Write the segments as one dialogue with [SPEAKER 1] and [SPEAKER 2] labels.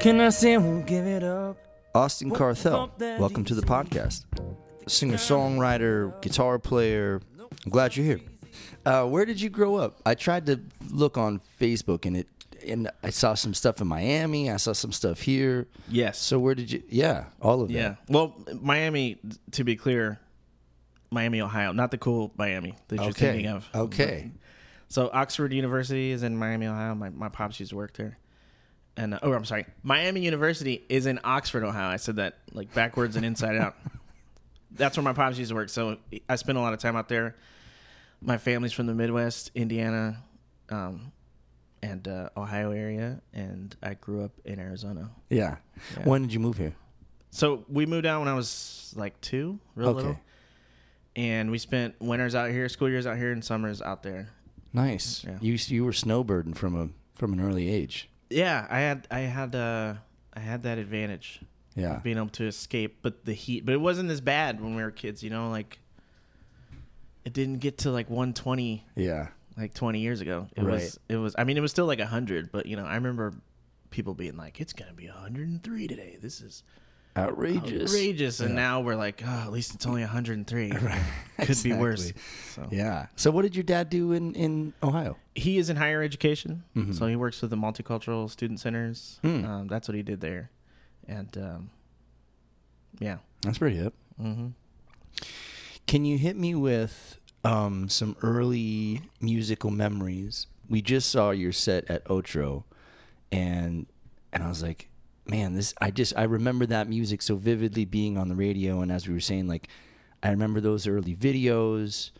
[SPEAKER 1] Can I say I won't give it up?
[SPEAKER 2] Austin Carthel, welcome to the podcast. Singer, songwriter, guitar player. I'm glad you're here. Uh, where did you grow up? I tried to look on Facebook and it, and I saw some stuff in Miami. I saw some stuff here.
[SPEAKER 3] Yes.
[SPEAKER 2] So where did you? Yeah, all of
[SPEAKER 3] yeah.
[SPEAKER 2] that.
[SPEAKER 3] Well, Miami, to be clear, Miami, Ohio, not the cool Miami that you're
[SPEAKER 2] Okay.
[SPEAKER 3] thinking of. Mm-hmm.
[SPEAKER 2] Okay.
[SPEAKER 3] So Oxford University is in Miami, Ohio. My, my pops used to work there. And uh, oh, I'm sorry. Miami University is in Oxford, Ohio. I said that like backwards and inside out. That's where my pops used to work. So I spent a lot of time out there. My family's from the Midwest, Indiana, um, and uh, Ohio area, and I grew up in Arizona.
[SPEAKER 2] Yeah. When did you move here?
[SPEAKER 3] So we moved out when I was like two, real
[SPEAKER 2] Okay.
[SPEAKER 3] little, and we spent winters out here, school years out here, and summers out there.
[SPEAKER 2] Nice.
[SPEAKER 3] Yeah.
[SPEAKER 2] You you were snowbirding from a from an early age.
[SPEAKER 3] Yeah, I had I had uh, I had that advantage
[SPEAKER 2] Yeah.
[SPEAKER 3] of being able to escape, but the heat, but it wasn't as bad when we were kids, you know, like it didn't get to like 120
[SPEAKER 2] Yeah.
[SPEAKER 3] like 20 years ago. It
[SPEAKER 2] Right.
[SPEAKER 3] was it was I mean it was still like 100, but you know, I remember people being like it's going to be 103 today. This is
[SPEAKER 2] Outrageous.
[SPEAKER 3] outrageous. And now we're like, oh, at least it's only 103. Could
[SPEAKER 2] Exactly.
[SPEAKER 3] be worse. So.
[SPEAKER 2] Yeah. So what did your dad do in in Ohio?
[SPEAKER 3] He is in higher education, so he works with the multicultural student centers.
[SPEAKER 2] Hmm.
[SPEAKER 3] Um, that's what he did there, and um, yeah,
[SPEAKER 2] That's pretty hip.
[SPEAKER 3] hmm
[SPEAKER 2] Can you hit me with um, some early musical memories? We just saw your set at Otro, and and I was like, man, this I just I remember that music so vividly being on the radio, and as we were saying, like I remember those early videos.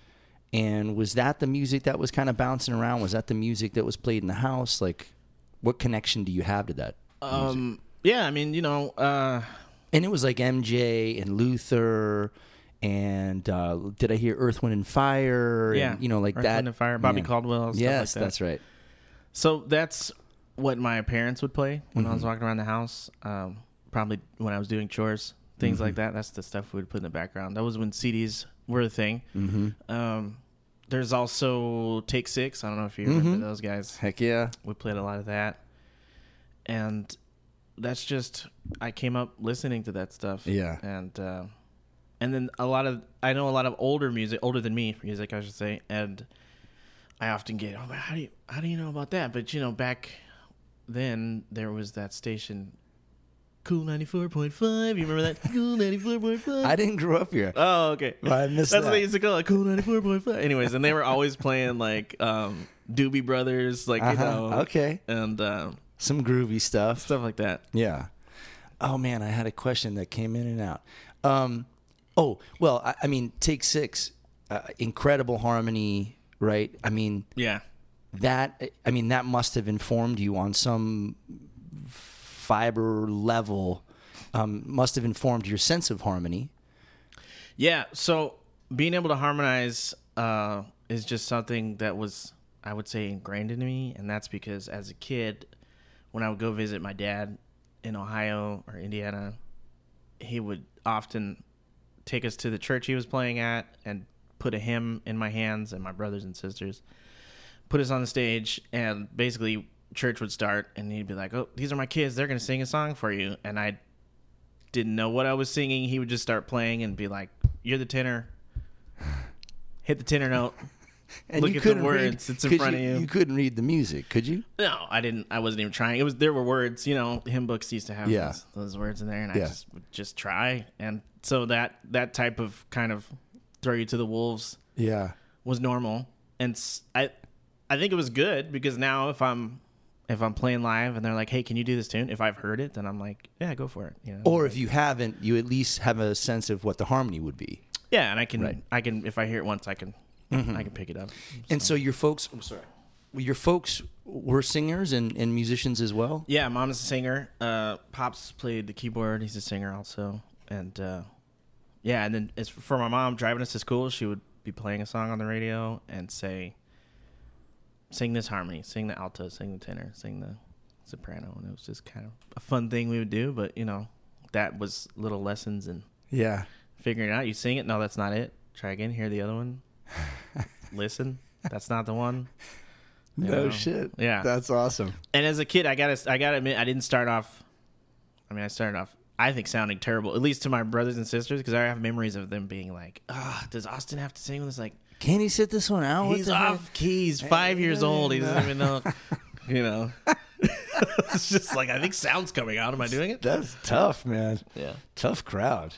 [SPEAKER 2] And was that the music that was kind of bouncing around? Was that the music that was played in the house? Like, what connection do you have to that?
[SPEAKER 3] um, yeah. I mean, you know, uh,
[SPEAKER 2] And it was like MJ and Luther, and uh, did I hear Earth, Wind, and Fire?
[SPEAKER 3] yeah,
[SPEAKER 2] and, you know, like
[SPEAKER 3] Earth,
[SPEAKER 2] that.
[SPEAKER 3] Wind and Fire, Bobby
[SPEAKER 2] yeah.
[SPEAKER 3] Caldwell. Stuff
[SPEAKER 2] Yes,
[SPEAKER 3] like that.
[SPEAKER 2] that's right.
[SPEAKER 3] So that's what my parents would play when I was walking around the house. Um, probably when I was doing chores, things like that. That's the stuff we would put in the background. That was when CDs were a thing. Mm-hmm. Um, there's also Take Six. I don't know if you remember those guys.
[SPEAKER 2] Heck yeah.
[SPEAKER 3] We played a lot of that, and that's just I came up listening to that stuff.
[SPEAKER 2] Yeah.
[SPEAKER 3] and uh, and then a lot of I know a lot of older music, older than me music, I should say, and I often get, oh, man, how do you how do you know about that? But you know, back then there was that station, Cool ninety four point five. You remember that Cool ninety four point five?
[SPEAKER 2] I didn't grow up here.
[SPEAKER 3] Oh, okay.
[SPEAKER 2] I missed
[SPEAKER 3] That's
[SPEAKER 2] that.
[SPEAKER 3] what they used to call it. Cool ninety four point five. Anyways, and they were always playing like um, Doobie Brothers, like you
[SPEAKER 2] Uh-huh.
[SPEAKER 3] know,
[SPEAKER 2] Okay.
[SPEAKER 3] and um,
[SPEAKER 2] Some groovy stuff.
[SPEAKER 3] stuff like that.
[SPEAKER 2] Yeah. Oh man, I had a question that came in and out. Um, oh well, I, I mean, take six, uh, incredible harmony, right? I mean,
[SPEAKER 3] Yeah,
[SPEAKER 2] that I mean that must have informed you on some fiber level um, must have informed your sense of harmony.
[SPEAKER 3] yeah. So being able to harmonize uh, is just something that was, I would say, ingrained into me, and that's because as a kid, when I would go visit my dad in Ohio or Indiana, he would often take us to the church he was playing at and put a hymn in my hands and my brothers and sisters put us on the stage and basically church would start and he'd be like oh these are my kids they're gonna sing a song for you and i didn't know what i was singing he would just start playing and be like you're the tenor hit the tenor note
[SPEAKER 2] And
[SPEAKER 3] Look
[SPEAKER 2] you
[SPEAKER 3] at the
[SPEAKER 2] couldn't
[SPEAKER 3] words, it's in
[SPEAKER 2] could
[SPEAKER 3] front of you.
[SPEAKER 2] You couldn't read the music, could you?
[SPEAKER 3] no i didn't i wasn't even trying it was there were words you know hymn books used to have
[SPEAKER 2] Yeah.
[SPEAKER 3] those, those words in there and i
[SPEAKER 2] Yeah.
[SPEAKER 3] just would just try and so that that type of kind of throw you to the wolves
[SPEAKER 2] Yeah.
[SPEAKER 3] was normal, and s- I, I think it was good because now if I'm, if I'm playing live and they're like, "Hey, can you do this tune?" If I've heard it, then I'm like, "Yeah, go for it." You know?
[SPEAKER 2] Or if you haven't, you at least have a sense of what the harmony would be.
[SPEAKER 3] yeah, and I can,
[SPEAKER 2] Right. Mm-hmm.
[SPEAKER 3] I can, if I hear it once, I can, I can pick it up.
[SPEAKER 2] And so your folks, I'm sorry, your folks were singers and, and musicians as well.
[SPEAKER 3] Yeah, mom's a singer. Uh, pops played the keyboard. He's a singer also, and uh, yeah, and then as for my mom driving us to school, she would be playing a song on the radio and say, "Sing this harmony, sing the alto, sing the tenor, sing the soprano," and it was just kind of a fun thing we would do. But you know, that was little lessons and
[SPEAKER 2] Yeah.
[SPEAKER 3] figuring it out. You sing it, no, that's not it. Try again. Hear the other one. Listen, that's not the one. You know? Yeah.
[SPEAKER 2] awesome.
[SPEAKER 3] And as a kid, I gotta I gotta admit, I didn't start off I mean, I started off, I think, sounding terrible, at least to my brothers and sisters, because I have memories of them being like, ah, does Austin have to sing with us? Like,
[SPEAKER 2] Can he sit this one out? What
[SPEAKER 3] he's
[SPEAKER 2] the heck?
[SPEAKER 3] off key. He's five years old. He doesn't even know, you know. it's just like, I think sound's coming out. Am I doing it?
[SPEAKER 2] That's tough, man.
[SPEAKER 3] Yeah.
[SPEAKER 2] Tough crowd.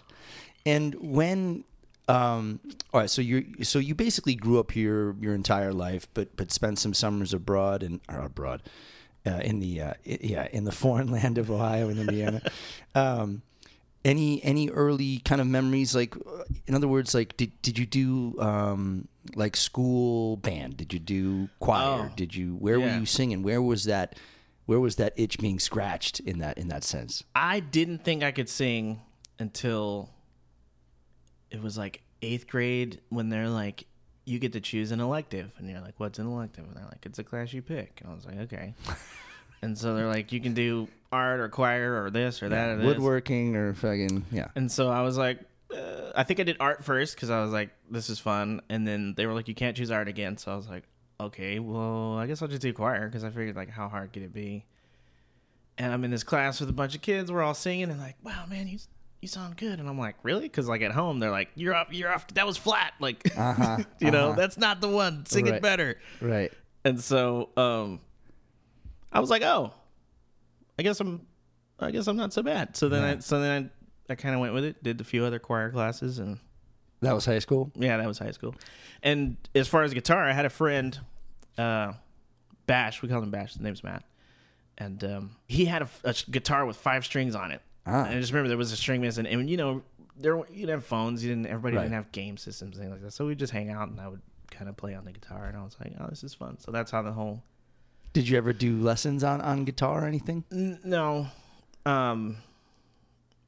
[SPEAKER 2] And when um all right, so you so you basically grew up here your entire life but but spent some summers abroad and or abroad uh, in the uh, i- yeah, in the foreign land of Ohio and Indiana. um any any early kind of memories like uh, in other words like did did you do um like school band did you do choir
[SPEAKER 3] Oh,
[SPEAKER 2] did you where
[SPEAKER 3] yeah.
[SPEAKER 2] were you singing where was that where was that itch being scratched in that in that sense
[SPEAKER 3] I didn't think I could sing until it was like eighth grade when they're like, you get to choose an elective. And you're like, what's an elective? And they're like, it's a class you pick. And I was like, okay. and so they're like, you can do art or choir or this or that or this.
[SPEAKER 2] woodworking or fucking yeah
[SPEAKER 3] And so I was like, uh, I think I did art first because I was like, this is fun. And then they were like, you can't choose art again. So I was like, okay, well, I guess I'll just do choir because I figured, like, how hard could it be? And I'm in this class with a bunch of kids. We're all singing and like, wow, man, you you sound good. And I'm like, really? Because like at home, they're like, you're off, you're off. That was flat. Like, you know, that's not the one. Sing
[SPEAKER 2] Uh-huh. Right.
[SPEAKER 3] it better.
[SPEAKER 2] right
[SPEAKER 3] And so um I was like, "Oh, I guess I'm I guess I'm not so bad." So then I so then I I kind of went with it, did a few other choir classes and
[SPEAKER 2] that was high school
[SPEAKER 3] yeah, that was high school. And as far as guitar, I had a friend uh Bash, we called him Bash, his name's Matt. And um he had a, f- a s- guitar with five strings on it.
[SPEAKER 2] Ah.
[SPEAKER 3] And I just remember there was a string missing and you know there you didn't have phones, you didn't everybody
[SPEAKER 2] Right.
[SPEAKER 3] didn't have game systems and things like that. So we just hang out and I would kind of play on the guitar and I was like, "Oh, this is fun." So that's how the whole
[SPEAKER 2] did you ever do lessons on on guitar or anything
[SPEAKER 3] N- no um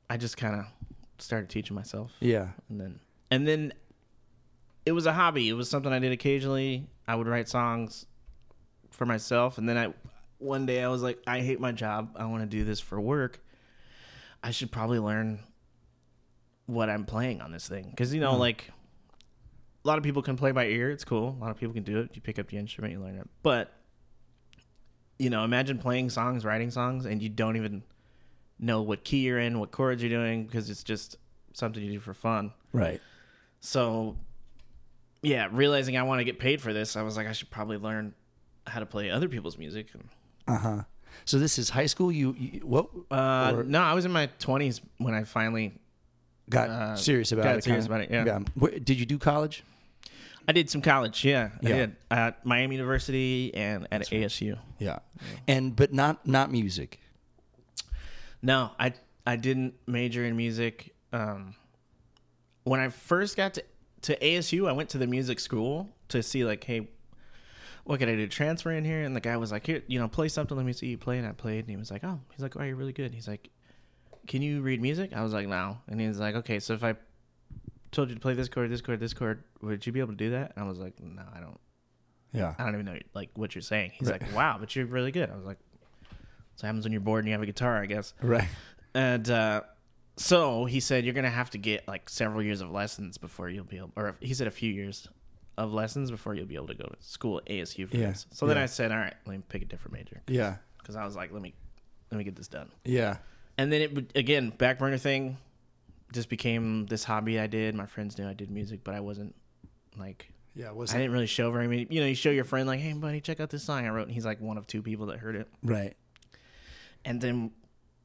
[SPEAKER 3] i just kind of started teaching myself
[SPEAKER 2] yeah
[SPEAKER 3] and then and then it was a hobby it was something i did occasionally i would write songs for myself and then i one day i was like i hate my job i want to do this for work i should probably learn what i'm playing on this thing because you know like a lot of people can play by ear it's cool a lot of people can do it you pick up the instrument you learn it but you know imagine playing songs writing songs and you don't even know what key you're in what chords you're doing because it's just something you do for fun
[SPEAKER 2] right
[SPEAKER 3] so, yeah, realizing I want to get paid for this, I was like, I should probably learn how to play other people's music.
[SPEAKER 2] uh-huh so this is high school you, you what
[SPEAKER 3] Uh,
[SPEAKER 2] Or-
[SPEAKER 3] no, I was in my twenties when I finally.
[SPEAKER 2] got
[SPEAKER 3] uh,
[SPEAKER 2] serious about
[SPEAKER 3] got
[SPEAKER 2] it
[SPEAKER 3] serious
[SPEAKER 2] kinda?
[SPEAKER 3] about it, yeah.
[SPEAKER 2] Where- did you do college
[SPEAKER 3] I did some college, yeah, I
[SPEAKER 2] Yeah.
[SPEAKER 3] did at Miami University and at ASU.
[SPEAKER 2] yeah and but not not music
[SPEAKER 3] No, I I didn't major in music. Um, when I first got to to ASU, I went to the music school to see like, hey, what can I do? to Transfer in here, and the guy was like, here, you know, play something. Let me see you play, and I played, and he was like, oh, he's like, oh, you're really good. He's like, can you read music? I was like, no, and he was like, okay, so if I told you to play this chord, this chord, this chord, would you be able to do that? And I was like, no, I don't.
[SPEAKER 2] yeah
[SPEAKER 3] I don't even know like what you're saying. He's like, wow, but you're really good. I was like, so happens when you're bored and you have a guitar, I guess.
[SPEAKER 2] right
[SPEAKER 3] And uh, so he said, you're going to have to get like several years of lessons before you'll be able, or he said a few years of lessons before you'll be able to go to school at ASU for
[SPEAKER 2] Yeah,
[SPEAKER 3] this. So then
[SPEAKER 2] yeah.
[SPEAKER 3] I said, all right, let me pick a different major.
[SPEAKER 2] yeah
[SPEAKER 3] Cause I was like, let me, let me get this done.
[SPEAKER 2] yeah
[SPEAKER 3] And then it, would- again, back burner thing just became this hobby I did. My friends knew I did music, but I wasn't like,
[SPEAKER 2] yeah was
[SPEAKER 3] I didn't really show very many. You know, you show your friend like, "Hey, buddy, check out this song I wrote," and he's like one of two people that heard it.
[SPEAKER 2] right
[SPEAKER 3] And then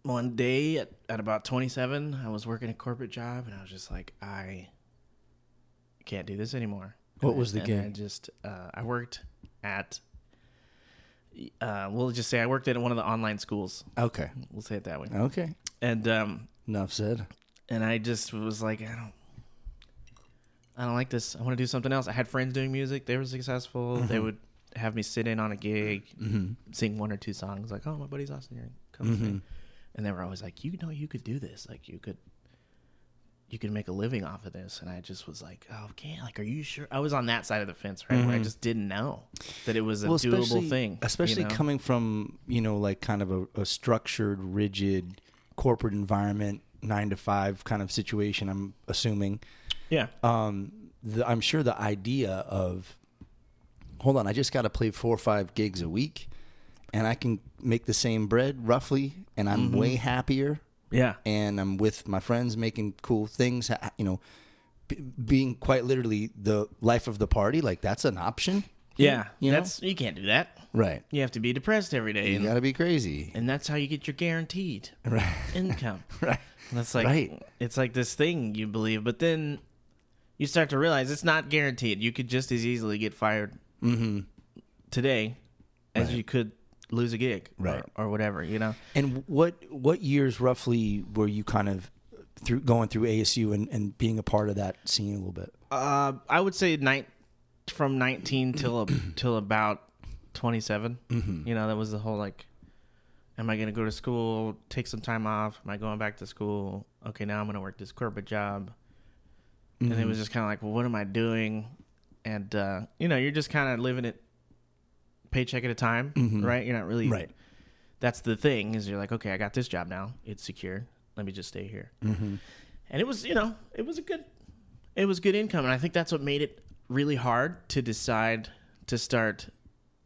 [SPEAKER 3] one day at, at about 27, I was working a corporate job, and I was just like, "I can't do this anymore."
[SPEAKER 2] What
[SPEAKER 3] And-
[SPEAKER 2] was the
[SPEAKER 3] and
[SPEAKER 2] gig?
[SPEAKER 3] I just uh, I worked at. Uh, we'll just say I worked at one of the online schools.
[SPEAKER 2] okay
[SPEAKER 3] We'll say it that way.
[SPEAKER 2] okay
[SPEAKER 3] And um,
[SPEAKER 2] enough said
[SPEAKER 3] and I just was like, I don't, I don't like this. I want to do something else. I had friends doing music; they were successful.
[SPEAKER 2] Mm-hmm.
[SPEAKER 3] They would have me sit in on a gig, sing one or two songs, like, "Oh, my buddy's Austin here, come
[SPEAKER 2] Mm-hmm.
[SPEAKER 3] sing," and they were always like, "You know, you could do this. Like, you could, you could make a living off of this." And I just was like, "Oh, can't. Like, are you sure?" I was on that side of the fence, right, where I just didn't know that it was a doable
[SPEAKER 2] Mm-hmm. especially-
[SPEAKER 3] thing, you
[SPEAKER 2] Especially
[SPEAKER 3] know?
[SPEAKER 2] coming from, you know, like kind of a, a structured, rigid corporate environment, nine to five kind of situation, I'm assuming.
[SPEAKER 3] yeah,
[SPEAKER 2] Um, the, I'm sure the idea of, hold on, I just got to play four or five
[SPEAKER 3] Mm-hmm.
[SPEAKER 2] gigs a week and I can make the same bread roughly and I'm way happier
[SPEAKER 3] Yeah.
[SPEAKER 2] and I'm with my friends making cool things, ha- you know, b- being quite literally the life of the party. Like that's an option.
[SPEAKER 3] Yeah.
[SPEAKER 2] You know?
[SPEAKER 3] That's you can't do that.
[SPEAKER 2] Right.
[SPEAKER 3] You have to be depressed every day
[SPEAKER 2] You
[SPEAKER 3] and,
[SPEAKER 2] got to be crazy.
[SPEAKER 3] and that's how you get your guaranteed
[SPEAKER 2] Right.
[SPEAKER 3] income.
[SPEAKER 2] Right.
[SPEAKER 3] That's like
[SPEAKER 2] Right.
[SPEAKER 3] it's like this thing you believe, but then you start to realize it's not guaranteed. You could just as easily get fired
[SPEAKER 2] Mm-hmm.
[SPEAKER 3] today as you could lose a gig, or-
[SPEAKER 2] Right.
[SPEAKER 3] or, whatever. You know,
[SPEAKER 2] And what what years roughly were you kind of through going through ASU and, and being a part of that scene a little bit?
[SPEAKER 3] uh, I would say nine from nineteen till till about twenty
[SPEAKER 2] Mm-hmm.
[SPEAKER 3] You know, that was the whole like, am I going to go to school? Take some time off? Am I going back to school? Okay, now I'm going to work this corporate job. and it
[SPEAKER 2] Mm-hmm.
[SPEAKER 3] was just kind of like, well, what am I doing? And uh, you know, you're just kind of living it paycheck at a time, right? You're not really
[SPEAKER 2] Mm-hmm. Right.
[SPEAKER 3] That's the thing is you're like, okay, I got this job now; it's secure. Let me just stay here.
[SPEAKER 2] Mm-hmm.
[SPEAKER 3] And it was, you know, it was a good, it was good income, and I think that's what made it really hard to decide to start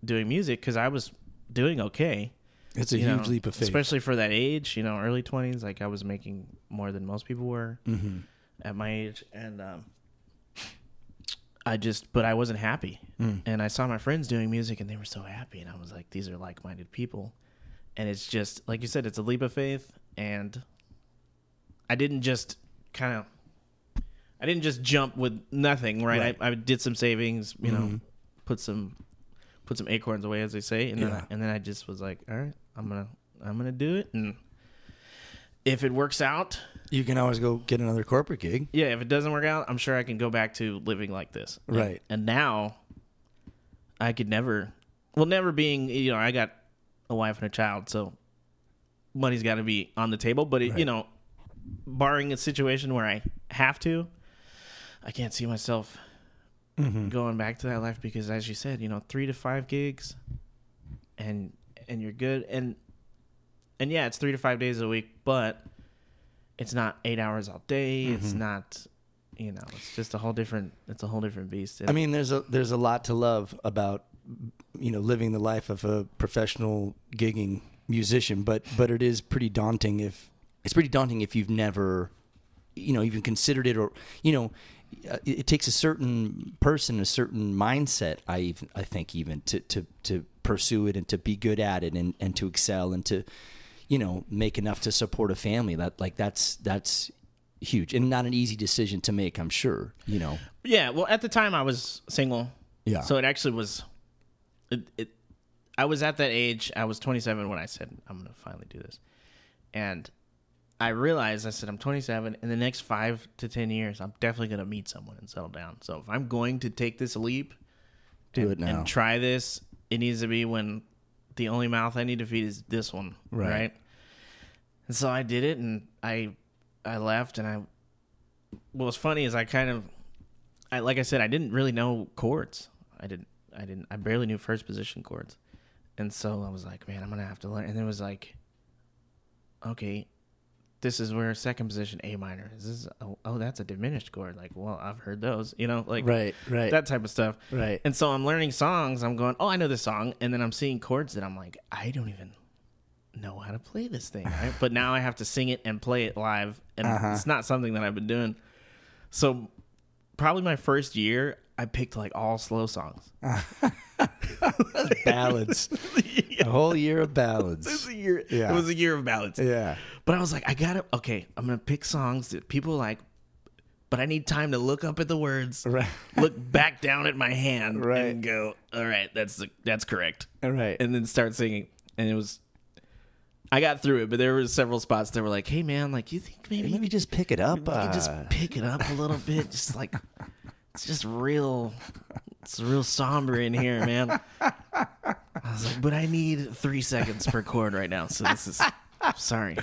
[SPEAKER 3] doing music because I was doing okay.
[SPEAKER 2] It's a
[SPEAKER 3] you
[SPEAKER 2] huge
[SPEAKER 3] know,
[SPEAKER 2] leap of faith.
[SPEAKER 3] especially for that age. You know, early twenties, like I was making more than most people were
[SPEAKER 2] Mm-hmm.
[SPEAKER 3] at my age, and um, I just, but I wasn't happy.
[SPEAKER 2] Mm.
[SPEAKER 3] And I saw my friends doing music, and they were so happy, and I was like, these are like-minded people, and it's just like you said, it's a leap of faith, and I didn't just kind of. I didn't just jump with nothing, right? I, I did some savings, you know, put some put some acorns away, as they say, and then
[SPEAKER 2] Yeah.
[SPEAKER 3] I, and then I just was like, all right, I'm gonna I'm gonna do it, and if it works out,
[SPEAKER 2] you can always go get another corporate gig.
[SPEAKER 3] yeah, if it doesn't work out, I'm sure I can go back to living like this, And-
[SPEAKER 2] Right.
[SPEAKER 3] And, now, I could never, well, never being, you know, I got a wife and a child, so money's got to be on the table, but it, you
[SPEAKER 2] Right.
[SPEAKER 3] know, barring a situation where I have to, I can't see myself going back to that life because as you said, you know, 3 to 5 gigs and and you're good and and yeah, it's 3 to 5 days a week, but it's not 8 hours all day, it's not you know, it's just a whole different it's a whole different beast.
[SPEAKER 2] I mean, there's a there's a lot to love about you know living the life of a professional gigging musician, but but it is pretty daunting if it's pretty daunting if you've never you know even considered it or you know uh, it, it takes a certain person a certain mindset I even, I think even to to to pursue it and to be good at it and and to excel and to you know make enough to support a family that like that's that's huge and not an easy decision to make I'm sure you know
[SPEAKER 3] Yeah, well, at the time I was single.
[SPEAKER 2] Yeah.
[SPEAKER 3] So it actually was, it, it I was at that age. I was 27 when I said I'm gonna finally do this, and I realized I said I'm 27. In the next five to 10 years, I'm definitely gonna meet someone and settle down. So if I'm going to take this leap,
[SPEAKER 2] do it
[SPEAKER 3] and,
[SPEAKER 2] now
[SPEAKER 3] and try this. It needs to be when the only mouth I need to feed is this one,
[SPEAKER 2] Right.
[SPEAKER 3] right? And so I did it, and I I left, and I. What was funny is I kind of, I like I said, I didn't really know chords. I didn't. I didn't. I barely knew first position chords, and so I was like, man, I'm gonna have to learn. And it was like, okay. This is where second position A minor is. This is oh, oh, that's a diminished chord. Like, well, I've heard those, you know, like
[SPEAKER 2] Right, right,
[SPEAKER 3] that type of stuff.
[SPEAKER 2] right.
[SPEAKER 3] And so I'm learning songs. I'm going, oh, I know this song, and then I'm seeing chords that I'm like, I don't even know how to play this thing. Right? but now I have to sing it and play it live, and
[SPEAKER 2] Uh-huh.
[SPEAKER 3] it's not something that I've been doing. So probably my first year, I picked like all slow songs.
[SPEAKER 2] ballads. A whole year of ballads.
[SPEAKER 3] a year.
[SPEAKER 2] Yeah.
[SPEAKER 3] It was a year of ballads.
[SPEAKER 2] Yeah.
[SPEAKER 3] But I was like, I gotta okay. I'm gonna pick songs that people like, but I need time to look up at the words,
[SPEAKER 2] Right.
[SPEAKER 3] look back down at my hand,
[SPEAKER 2] Right.
[SPEAKER 3] and go, all right, that's the, that's correct.
[SPEAKER 2] All right.
[SPEAKER 3] and then start singing. And it was, I got through it, but there were several spots that were like, "Hey man, like you think maybe you
[SPEAKER 2] Maybe just pick it up.
[SPEAKER 3] can
[SPEAKER 2] Uh,
[SPEAKER 3] just pick it up a little bit, just like it's just real, it's real somber in here, man." I was like, "But I need three seconds per chord right now, so this is." I'm Sorry.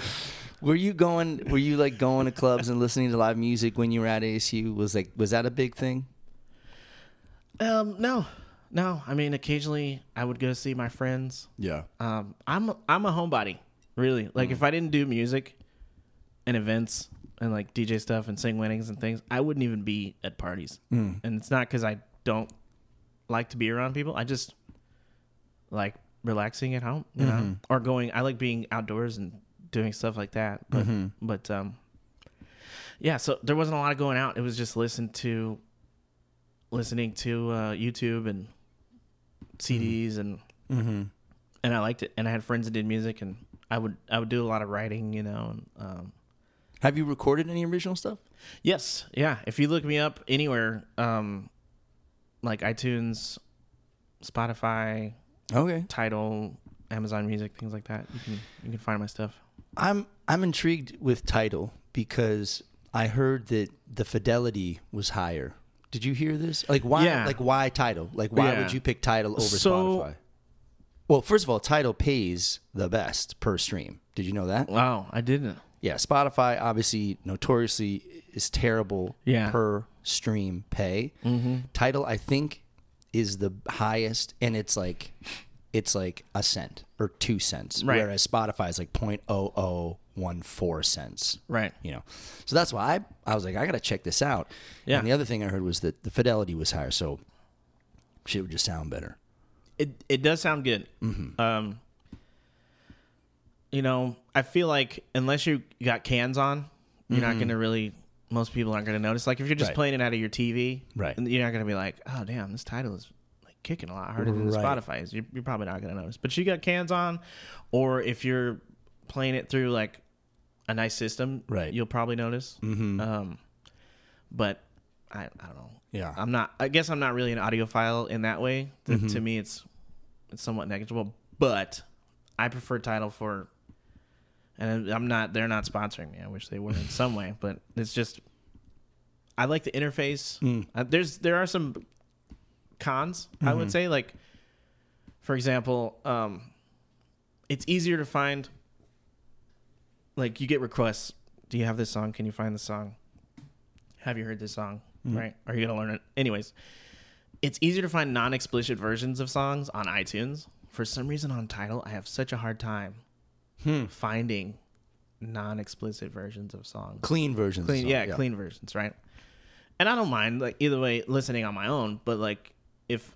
[SPEAKER 2] were you going? Were you like going to clubs and listening to live music when you were at ASU? Was like was that a big thing?
[SPEAKER 3] Um, no, no. I mean, occasionally I would go see my friends.
[SPEAKER 2] Yeah.
[SPEAKER 3] um, I'm I'm a homebody, really. Like if I didn't do music and events and like DJ stuff and sing weddings and things, I wouldn't even be at parties. And it's not because I don't like to be around people. I just like relaxing at home, you know, or going. I like being outdoors and doing stuff like that. But but um, yeah. So there wasn't a lot of going out. It was just listen to, listening to uh, YouTube and CDs and
[SPEAKER 2] Mm-hmm.
[SPEAKER 3] and I liked it. And I had friends that did music, and I would I would do a lot of writing, you know. And, um,
[SPEAKER 2] Have you recorded any original stuff?
[SPEAKER 3] yes, yeah. If you look me up anywhere, um, like iTunes, Spotify,
[SPEAKER 2] Okay.
[SPEAKER 3] Title, Amazon Music, things like that, you can you can find my stuff.
[SPEAKER 2] I'm I'm intrigued with title because I heard that the fidelity was higher. Did you hear this? Like why?
[SPEAKER 3] Yeah.
[SPEAKER 2] Like why title? Like why
[SPEAKER 3] Yeah.
[SPEAKER 2] would you pick title over
[SPEAKER 3] So-
[SPEAKER 2] Spotify? Well, first of all, title pays the best per stream. Did you know that?
[SPEAKER 3] Wow, I didn't.
[SPEAKER 2] Yeah, Spotify obviously notoriously is terrible
[SPEAKER 3] Yeah. Mm-hmm.
[SPEAKER 2] per stream pay. Title I think is the highest, and it's like it's like a cent or two cents,
[SPEAKER 3] Right.
[SPEAKER 2] whereas Spotify is like point oh oh one four cents.
[SPEAKER 3] Right.
[SPEAKER 2] You know, so that's why I I was like I gotta check this out.
[SPEAKER 3] Yeah.
[SPEAKER 2] And the other thing I heard was that the fidelity was higher, so shit would just sound better.
[SPEAKER 3] It it does sound good. Um, you know, I feel like unless you got cans on, you're not gonna really. Most people aren't gonna notice. Like if you're just
[SPEAKER 2] Right.
[SPEAKER 3] playing it out of your TV,
[SPEAKER 2] Right.
[SPEAKER 3] You're not gonna be like, oh damn, this title is like kicking a lot harder than
[SPEAKER 2] Right.
[SPEAKER 3] Spotify is. You're, you're probably not gonna notice. But you got cans on, or if you're playing it through like a nice system,
[SPEAKER 2] Right.
[SPEAKER 3] You'll probably notice. Mm-hmm. Um, but I I don't know.
[SPEAKER 2] Yeah.
[SPEAKER 3] I'm not. I guess I'm not really an audiophile in that way. To,
[SPEAKER 2] Mm-hmm.
[SPEAKER 3] to me, it's it's somewhat negligible. But I prefer title for, and I'm not. They're not sponsoring me. I wish they were in some way, but it's just. I like the interface. Uh, there's there are some cons. I would say like, for example, um, it's easier to find. Like you get requests. Do you have this song? Can you find the song? Have you heard this song? Right? Are you gonna learn it? Anyways, it's easier to find non-explicit versions of songs on iTunes. For some reason, on Title, I have such a hard time
[SPEAKER 2] Mm-hmm.
[SPEAKER 3] finding non-explicit versions of songs.
[SPEAKER 2] Clean versions.
[SPEAKER 3] Clean, yeah, clean versions, right? And I don't mind like either way listening on my own, but like if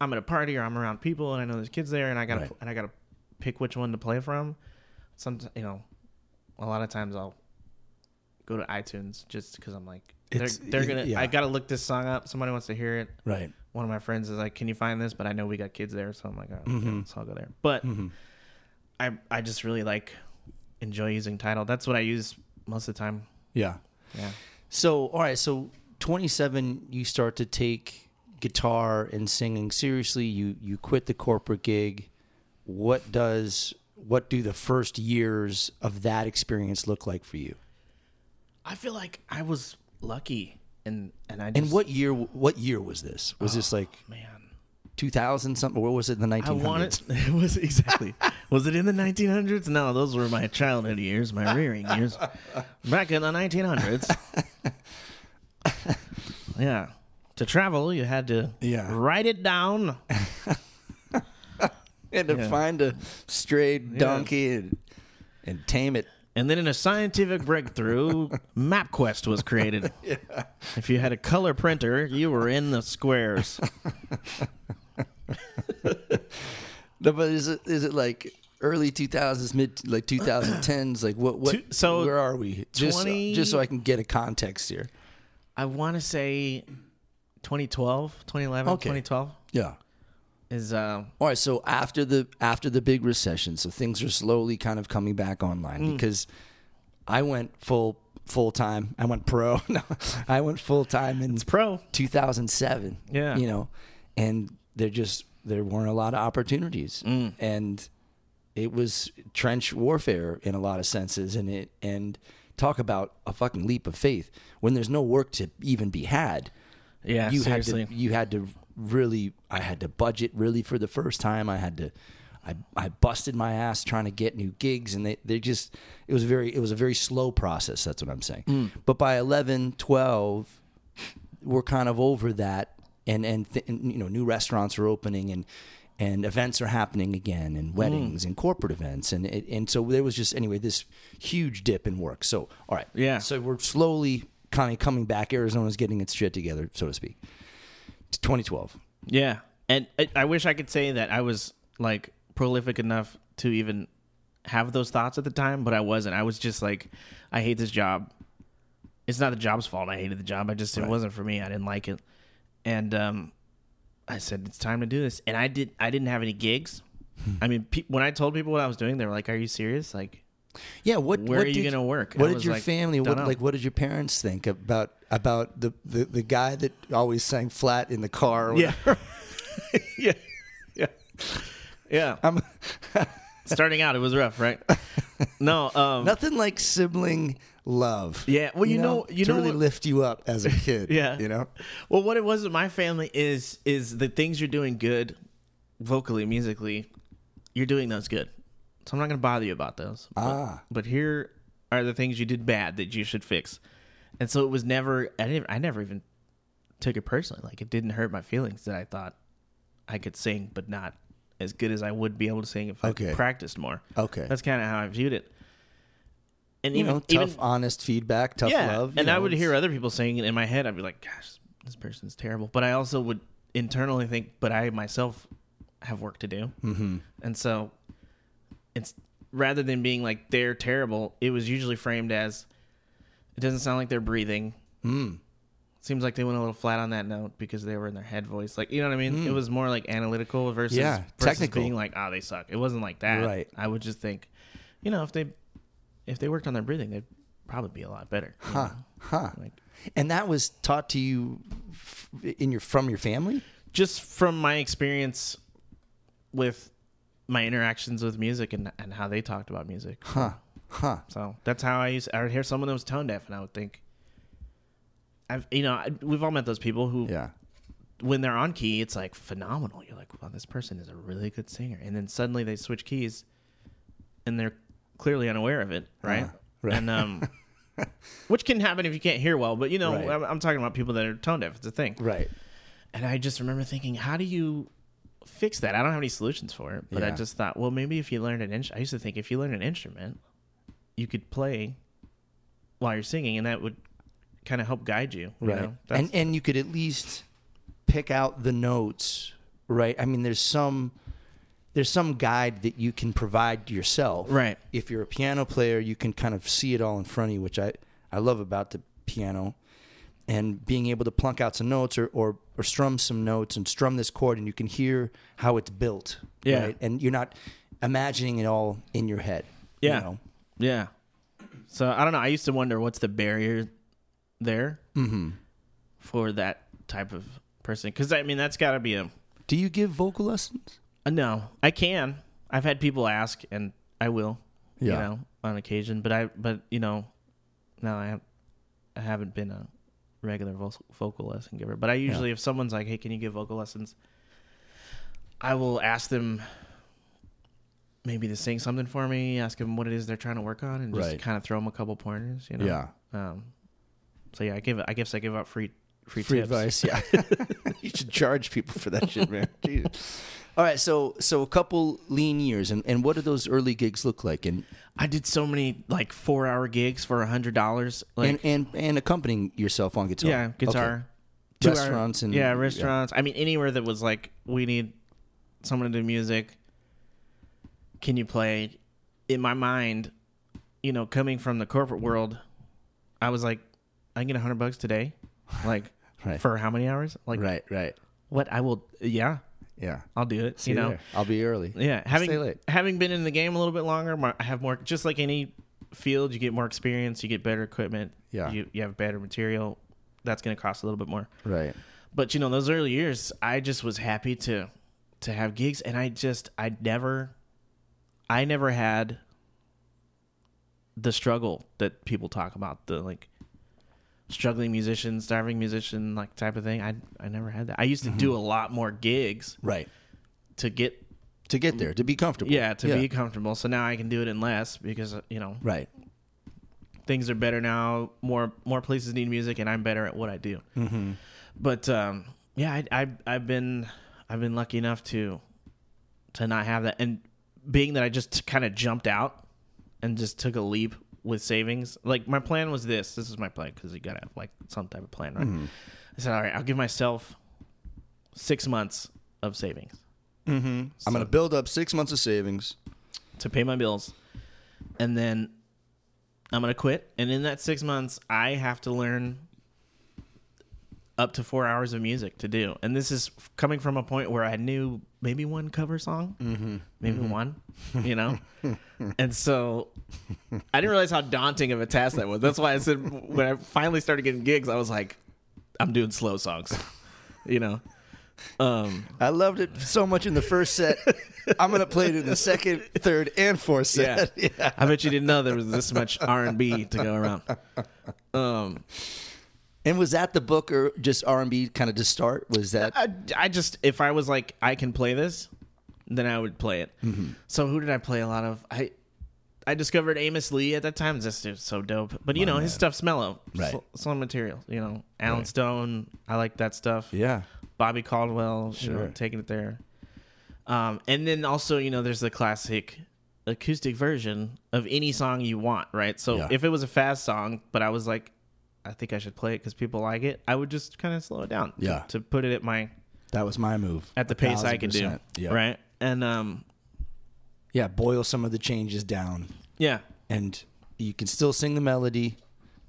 [SPEAKER 3] I'm at a party or I'm around people and I know there's kids there and I gotta
[SPEAKER 2] Right.
[SPEAKER 3] and I gotta pick which one to play from, some you know, a lot of times I'll go to iTunes just because I'm like they're,
[SPEAKER 2] It's-
[SPEAKER 3] they're
[SPEAKER 2] it-
[SPEAKER 3] gonna
[SPEAKER 2] yeah.
[SPEAKER 3] I gotta look this song up. Somebody wants to hear it
[SPEAKER 2] Right.
[SPEAKER 3] one of my friends is like, "Can you find this?" But I know we got kids there, so I'm like, "All right,
[SPEAKER 2] Mm-hmm.
[SPEAKER 3] yeah, so I'll go there." But
[SPEAKER 2] Mm.
[SPEAKER 3] I I just really like enjoy using title. That's what I use most of the time.
[SPEAKER 2] Yeah.
[SPEAKER 3] Yeah,
[SPEAKER 2] So, all right. So, 27, you start to take guitar and singing seriously. You you quit the corporate gig. What does what do the first years of that experience look like for you?
[SPEAKER 3] I feel like I was lucky, and and I just,
[SPEAKER 2] And what year what year was this? Was this like
[SPEAKER 3] man
[SPEAKER 2] 2000 something? What was it? The 1900s?
[SPEAKER 3] I wanted it was exactly was it in the 1900s? No, those were my childhood years, my rearing years, back in the 1900s. yeah, to travel you had to
[SPEAKER 2] Yeah.
[SPEAKER 3] write it down.
[SPEAKER 2] and to
[SPEAKER 3] Yeah.
[SPEAKER 2] find a strayed donkey and, and tame it.
[SPEAKER 3] And then in a scientific breakthrough, MapQuest was created. If you had a color printer, you were in the squares.
[SPEAKER 2] No, but is it is it like early 2000s, mid like 2010s? Like what what?
[SPEAKER 3] Two- so
[SPEAKER 2] where are we? Just uh,
[SPEAKER 3] 20
[SPEAKER 2] just so I can get a context here.
[SPEAKER 3] I want to say 2012, 2011,
[SPEAKER 2] Okay.
[SPEAKER 3] 2012
[SPEAKER 2] Yeah.
[SPEAKER 3] is uh,
[SPEAKER 2] All right. So after the after the big recession, so things are slowly kind of coming back online
[SPEAKER 3] Mm.
[SPEAKER 2] because I went full full time. I went pro. no, I went full time in
[SPEAKER 3] pro.
[SPEAKER 2] 2007.
[SPEAKER 3] Yeah.
[SPEAKER 2] You know, and there just there weren't a lot of opportunities,
[SPEAKER 3] Mm.
[SPEAKER 2] and it was trench warfare in a lot of senses, and it and talk about a fucking leap of faith when there's no work to even be had
[SPEAKER 3] Yeah,
[SPEAKER 2] you
[SPEAKER 3] seriously.
[SPEAKER 2] had to you had to really I had to budget really for the first time. I had to I I busted my ass trying to get new gigs and they they just it was very it was a very slow process, that's what I'm saying.
[SPEAKER 3] Mm.
[SPEAKER 2] But by 11, 12 we're kind of over that and and, th- and you know new restaurants are opening and and events are happening again and weddings and corporate events and it, and so there was just anyway this huge dip in work. So all right.
[SPEAKER 3] Yeah.
[SPEAKER 2] So we're slowly kind of coming back. Arizona's getting its shit together, so to speak. It's 2012.
[SPEAKER 3] Yeah, and I, I wish I could say that I was like prolific enough to even have those thoughts at the time, but I wasn't. I was just like, I hate this job. It's not the job's fault. I hated the job. I just it wasn't for me. I didn't like it, and um, I said it's time to do this. And I did. I didn't have any gigs. I mean, pe- when I told people what I was doing, they were like, "Are you serious?" Like,
[SPEAKER 2] Yeah, what
[SPEAKER 3] Where
[SPEAKER 2] what
[SPEAKER 3] are you
[SPEAKER 2] did-
[SPEAKER 3] gonna work?
[SPEAKER 2] What
[SPEAKER 3] I
[SPEAKER 2] did
[SPEAKER 3] was
[SPEAKER 2] your
[SPEAKER 3] like,
[SPEAKER 2] family?
[SPEAKER 3] "Don't
[SPEAKER 2] What
[SPEAKER 3] know."
[SPEAKER 2] like what did your parents think about about the the, the guy that always sang flat in the car? or
[SPEAKER 3] yeah, yeah, yeah, yeah.
[SPEAKER 2] I'm-
[SPEAKER 3] Starting out, it was rough, right? No, um,
[SPEAKER 2] nothing like sibling love.
[SPEAKER 3] Yeah, well, you know- you
[SPEAKER 2] to
[SPEAKER 3] know
[SPEAKER 2] really
[SPEAKER 3] what-
[SPEAKER 2] lift you up as a kid.
[SPEAKER 3] Yeah.
[SPEAKER 2] you know,
[SPEAKER 3] Well, what it was with my family is is the things you're doing good, vocally, musically, you're doing those good. So I'm not gonna bother you about those. But,
[SPEAKER 2] Ah.
[SPEAKER 3] but here are the things you did bad that you should fix. And so it was never. I didn't. I never even took it personally. Like it didn't hurt my feelings that I thought I could sing, but not as good as I would be able to sing if
[SPEAKER 2] Okay.
[SPEAKER 3] I practiced more.
[SPEAKER 2] okay,
[SPEAKER 3] That's kind of how I viewed it. And
[SPEAKER 2] you
[SPEAKER 3] even
[SPEAKER 2] know, tough,
[SPEAKER 3] even
[SPEAKER 2] honest feedback, tough love. you
[SPEAKER 3] and I
[SPEAKER 2] know,
[SPEAKER 3] would
[SPEAKER 2] it's-
[SPEAKER 3] hear other people saying it in my head. I'd be like, gosh, this person's terrible. But I also would internally think, but I myself have work to do. Mm-hmm. And so it's rather than being like, they're terrible, it was usually framed as, it doesn't sound like they're breathing.
[SPEAKER 2] Mm.
[SPEAKER 3] Seems like they went a little flat on that note because they were in their head voice. Like, you know what I mean? It was more like analytical versus,
[SPEAKER 2] Mm. Yeah,
[SPEAKER 3] versus
[SPEAKER 2] technical.
[SPEAKER 3] being like, ah, they suck. It wasn't like that.
[SPEAKER 2] Right.
[SPEAKER 3] I would just think, you know, if they if they worked on their breathing, they'd probably be a lot better. you
[SPEAKER 2] huh,
[SPEAKER 3] know?
[SPEAKER 2] huh.
[SPEAKER 3] Like-
[SPEAKER 2] and that was taught to you f- in your from your family.
[SPEAKER 3] Just from my experience with my interactions with music and, and how they talked about music.
[SPEAKER 2] Huh, huh.
[SPEAKER 3] So that's how I used. I would hear someone that was tone deaf, and I would think, I've you know I, we've all met those people who
[SPEAKER 2] Yeah,
[SPEAKER 3] when they're on key, it's like phenomenal. You're like, wow, this person is a really good singer, and then suddenly they switch keys, and they're clearly unaware of it, right?
[SPEAKER 2] Uh-huh. Right.
[SPEAKER 3] And um, which can happen if you can't hear well. But you know,
[SPEAKER 2] Right.
[SPEAKER 3] I'm, I'm talking about people that are tone deaf. It's a thing.
[SPEAKER 2] right.
[SPEAKER 3] And I just remember thinking, how do you fix that? I don't have any solutions for it, but I
[SPEAKER 2] Yeah.
[SPEAKER 3] just thought, well, maybe if you learned an instrument, I used to think if you learned an instrument, you could play while you're singing, and that would kind of help guide you. you
[SPEAKER 2] right
[SPEAKER 3] know? That's-
[SPEAKER 2] and and you could at least pick out the notes right i mean there's some there's some guide that you can provide yourself
[SPEAKER 3] Right.
[SPEAKER 2] if you're a piano player you can kind of see it all in front of you which i i love about the piano and being able to plunk out some notes or or, or strum some notes and strum this chord and you can hear how it's built
[SPEAKER 3] Yeah.
[SPEAKER 2] right? and you're not imagining it all in your head
[SPEAKER 3] Yeah.
[SPEAKER 2] you know?
[SPEAKER 3] Yeah. So I don't know. I used to wonder what's the barrier there for that type of person, because I mean that's got to be a,
[SPEAKER 2] do you give vocal lessons
[SPEAKER 3] a no. I can. I've had people ask, and I will. You
[SPEAKER 2] Yeah.
[SPEAKER 3] know, on occasion, but I but you know, no, I have, I haven't been a regular vo- vocal lesson giver. But I usually, if someone's like, "Hey, can you give vocal lessons?" I will ask them maybe to sing something for me, ask them what it is they're trying to work on, and just
[SPEAKER 2] Right.
[SPEAKER 3] kind of throw them a couple pointers, you know. Um, so yeah, I give I guess I give out free free,
[SPEAKER 2] free
[SPEAKER 3] tips.
[SPEAKER 2] advice. Yeah, you should charge people for that shit, man. Jesus. All right, so so a couple lean years, and and what do those early gigs look like? And
[SPEAKER 3] I did so many like four hour gigs for a hundred dollars. Like
[SPEAKER 2] and, and and accompanying yourself on guitar.
[SPEAKER 3] yeah, guitar.
[SPEAKER 2] Okay.
[SPEAKER 3] Two-hour-
[SPEAKER 2] Restaurants and-
[SPEAKER 3] yeah,
[SPEAKER 2] yeah.
[SPEAKER 3] restaurants. I mean, anywhere that was like, we need someone to do music. Can you play? In my mind, you know, coming from the corporate world, I was like, I can get a hundred bucks today, like
[SPEAKER 2] Right.
[SPEAKER 3] for how many hours? Like
[SPEAKER 2] Right. Right.
[SPEAKER 3] what? I will. Yeah,
[SPEAKER 2] Yeah.
[SPEAKER 3] I'll do it. you
[SPEAKER 2] See
[SPEAKER 3] know.
[SPEAKER 2] there. I'll be early.
[SPEAKER 3] Yeah, having
[SPEAKER 2] Stay late.
[SPEAKER 3] having been in the game a little bit longer, my- I have more. Just like any field, you get more experience, you get better equipment.
[SPEAKER 2] Yeah.
[SPEAKER 3] you you have better material. That's going to cost a little bit more.
[SPEAKER 2] Right.
[SPEAKER 3] But you know, those early years, I just was happy to to have gigs, and I just I never, I never had the struggle that people talk about the like struggling musician, starving musician, like type of thing. I I never had that. I used to do a lot more gigs
[SPEAKER 2] Right.
[SPEAKER 3] to get
[SPEAKER 2] To get there, to be comfortable.
[SPEAKER 3] yeah, to be comfortable. So now I can do it in less because you know
[SPEAKER 2] right.
[SPEAKER 3] things are better now. More more places need music, and I'm better at what I do. Mm-hmm. But um, yeah, I, I I've been I've been lucky enough to to not have that, and being that I just kind of jumped out and just took a leap with savings. Like my plan was this. This is my plan because you gotta have like some type of plan, right? I said, all right, I'll give myself six months of savings
[SPEAKER 2] I'm gonna build up six months of savings.
[SPEAKER 3] to pay my bills. and then I'm gonna quit. And in that six months, I have to learn up to four hours of music to do. And this is f- coming from a point where I knew maybe one cover song, maybe one, you know. and so I didn't realize how daunting of a task that was. That's why I said when I finally started getting gigs, I was like, I'm doing slow songs, you know. Um,
[SPEAKER 2] I loved it so much in the first set. I'm gonna play it in the second, third, and fourth
[SPEAKER 3] yeah.
[SPEAKER 2] set. yeah.
[SPEAKER 3] I bet you didn't know there was this much R and B to go around. Um,
[SPEAKER 2] And was that the book or just R and B kind of to start? Was that
[SPEAKER 3] I, I just if I was like I can play this, then I would play it.
[SPEAKER 2] Mm-hmm.
[SPEAKER 3] So who did I play a lot of? I I discovered Amos Lee at that time. This dude's so dope. But you know his stuff's mellow,
[SPEAKER 2] Right.
[SPEAKER 3] Sl- Slow material. You know Alan Stone. I like that stuff.
[SPEAKER 2] yeah?
[SPEAKER 3] Bobby Caldwell. You know,
[SPEAKER 2] Sure.
[SPEAKER 3] taking it there. Um, and then also you know there's the classic acoustic version of any song you want, right? So
[SPEAKER 2] Yeah.
[SPEAKER 3] if it was a fast song, but I was like. I think I should play it because people like it. I would just kind of slow it down. to-
[SPEAKER 2] Yeah.
[SPEAKER 3] To put it at my
[SPEAKER 2] That was my move
[SPEAKER 3] at the pace I could do.
[SPEAKER 2] Yeah,
[SPEAKER 3] Right. And um
[SPEAKER 2] Yeah, boil some of the changes down,
[SPEAKER 3] yeah.
[SPEAKER 2] and you can still sing the melody,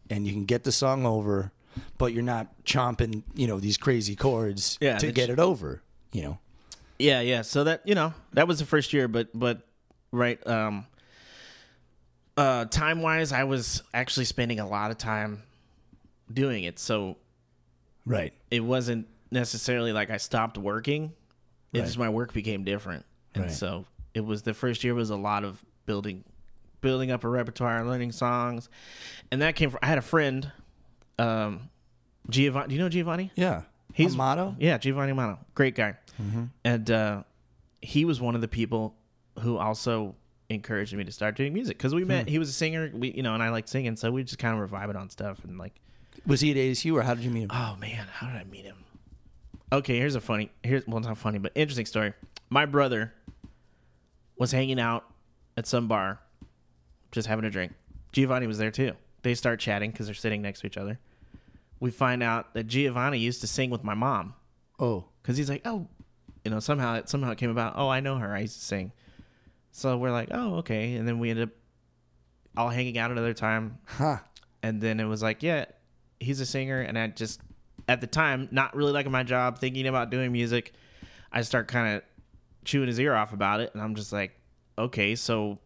[SPEAKER 2] and you can get the song over, but you're not chomping, you know, these crazy chords
[SPEAKER 3] Yeah,
[SPEAKER 2] to
[SPEAKER 3] that's-
[SPEAKER 2] get it over. You know,
[SPEAKER 3] Yeah, yeah. So that you know, that was the first year, but but right, um uh time wise I was actually spending a lot of time doing it. So
[SPEAKER 2] right?
[SPEAKER 3] it wasn't necessarily like I stopped working. It's
[SPEAKER 2] Right.
[SPEAKER 3] just my work became different. And
[SPEAKER 2] Right.
[SPEAKER 3] so it was the first year was a lot of building building up a repertoire, learning songs. And that came from I had a friend, um Giovanni do you know Giovanni?
[SPEAKER 2] Yeah,
[SPEAKER 3] He's-
[SPEAKER 2] motto.
[SPEAKER 3] Yeah, Giovanni Amano, great guy,
[SPEAKER 2] Mm-hmm.
[SPEAKER 3] and uh, he was one of the people who also encouraged me to start doing music because
[SPEAKER 2] Hmm.
[SPEAKER 3] we met. He was a singer, we you know, and I liked singing, so we just kind of were vibing on stuff and like,
[SPEAKER 2] Was he at ASU or how did you meet him?
[SPEAKER 3] oh man, how did I meet him? Okay, here's a funny. Here's well, not funny, but interesting story. My brother was hanging out at some bar, just having a drink. Giovanni was there too. They start chatting because they're sitting next to each other. We find out that Giovanni used to sing with my mom
[SPEAKER 2] Oh,
[SPEAKER 3] because he's like, oh, you know, somehow it somehow it came about. Oh, I know her. I used to sing. So we're like, oh, okay. And then we ended up all hanging out another time,
[SPEAKER 2] huh.
[SPEAKER 3] and then it was like, yeah, he's a singer, and I just at the time not really liking my job, thinking about doing music, I start kind of chewing his ear off about it, and I'm just like, okay, so.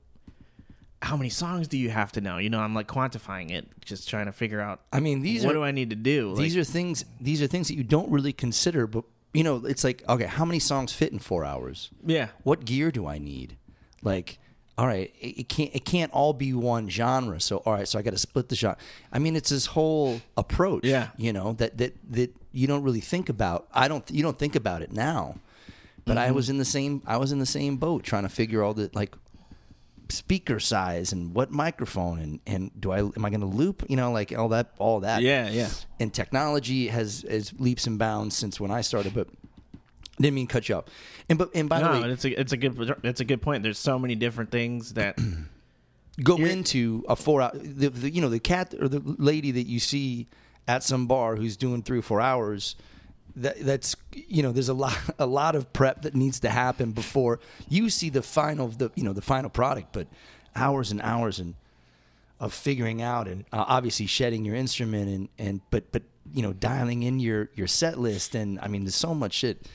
[SPEAKER 3] How many songs do you have to know? You know, I'm like quantifying it, just trying to figure out
[SPEAKER 2] I mean, these
[SPEAKER 3] what
[SPEAKER 2] are
[SPEAKER 3] do I need to do. Like,
[SPEAKER 2] these are things these are things that you don't really consider but you know it's like okay how many songs fit in four hours
[SPEAKER 3] yeah,
[SPEAKER 2] what gear do i need like all right it, it can't it can't all be one genre so all right so i got to split the genre i mean it's this whole approach
[SPEAKER 3] Yeah.
[SPEAKER 2] you know that that that you don't really think about i don't you don't think about it now but
[SPEAKER 3] Mm-hmm.
[SPEAKER 2] i was in the same i was in the same boat trying to figure all the like speaker size and what microphone and and do i am i going to loop you know like all that all that
[SPEAKER 3] yeah, yeah.
[SPEAKER 2] and technology has is leaps and bounds since when I started. But didn't mean to cut you off. And but and by
[SPEAKER 3] no,
[SPEAKER 2] the way,
[SPEAKER 3] it's a it's a good it's a good point. There's so many different things that
[SPEAKER 2] go into a four hour. The, the, you know the cat or the lady that you see at some bar who's doing three or four hours. That, that's you know there's a lot a lot of prep that needs to happen before you see the final the you know the final product but hours and hours and of figuring out and uh, obviously shedding your instrument and and but but you know dialing in your your set list and I mean there's so much shit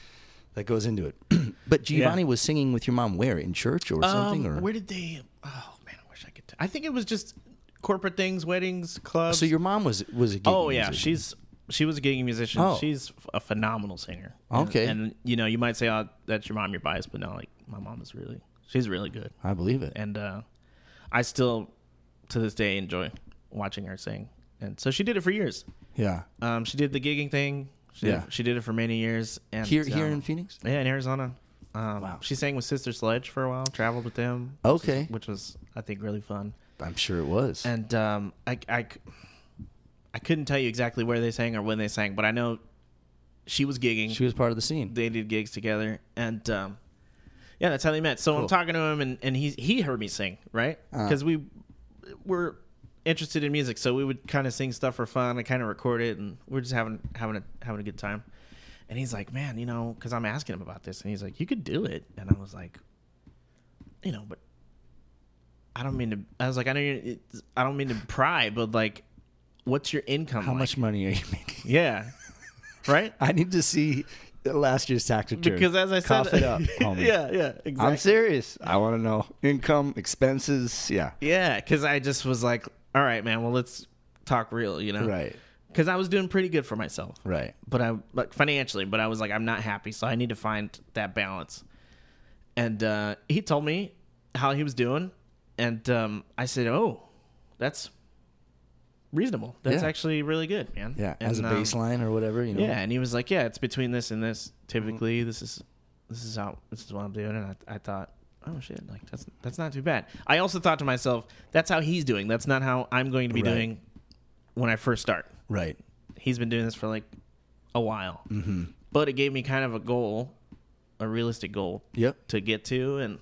[SPEAKER 2] that goes into it. but Giovanni was singing with your mom where in church or something
[SPEAKER 3] Um,
[SPEAKER 2] or
[SPEAKER 3] where did they? Oh man, I wish I could. t- I think it was just corporate things, weddings, clubs.
[SPEAKER 2] so your mom was was a gig
[SPEAKER 3] oh yeah,
[SPEAKER 2] musician.
[SPEAKER 3] she's she was a gigging musician.
[SPEAKER 2] Oh.
[SPEAKER 3] She's f- a phenomenal singer.
[SPEAKER 2] Okay.
[SPEAKER 3] and, and, you know you might say oh, that's your mom, you're biased, but no, like my mom is really she's really good,
[SPEAKER 2] I believe it
[SPEAKER 3] and uh, I still to this day enjoy watching her sing. And so she did it for years.
[SPEAKER 2] yeah
[SPEAKER 3] Um, she did the gigging thing. She
[SPEAKER 2] Yeah.
[SPEAKER 3] did, she did it for many years. And
[SPEAKER 2] here
[SPEAKER 3] um,
[SPEAKER 2] here in Phoenix
[SPEAKER 3] Yeah, in Arizona. Um,
[SPEAKER 2] Wow.
[SPEAKER 3] She sang with Sister Sledge for a while, traveled with them.
[SPEAKER 2] Okay.
[SPEAKER 3] Which was, I think, really fun.
[SPEAKER 2] I'm sure it was
[SPEAKER 3] And um, I, I c- I couldn't tell you exactly where they sang or when they sang, but I know she was gigging.
[SPEAKER 2] she was part of the scene
[SPEAKER 3] they did gigs together. And um, yeah, that's how they met. So I'm
[SPEAKER 2] Cool. Uh-huh.
[SPEAKER 3] talking to him, and, and he, he heard me sing, right? Because we were interested in music. So we would kind of sing stuff for fun. I kind of record it, and we're just having, having, a, having a good time. And he's like, man, you know, because I'm asking him about this, and he's like, you could do it. And I was like, you know, but I don't mean to. I was like, I know you're. It's, I don't mean to pry, but like, what's your income?
[SPEAKER 2] How
[SPEAKER 3] like?
[SPEAKER 2] much money are you making?
[SPEAKER 3] Yeah. Right.
[SPEAKER 2] I need to see last year's tax return.
[SPEAKER 3] Because as I
[SPEAKER 2] Cough
[SPEAKER 3] said,
[SPEAKER 2] it up, homie.
[SPEAKER 3] yeah, yeah, exactly.
[SPEAKER 2] I'm serious. I want to know income, expenses. Yeah,
[SPEAKER 3] Yeah, because I just was like, all right, man. Well, let's talk real. You know.
[SPEAKER 2] Right.
[SPEAKER 3] Because I was doing pretty good for myself.
[SPEAKER 2] right.
[SPEAKER 3] but I like financially, but I was like, I'm not happy, so I need to find that balance. And uh, he told me how he was doing, and um, I said, Oh, that's reasonable. That's
[SPEAKER 2] Yeah.
[SPEAKER 3] actually really good, man.
[SPEAKER 2] Yeah,
[SPEAKER 3] And,
[SPEAKER 2] as a
[SPEAKER 3] um,
[SPEAKER 2] baseline or whatever. You know. Mm-hmm.
[SPEAKER 3] yeah, and he was like, Yeah, it's between this and this. Typically, this is this is how this is what I'm doing, and I, I thought. Oh shit! Like that's that's not too bad. I also thought to myself, that's how he's doing. That's not how I'm going to be
[SPEAKER 2] Right.
[SPEAKER 3] doing when I first start
[SPEAKER 2] Right.
[SPEAKER 3] he's been doing this for like a while. Mm-hmm. But it gave me kind of a goal, a realistic goal
[SPEAKER 2] Yep.
[SPEAKER 3] to get to, and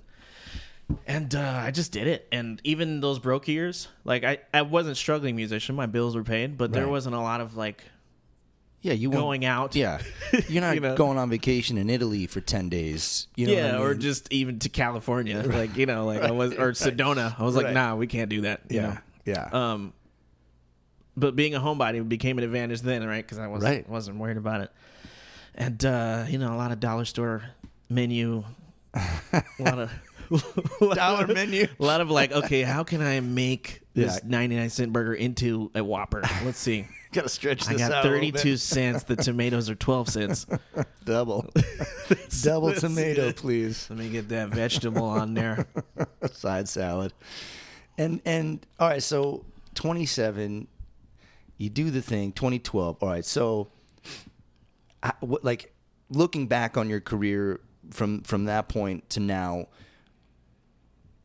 [SPEAKER 3] and uh, I just did it. And even those broke years, like I I wasn't a struggling musician. My bills were paid, but there
[SPEAKER 2] Right.
[SPEAKER 3] wasn't a lot of like
[SPEAKER 2] Yeah, you won't-
[SPEAKER 3] going out.
[SPEAKER 2] Yeah, you're not
[SPEAKER 3] You know?
[SPEAKER 2] going on vacation in Italy for ten days. You know what I
[SPEAKER 3] Yeah, or
[SPEAKER 2] mean?
[SPEAKER 3] just even to California, like you know, like I was, or Sedona. I was like,
[SPEAKER 2] Right.
[SPEAKER 3] nah, we can't do that. You
[SPEAKER 2] yeah,
[SPEAKER 3] know?
[SPEAKER 2] yeah,
[SPEAKER 3] Um, but being a homebody became an advantage then, right? Because I wasn't
[SPEAKER 2] Right.
[SPEAKER 3] wasn't worried about it, and uh, you know, a lot of dollar store menu, a lot of
[SPEAKER 2] Dollar menu.
[SPEAKER 3] a lot of like, okay, how can I make this
[SPEAKER 2] Yeah.
[SPEAKER 3] ninety nine cent burger into a Whopper? Let's see.
[SPEAKER 2] Gotta stretch
[SPEAKER 3] I
[SPEAKER 2] this
[SPEAKER 3] got
[SPEAKER 2] out a little
[SPEAKER 3] thirty
[SPEAKER 2] bit.
[SPEAKER 3] two cents. The tomatoes are twelve cents.
[SPEAKER 2] double, double tomato, please.
[SPEAKER 3] Let me get that vegetable on there.
[SPEAKER 2] Side salad, and and all right. So twenty seven, you do the thing. Twenty twelve. All right. So, I, what, like looking back on your career from from that point to now,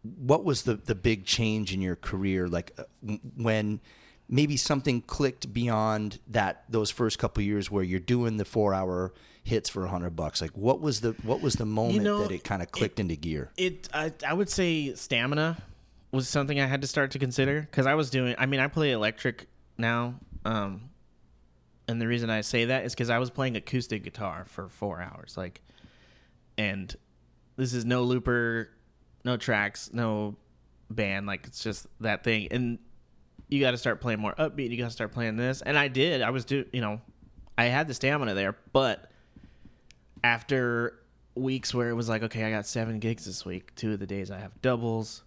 [SPEAKER 2] what was the the big change in your career like uh, w- when maybe something clicked beyond that those first couple years where you're doing the 4 hour hits for 100 bucks like what was the what was the moment
[SPEAKER 3] know,
[SPEAKER 2] that it kind of clicked into gear
[SPEAKER 3] it I, I would say stamina was something i had to start to consider because i was doing i mean i play electric now um and the reason i say that is because i was playing acoustic guitar for four hours like and this is no looper no tracks no band like it's just that thing and you got to start playing more upbeat you got to start playing this and i did i was do you know i had the stamina there but after weeks where it was like, okay, I got seven gigs this week. Two of the days I have doubles,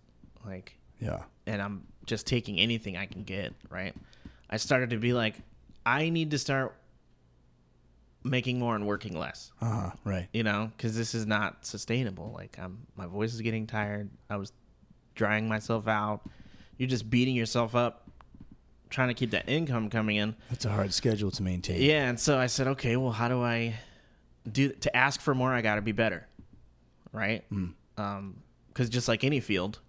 [SPEAKER 3] like,
[SPEAKER 2] yeah
[SPEAKER 3] and I'm just taking anything I can get. Right? I started to be like, I need to start making more and working less.
[SPEAKER 2] uh-huh right
[SPEAKER 3] You know, because this is not sustainable. Like, I'm my voice is getting tired. I was drying myself out. You're just beating yourself up, trying to keep that income coming in.
[SPEAKER 2] that's a hard schedule to maintain
[SPEAKER 3] Yeah, and so I said, okay, well, how do I do to ask for more? I got to be better, right? Because just like any field,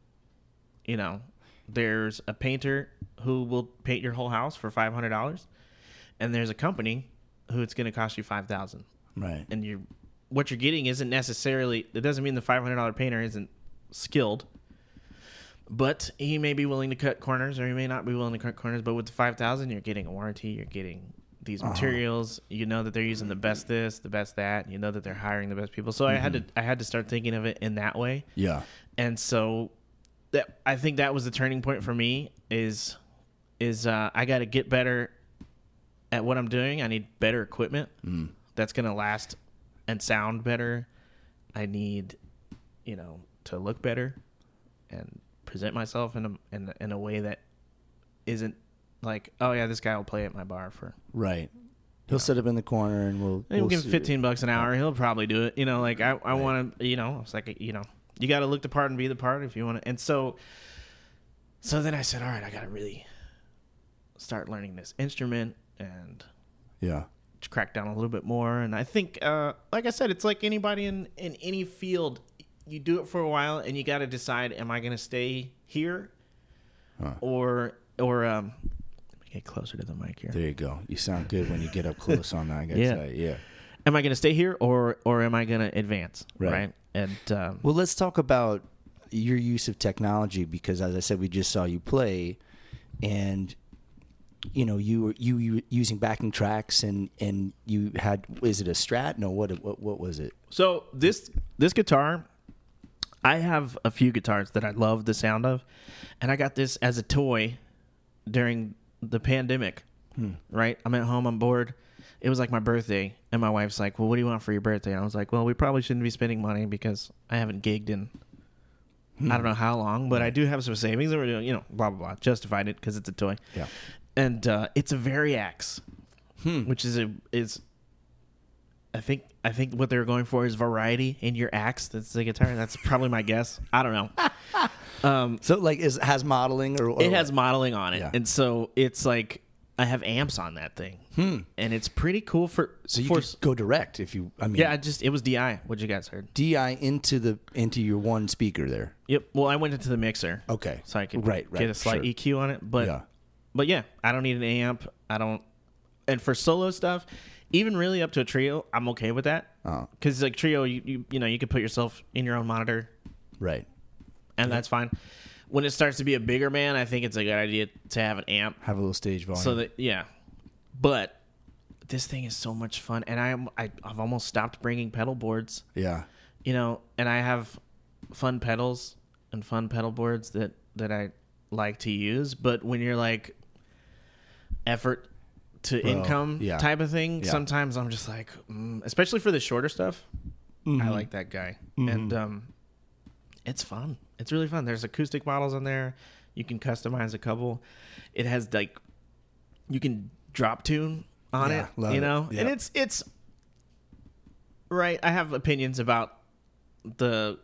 [SPEAKER 3] you know, there's a painter who will paint your whole house for five hundred dollars, and there's a company who it's going to cost you five thousand,
[SPEAKER 2] right
[SPEAKER 3] and you what you're getting isn't necessarily. It doesn't mean the five hundred dollar painter isn't skilled. But he may be willing to cut corners, or he may not be willing to cut corners. But with the five thousand, you're getting a warranty. You're getting these materials. You know that they're using the best this, the best that. You know that they're hiring the best people. So I had to, I had to start thinking of it in that way.
[SPEAKER 2] yeah
[SPEAKER 3] And so, that I think that was the turning point for me. Is is uh, I got to get better at what I'm doing. I need better equipment that's gonna last and sound better. I need, you know, to look better and present myself in a in, a- in a way that isn't like, oh yeah, this guy will play at my bar for
[SPEAKER 2] right he'll sit up in the corner and we'll,
[SPEAKER 3] we'll,
[SPEAKER 2] we'll
[SPEAKER 3] give
[SPEAKER 2] see-
[SPEAKER 3] him fifteen bucks an hour. He'll probably do it. You know, like I, I want to. You know, it's like you know, you got to look the part and be the part if you want to. And so, so then I said, all right, I got to really start learning this instrument and
[SPEAKER 2] yeah
[SPEAKER 3] to crack down a little bit more. And I think, uh, like I said, it's like anybody in, in any field. You do it for a while, and you got to decide: Am I going to stay here, or or um, let me get closer to the mic here?
[SPEAKER 2] there you go you sound good when you get up close on that I gotta
[SPEAKER 3] Yeah.
[SPEAKER 2] tell you. yeah
[SPEAKER 3] Am I going to stay here, or or am I going to advance?
[SPEAKER 2] Right.
[SPEAKER 3] Right. And um,
[SPEAKER 2] Well, let's talk about your use of technology because, as I said, we just saw you play, and you know you were you, you were using backing tracks and and you had is it a Strat? No, what what what was it?
[SPEAKER 3] so this this guitar, I have a few guitars that I love the sound of, and I got this as a toy during the pandemic. Right, I'm at home, I'm bored. It was like my birthday, and my wife's like, "Well, what do you want for your birthday?" And I was like, "Well, we probably shouldn't be spending money because I haven't gigged in I don't know how long, but I do have some savings, and we're doing, you know, blah blah blah." Justified it because it's a toy,
[SPEAKER 2] Yeah.
[SPEAKER 3] and uh, it's a Variax, which is a is I think I think what they're going for is variety in your axe. That's the guitar. That's probably my guess. I don't know.
[SPEAKER 2] So like, is has modeling or, or
[SPEAKER 3] It has modeling on it,
[SPEAKER 2] Yeah.
[SPEAKER 3] and so it's like I have amps on that thing, and it's pretty cool for.
[SPEAKER 2] Hmm. So you
[SPEAKER 3] for-
[SPEAKER 2] could go direct if you. I mean,
[SPEAKER 3] yeah, I just it was DI. What you guys heard?
[SPEAKER 2] di into the into your one speaker there.
[SPEAKER 3] Yep. Well, I went into the mixer.
[SPEAKER 2] Okay.
[SPEAKER 3] so I could
[SPEAKER 2] Oh, Right, right,
[SPEAKER 3] get a slight e-
[SPEAKER 2] sure.
[SPEAKER 3] EQ on it. But
[SPEAKER 2] Yeah.
[SPEAKER 3] but yeah, I don't need an amp. I don't. And for solo stuff, even really up to a trio, I'm okay with that.
[SPEAKER 2] Uh-huh.
[SPEAKER 3] Because like trio, you, you you know you could put yourself in your own monitor,
[SPEAKER 2] Right.
[SPEAKER 3] and that's fine. When it starts to be a bigger man, I think it's a good idea to have an amp.
[SPEAKER 2] Have a little stage volume.
[SPEAKER 3] So that yeah, but this thing is so much fun, and I'm I, I've almost stopped bringing pedal boards
[SPEAKER 2] yeah.
[SPEAKER 3] you know, and I have fun pedals and fun pedal boards that that I like to use. But when you're like effort to income
[SPEAKER 2] yeah.
[SPEAKER 3] type of thing,
[SPEAKER 2] Yeah.
[SPEAKER 3] sometimes I'm just like, mm, especially for the shorter stuff,
[SPEAKER 2] Mm-hmm.
[SPEAKER 3] I like that guy, and um, it's fun. It's really fun. There's acoustic models on there. You can customize a couple. It has like you can drop tune on
[SPEAKER 2] Yeah,
[SPEAKER 3] it,
[SPEAKER 2] love
[SPEAKER 3] you
[SPEAKER 2] it.
[SPEAKER 3] know,
[SPEAKER 2] Yeah.
[SPEAKER 3] and it's it's right. I have opinions about the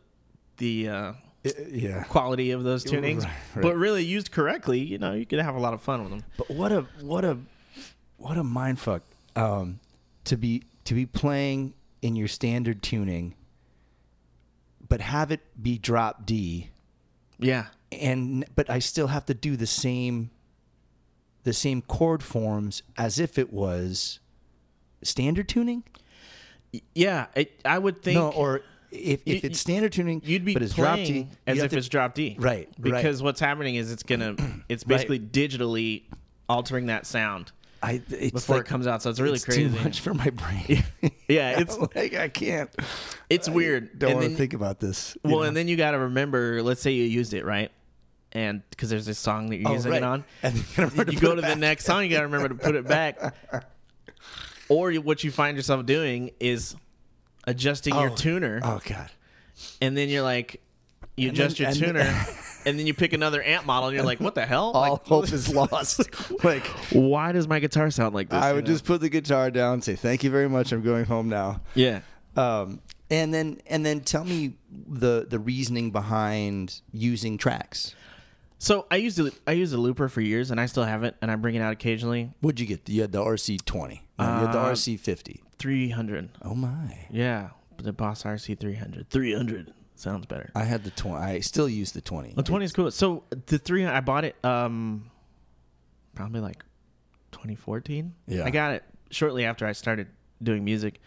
[SPEAKER 3] the uh,
[SPEAKER 2] I- yeah.
[SPEAKER 3] quality of those tunings,
[SPEAKER 2] Right, right.
[SPEAKER 3] but really used correctly, you know, you could have a lot of fun with them.
[SPEAKER 2] But what a what a what a mind fuck um, to be to be playing in your standard tuning, but have it be drop D,
[SPEAKER 3] Yeah,
[SPEAKER 2] and but I still have to do the same the same chord forms as if it was standard tuning.
[SPEAKER 3] Y- yeah. It, I would think
[SPEAKER 2] no, or if, if
[SPEAKER 3] You-
[SPEAKER 2] it's standard tuning,
[SPEAKER 3] you'd be
[SPEAKER 2] but it's drop
[SPEAKER 3] playing
[SPEAKER 2] D,
[SPEAKER 3] as
[SPEAKER 2] you
[SPEAKER 3] if
[SPEAKER 2] have to-
[SPEAKER 3] it's drop D,
[SPEAKER 2] Right, right.
[SPEAKER 3] Because what's happening is it's gonna, it's basically digitally altering that sound
[SPEAKER 2] I, it's
[SPEAKER 3] before
[SPEAKER 2] like-
[SPEAKER 3] it comes out. So it's really
[SPEAKER 2] it's
[SPEAKER 3] crazy.
[SPEAKER 2] Too much for my brain.
[SPEAKER 3] Yeah, it's
[SPEAKER 2] like I can't.
[SPEAKER 3] it's weird.
[SPEAKER 2] Don't
[SPEAKER 3] And
[SPEAKER 2] want to
[SPEAKER 3] then-
[SPEAKER 2] think about this. you
[SPEAKER 3] Well,
[SPEAKER 2] know?
[SPEAKER 3] and then you got to remember. Let's say you used it right, and because there's this song that you're
[SPEAKER 2] Oh,
[SPEAKER 3] using
[SPEAKER 2] right.
[SPEAKER 3] it on,
[SPEAKER 2] And then remember
[SPEAKER 3] you
[SPEAKER 2] put
[SPEAKER 3] go
[SPEAKER 2] it
[SPEAKER 3] to the
[SPEAKER 2] back.
[SPEAKER 3] next song. You got to remember to put it back. Or you, what you find yourself doing is adjusting your
[SPEAKER 2] Oh.
[SPEAKER 3] tuner,
[SPEAKER 2] Oh God.
[SPEAKER 3] and then you're like, you
[SPEAKER 2] then-
[SPEAKER 3] adjust your
[SPEAKER 2] and-
[SPEAKER 3] tuner, and then you pick another amp model, and you're like, what the hell?
[SPEAKER 2] All
[SPEAKER 3] Like,
[SPEAKER 2] hope is lost. like
[SPEAKER 3] why does my guitar sound like this?
[SPEAKER 2] I
[SPEAKER 3] you
[SPEAKER 2] would
[SPEAKER 3] know?
[SPEAKER 2] just put the guitar down, say thank you very much. I'm going home now.
[SPEAKER 3] yeah.
[SPEAKER 2] Um, and then and then tell me the the reasoning behind using tracks.
[SPEAKER 3] So I used a, I used a looper for years, and I still have it, and I bring it out occasionally.
[SPEAKER 2] What'd you get? You had the RC twenty. No, you had the
[SPEAKER 3] Uh,
[SPEAKER 2] RC fifty.
[SPEAKER 3] Three hundred.
[SPEAKER 2] Oh my!
[SPEAKER 3] Yeah, the Boss RC 300. 300 sounds better.
[SPEAKER 2] I had the twenty. I still use the twenty.
[SPEAKER 3] The 20 is cool. So the 300, I bought it um probably like 2014.
[SPEAKER 2] Yeah.
[SPEAKER 3] I got it shortly after I started doing music.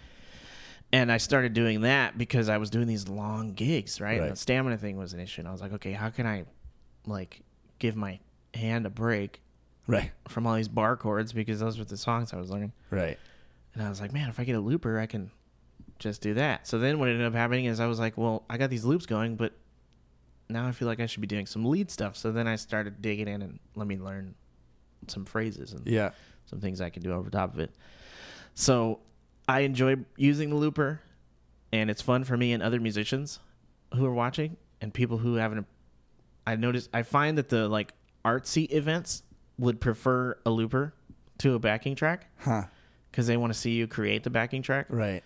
[SPEAKER 3] And I started doing that because I was doing these long gigs, right?
[SPEAKER 2] Right.
[SPEAKER 3] The stamina thing was an issue. And I was like, okay, how can I like give my hand a break
[SPEAKER 2] Right,
[SPEAKER 3] from all these bar chords because those were the songs I was learning.
[SPEAKER 2] right.
[SPEAKER 3] And I was like, man, if I get a looper, I can just do that. So then what ended up happening is I was like, well, I got these loops going, but now I feel like I should be doing some lead stuff. So then I started digging in and let me learn some phrases and
[SPEAKER 2] Yeah,
[SPEAKER 3] some things I can do over top of it. So I enjoy using the looper, and it's fun for me and other musicians who are watching and people who haven't. I notice I find that the like artsy events would prefer a looper to a backing track
[SPEAKER 2] huh?
[SPEAKER 3] because they want to see you create the backing track,
[SPEAKER 2] Right.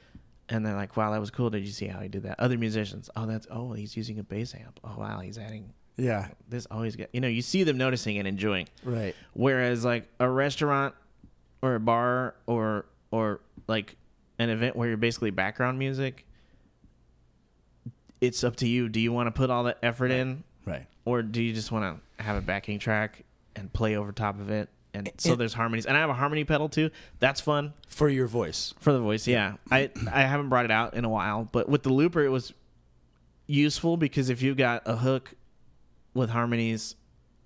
[SPEAKER 3] and they're like, "Wow, that was cool! Did you see how he did that?" Other musicians, "Oh, that's oh, he's using a bass amp. Oh, wow, he's adding
[SPEAKER 2] Yeah.
[SPEAKER 3] this. Oh, he's got you know." You see them noticing and enjoying.
[SPEAKER 2] Right.
[SPEAKER 3] Whereas like a restaurant or a bar or or like an event where you're basically background music, it's up to you. Do you want to put all that effort in,
[SPEAKER 2] Right.
[SPEAKER 3] or do you just want to have a backing track and play over top of it? And so
[SPEAKER 2] And-
[SPEAKER 3] there's harmonies, and I have a harmony pedal too. That's fun.
[SPEAKER 2] For your voice.
[SPEAKER 3] For the voice, yeah. I I haven't brought it out in a while, but with the looper it was useful because if you've got a hook with harmonies,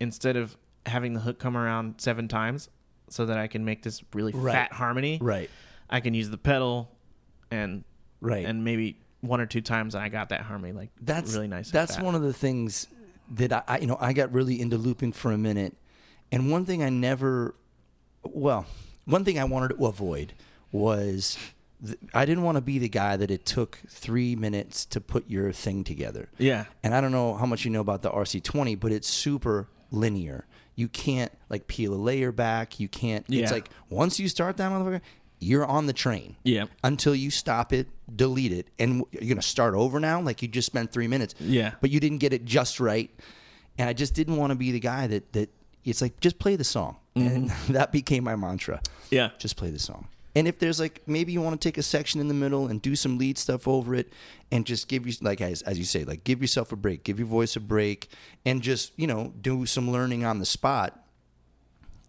[SPEAKER 3] instead of having the hook come around seven times so that I can make this really
[SPEAKER 2] Right.
[SPEAKER 3] fat harmony,
[SPEAKER 2] Right.
[SPEAKER 3] I can use the pedal and
[SPEAKER 2] Right.
[SPEAKER 3] and maybe one or two times, and I got that harmony like
[SPEAKER 2] that's
[SPEAKER 3] really nice. at
[SPEAKER 2] That's
[SPEAKER 3] that.
[SPEAKER 2] one of the things that I, I, you know, I got really into looping for a minute, and one thing I never, well, one thing I wanted to avoid was th- I didn't want to be the guy that it took three minutes to put your thing together.
[SPEAKER 3] Yeah.
[SPEAKER 2] And I don't know how much you know about the RC20, but it's super linear. You can't like peel a layer back. You can't. It's
[SPEAKER 3] Yeah.
[SPEAKER 2] like once you start that motherfucker, you're on the train
[SPEAKER 3] Yeah.
[SPEAKER 2] until you stop it, delete it, and w- you're gonna start over now. Like you just spent three minutes,
[SPEAKER 3] Yeah.
[SPEAKER 2] but you didn't get it just right. And I just didn't want to be the guy that that it's like just play the song, and
[SPEAKER 3] Mm-hmm.
[SPEAKER 2] that became my mantra.
[SPEAKER 3] Yeah.
[SPEAKER 2] Just play the song. And if there's like maybe you want to take a section in the middle and do some lead stuff over it, and just give you like as as you say like give yourself a break, give your voice a break, and just you know do some learning on the spot.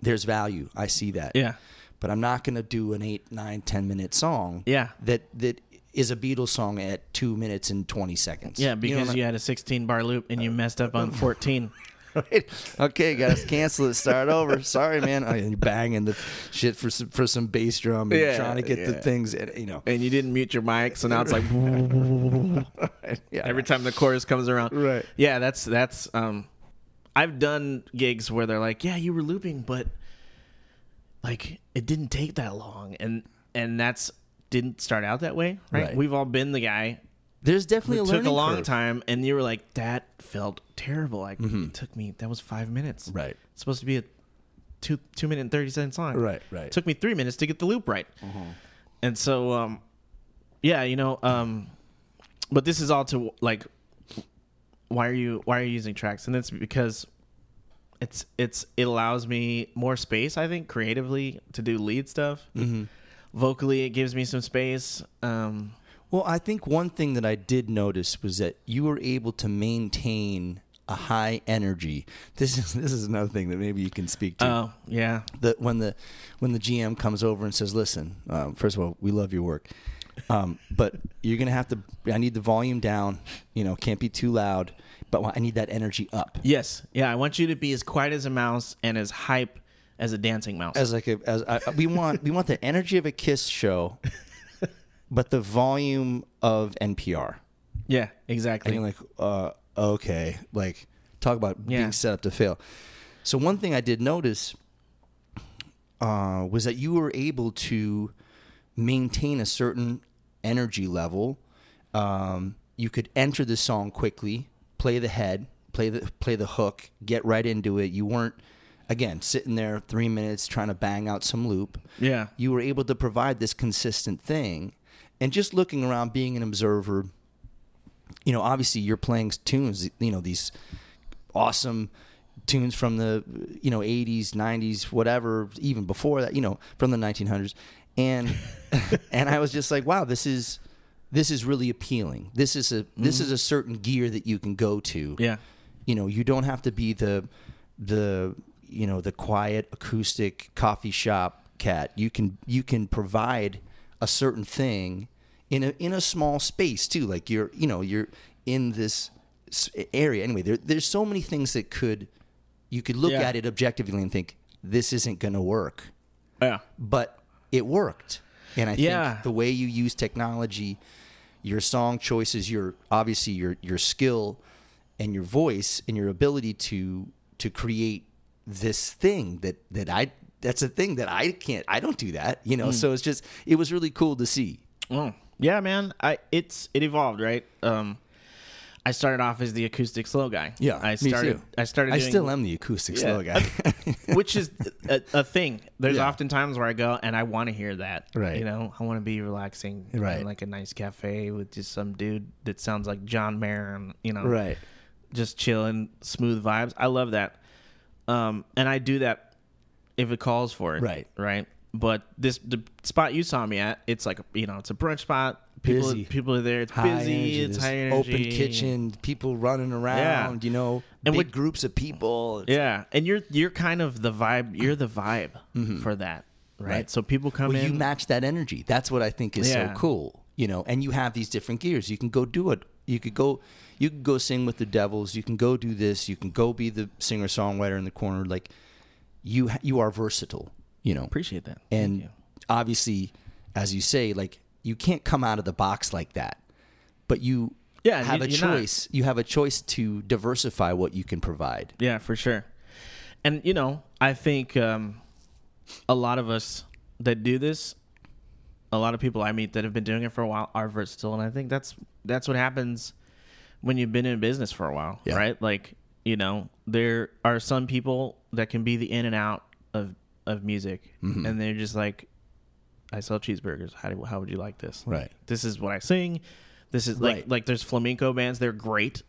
[SPEAKER 2] There's value. I see that
[SPEAKER 3] Yeah.
[SPEAKER 2] but I'm not going to do an eight, nine, ten minute song.
[SPEAKER 3] Yeah.
[SPEAKER 2] That that is a Beatles song at two minutes and twenty seconds.
[SPEAKER 3] Yeah,
[SPEAKER 2] You know
[SPEAKER 3] because
[SPEAKER 2] what
[SPEAKER 3] you, had a 16 bar loop and you messed up on 14.
[SPEAKER 2] I- right? okay, guys, cancel it, start over. Sorry, man. I am banging the shit for some, for some bass drum and
[SPEAKER 3] Yeah,
[SPEAKER 2] trying to get the
[SPEAKER 3] yeah.
[SPEAKER 2] things. And, you know,
[SPEAKER 3] and you didn't mute your mic, so now it's like
[SPEAKER 2] yeah.
[SPEAKER 3] every time the chorus comes around.
[SPEAKER 2] Right.
[SPEAKER 3] Yeah, that's that's um I've done gigs where they're like, "Yeah, you were looping, but like it didn't take that long." And and that's didn't start out that way, right?
[SPEAKER 2] Right.
[SPEAKER 3] We've all been the guy
[SPEAKER 2] there's definitely
[SPEAKER 3] who
[SPEAKER 2] a
[SPEAKER 3] took a
[SPEAKER 2] learning
[SPEAKER 3] long
[SPEAKER 2] curve.
[SPEAKER 3] time and you were like, "That felt terrible." Like it took me that was 5 minutes.
[SPEAKER 2] Mm-hmm. Right.
[SPEAKER 3] It's supposed to be a 2 2 minute and 30 second song.
[SPEAKER 2] Right, right.
[SPEAKER 3] It took me 3 minutes to get the loop right. And so um yeah, you know, um but this is all to like why are you why are you using tracks and it's because it's it's it allows me more space i think creatively to do lead stuff vocally it gives me some space um
[SPEAKER 2] Well, I think one thing that I did notice was that you were able to maintain a high energy. This is this is another thing that maybe you can speak to.
[SPEAKER 3] oh yeah
[SPEAKER 2] the when the when the GM comes over and says, "Listen, um, first of all, we love your work, um, but you're gonna have to. I need the volume down. You know, can't be too loud, but I need that energy up."
[SPEAKER 3] yes yeah i want you to be as quiet as a mouse and as hype as a dancing mouse
[SPEAKER 2] As like a, as I, I- we want we want the energy of a Kiss show, but the volume of NPR.
[SPEAKER 3] yeah exactly
[SPEAKER 2] And you're like, uh, okay, like talk about
[SPEAKER 3] Yeah.
[SPEAKER 2] being set up to fail. So one thing I did notice uh, was that you were able to maintain a certain energy level. Um, you could enter the song quickly, play the head, play the play the hook, get right into it. You weren't again sitting there three minutes trying to bang out some loop
[SPEAKER 3] yeah
[SPEAKER 2] you were able to provide this consistent thing and just looking around being an observer you know obviously you're playing tunes you know these awesome tunes from the you know 80s 90s whatever even before that you know from the 1900s and and i was just like wow this is this is really appealing this is a this is a certain gear that you can go to
[SPEAKER 3] yeah
[SPEAKER 2] you know you don't have to be the the you know the quiet acoustic coffee shop cat you can you can provide a certain thing in a in a small space too like you're you know you're in this s- area anyway there, there's so many things that could you could look
[SPEAKER 3] Yeah.
[SPEAKER 2] at it objectively and think this isn't going to work
[SPEAKER 3] yeah
[SPEAKER 2] but it worked. And I
[SPEAKER 3] Yeah.
[SPEAKER 2] think the way you use technology, your song choices, your obviously your your skill and your voice and your ability to to create this thing that that I that's a thing that I can't I don't do that, you
[SPEAKER 3] Hmm.
[SPEAKER 2] know. So it's just it was really cool to see.
[SPEAKER 3] Oh, yeah, man. I it's it evolved, right? Um, I started off as the acoustic slow guy. I started. I started.
[SPEAKER 2] I
[SPEAKER 3] doing-
[SPEAKER 2] still am the acoustic slow guy.
[SPEAKER 3] which is a, a thing. There's
[SPEAKER 2] Yeah.
[SPEAKER 3] often times where I go and I want to hear that.
[SPEAKER 2] Right.
[SPEAKER 3] You know, I want to be relaxing.
[SPEAKER 2] Right.
[SPEAKER 3] In like a nice cafe with just some dude that sounds like John Mayer, and you know,
[SPEAKER 2] right.
[SPEAKER 3] just chilling, smooth vibes. I love that. Um, and I do that if it calls for it.
[SPEAKER 2] Right.
[SPEAKER 3] Right. But this the spot you saw me at, it's like a, you know, it's a brunch spot. People
[SPEAKER 2] Busy.
[SPEAKER 3] people are there. It's
[SPEAKER 2] High
[SPEAKER 3] busy.
[SPEAKER 2] energy,
[SPEAKER 3] it's
[SPEAKER 2] this
[SPEAKER 3] high energy.
[SPEAKER 2] open kitchen, people running around, you know,
[SPEAKER 3] And
[SPEAKER 2] big
[SPEAKER 3] what-
[SPEAKER 2] groups of people.
[SPEAKER 3] Yeah. And you're you're kind of the vibe. You're the vibe for that. Right?
[SPEAKER 2] Mm-hmm. Right.
[SPEAKER 3] So people come
[SPEAKER 2] well,
[SPEAKER 3] in.
[SPEAKER 2] you match that energy. That's what I think is
[SPEAKER 3] Yeah.
[SPEAKER 2] so cool, you know. And you have these different gears. You can go do it. You could go, you could go sing with the Devils. You can go do this. You can go be the singer songwriter in the corner. Like you, ha- you are versatile, you know.
[SPEAKER 3] appreciate that. Thank
[SPEAKER 2] and
[SPEAKER 3] you.
[SPEAKER 2] obviously, as you say, like you can't come out of the box like that. but you
[SPEAKER 3] Yeah,
[SPEAKER 2] have
[SPEAKER 3] you-
[SPEAKER 2] a
[SPEAKER 3] you're not.
[SPEAKER 2] choice. You have a choice to diversify what you can provide.
[SPEAKER 3] Yeah, for sure. And you know, I think um, a lot of us that do this, a lot of people I meet that have been doing it for a while are versatile, and I think that's that's what happens when you've been in business for a while,
[SPEAKER 2] Yeah.
[SPEAKER 3] right? Like you know, there are some people that can be the in and out of of music,
[SPEAKER 2] Mm-hmm.
[SPEAKER 3] and they're just like, I sell cheeseburgers. How do, how would you like this?
[SPEAKER 2] Right.
[SPEAKER 3] This is what I sing. This is like
[SPEAKER 2] Right.
[SPEAKER 3] like there's flamenco bands. They're great.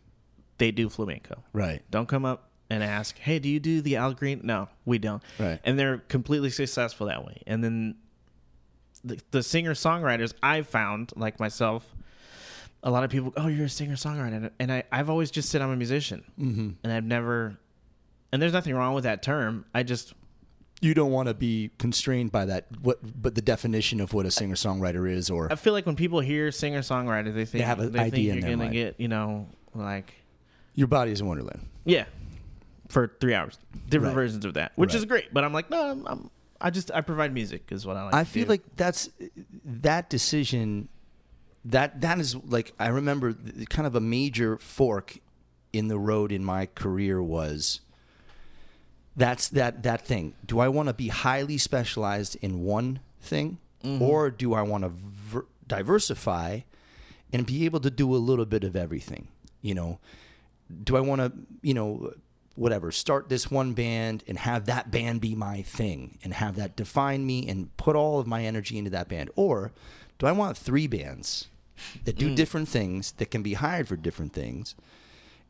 [SPEAKER 3] They do flamenco.
[SPEAKER 2] Right.
[SPEAKER 3] Don't come up and ask, "Hey, do you do the Al Green?" No, we don't.
[SPEAKER 2] Right.
[SPEAKER 3] And they're completely successful that way. And then the, the singer songwriters I've found, like myself, a lot of people, "Oh, you're a singer songwriter," and I, I've always just said I'm a musician, mm-hmm. and I've never. And there's nothing wrong with that term. I just
[SPEAKER 2] You don't want to be constrained by that. What, but the definition of what a singer songwriter is, or
[SPEAKER 3] I feel like when people hear singer songwriter, they think
[SPEAKER 2] They have an
[SPEAKER 3] they think
[SPEAKER 2] idea in
[SPEAKER 3] you're
[SPEAKER 2] their
[SPEAKER 3] gonna
[SPEAKER 2] mind.
[SPEAKER 3] get you know like
[SPEAKER 2] your body is a wonderland.
[SPEAKER 3] Yeah, for three hours, different
[SPEAKER 2] Right.
[SPEAKER 3] versions of that, which
[SPEAKER 2] Right.
[SPEAKER 3] is great. But I'm like, no, I'm, I'm I just I provide music is what I like.
[SPEAKER 2] I
[SPEAKER 3] to
[SPEAKER 2] feel
[SPEAKER 3] do.
[SPEAKER 2] like that's that decision. That that is like I remember th- kind of a major fork in the road in my career was that's that that thing. Do I want to be highly specialized in one thing, or do I want to ver- diversify and be able to do a little bit of everything? You know, do I want to, you know, whatever, start this one band and have that band be my thing and have that define me and put all of my energy into that band? Or do I want three bands that
[SPEAKER 3] Hmm.
[SPEAKER 2] do different things that can be hired for different things?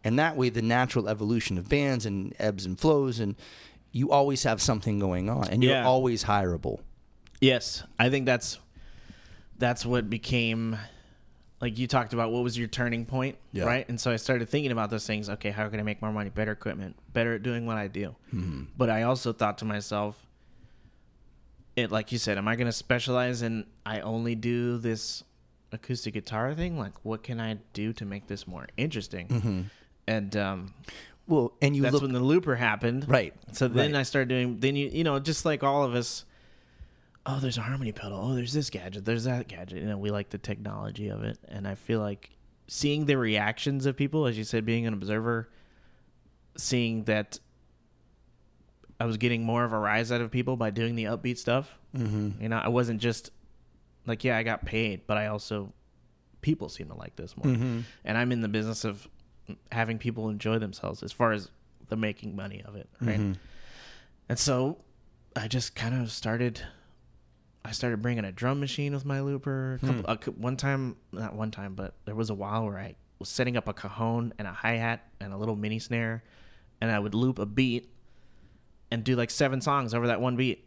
[SPEAKER 2] And that way, the natural evolution of bands and ebbs and flows, and you always have something going on and you're
[SPEAKER 3] Yeah.
[SPEAKER 2] always hireable.
[SPEAKER 3] yes, I think that's that's what became like you talked about. What was your turning point,
[SPEAKER 2] Yeah.
[SPEAKER 3] right? And so I started thinking about those things. Okay, how can I make more money? Better equipment, better at doing what I do.
[SPEAKER 2] Mm-hmm.
[SPEAKER 3] But I also thought to myself, it like you said, am I going to specialize in I only do this acoustic guitar thing? Like, what can I do to make this more interesting? And um,
[SPEAKER 2] Well, and Mm-hmm. you
[SPEAKER 3] that's
[SPEAKER 2] look
[SPEAKER 3] when the looper happened,
[SPEAKER 2] Right,
[SPEAKER 3] So then
[SPEAKER 2] right.
[SPEAKER 3] I started doing. Then you you know just like all of us. Oh, there's a harmony pedal. Oh, there's this gadget. There's that gadget. You know, we like the technology of it, and I feel like seeing the reactions of people, as you said, being an observer, seeing that I was getting more of a rise out of people by doing the upbeat stuff. Mm-hmm. You know, I wasn't just like, yeah, I got paid, but I also people seem to like this more.
[SPEAKER 2] Mm-hmm.
[SPEAKER 3] And I'm in the business of having people enjoy themselves as far as the making money of it, right? And so I just kind of started. I started bringing a drum machine with my looper. A couple, a cou- one time, not one time, but there was a while where I was setting up a cajon and a hi hat and a little mini snare, and I would loop a beat and do like seven songs over that one beat.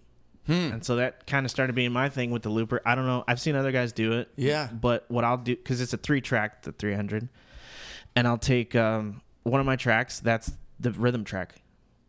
[SPEAKER 3] And so that kind of started being my thing with the looper. I don't know. I've seen other guys do it.
[SPEAKER 2] Yeah.
[SPEAKER 3] But what I'll do because it's a three track, the three hundred, and I'll take um, one of my tracks. That's the rhythm track,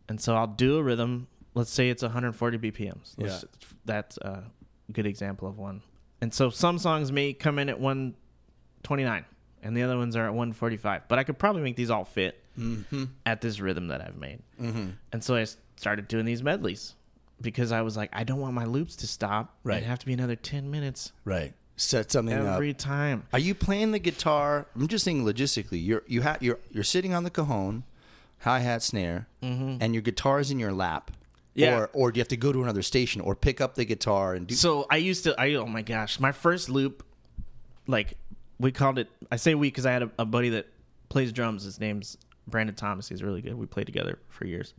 [SPEAKER 3] and so I'll do a rhythm. Let's say it's 140 BPMs. Let's- That's a good example of one. And so some songs may come in at 129, and the other ones are at 145. But I could probably make these all fit
[SPEAKER 2] Mm-hmm.
[SPEAKER 3] at this rhythm that I've made. And so I s- started doing these medleys because I was like, I don't want my loops to stop.
[SPEAKER 2] Right.
[SPEAKER 3] It'd have to be another 10 minutes
[SPEAKER 2] right. Set something up.
[SPEAKER 3] every time.
[SPEAKER 2] Are you playing the guitar? I'm just thinking logistically. You're you ha- you're you're sitting on the cajon, hi hat, snare, and your guitar is in your lap.
[SPEAKER 3] Mm-hmm. Yeah.
[SPEAKER 2] Or or do you have to go to another station or pick up the guitar and do?
[SPEAKER 3] So I used to. I oh my gosh, my first loop, like we called it. I say we because I had a, a buddy that plays drums. His name's Brandon Thomas. He's really good. We played together for years,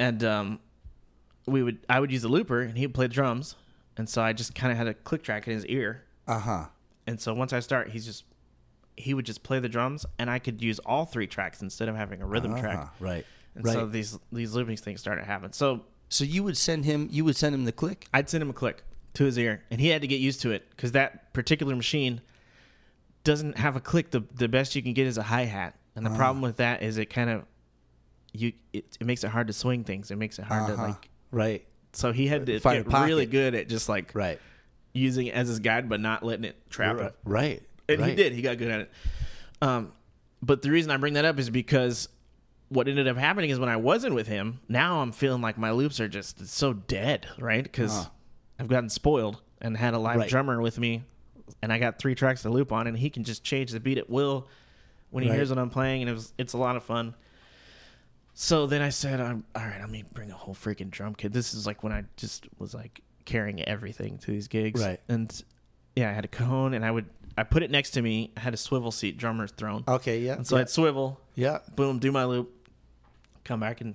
[SPEAKER 3] and um, we would. I would use the looper, and he'd play drums, and so I just kind of had a click track in his ear,
[SPEAKER 2] Uh huh.
[SPEAKER 3] and so once I start, he's just. He would just play the drums, and I could use all three tracks instead of having a rhythm track.
[SPEAKER 2] Uh-huh. Right.
[SPEAKER 3] And
[SPEAKER 2] right.
[SPEAKER 3] so
[SPEAKER 2] So,
[SPEAKER 3] these these looping things started happening. So
[SPEAKER 2] you would send him you would send him the click.
[SPEAKER 3] I'd send him a click to his ear, and he had to get used to it because that particular machine doesn't have a click. The the best you can get is a hi hat, and
[SPEAKER 2] Ah.
[SPEAKER 3] the problem with that is it kind of you it, it makes it hard to swing things. It makes it hard to
[SPEAKER 2] Uh-huh.
[SPEAKER 3] like.
[SPEAKER 2] Right.
[SPEAKER 3] So he had to
[SPEAKER 2] Find a
[SPEAKER 3] get really
[SPEAKER 2] pocket.
[SPEAKER 3] good at just like
[SPEAKER 2] Right.
[SPEAKER 3] using it as his guide, but not letting it trap him.
[SPEAKER 2] Right. Right.
[SPEAKER 3] And he did. He got good at it. Um, but the reason I bring that up is because what ended up happening is when I wasn't with him, now I'm feeling like my loops are just so dead, right? Because I've gotten spoiled and had a live
[SPEAKER 2] Right.
[SPEAKER 3] drummer with me and I got three tracks to loop on, and he can just change the beat at will when he
[SPEAKER 4] Right.
[SPEAKER 3] hears what I'm playing, and it was it's a lot of fun. So then I said, I'm, "All right, let me bring a whole freaking drum kit." This is like when I just was like carrying everything to these gigs,
[SPEAKER 4] Right.
[SPEAKER 3] And yeah, I had a cone, and I would I put it next to me. I had a swivel seat, drummer's throne,
[SPEAKER 2] Oh,
[SPEAKER 4] Okay, yeah.
[SPEAKER 3] and so I'd swivel,
[SPEAKER 4] yeah.
[SPEAKER 3] boom, do my loop, come back and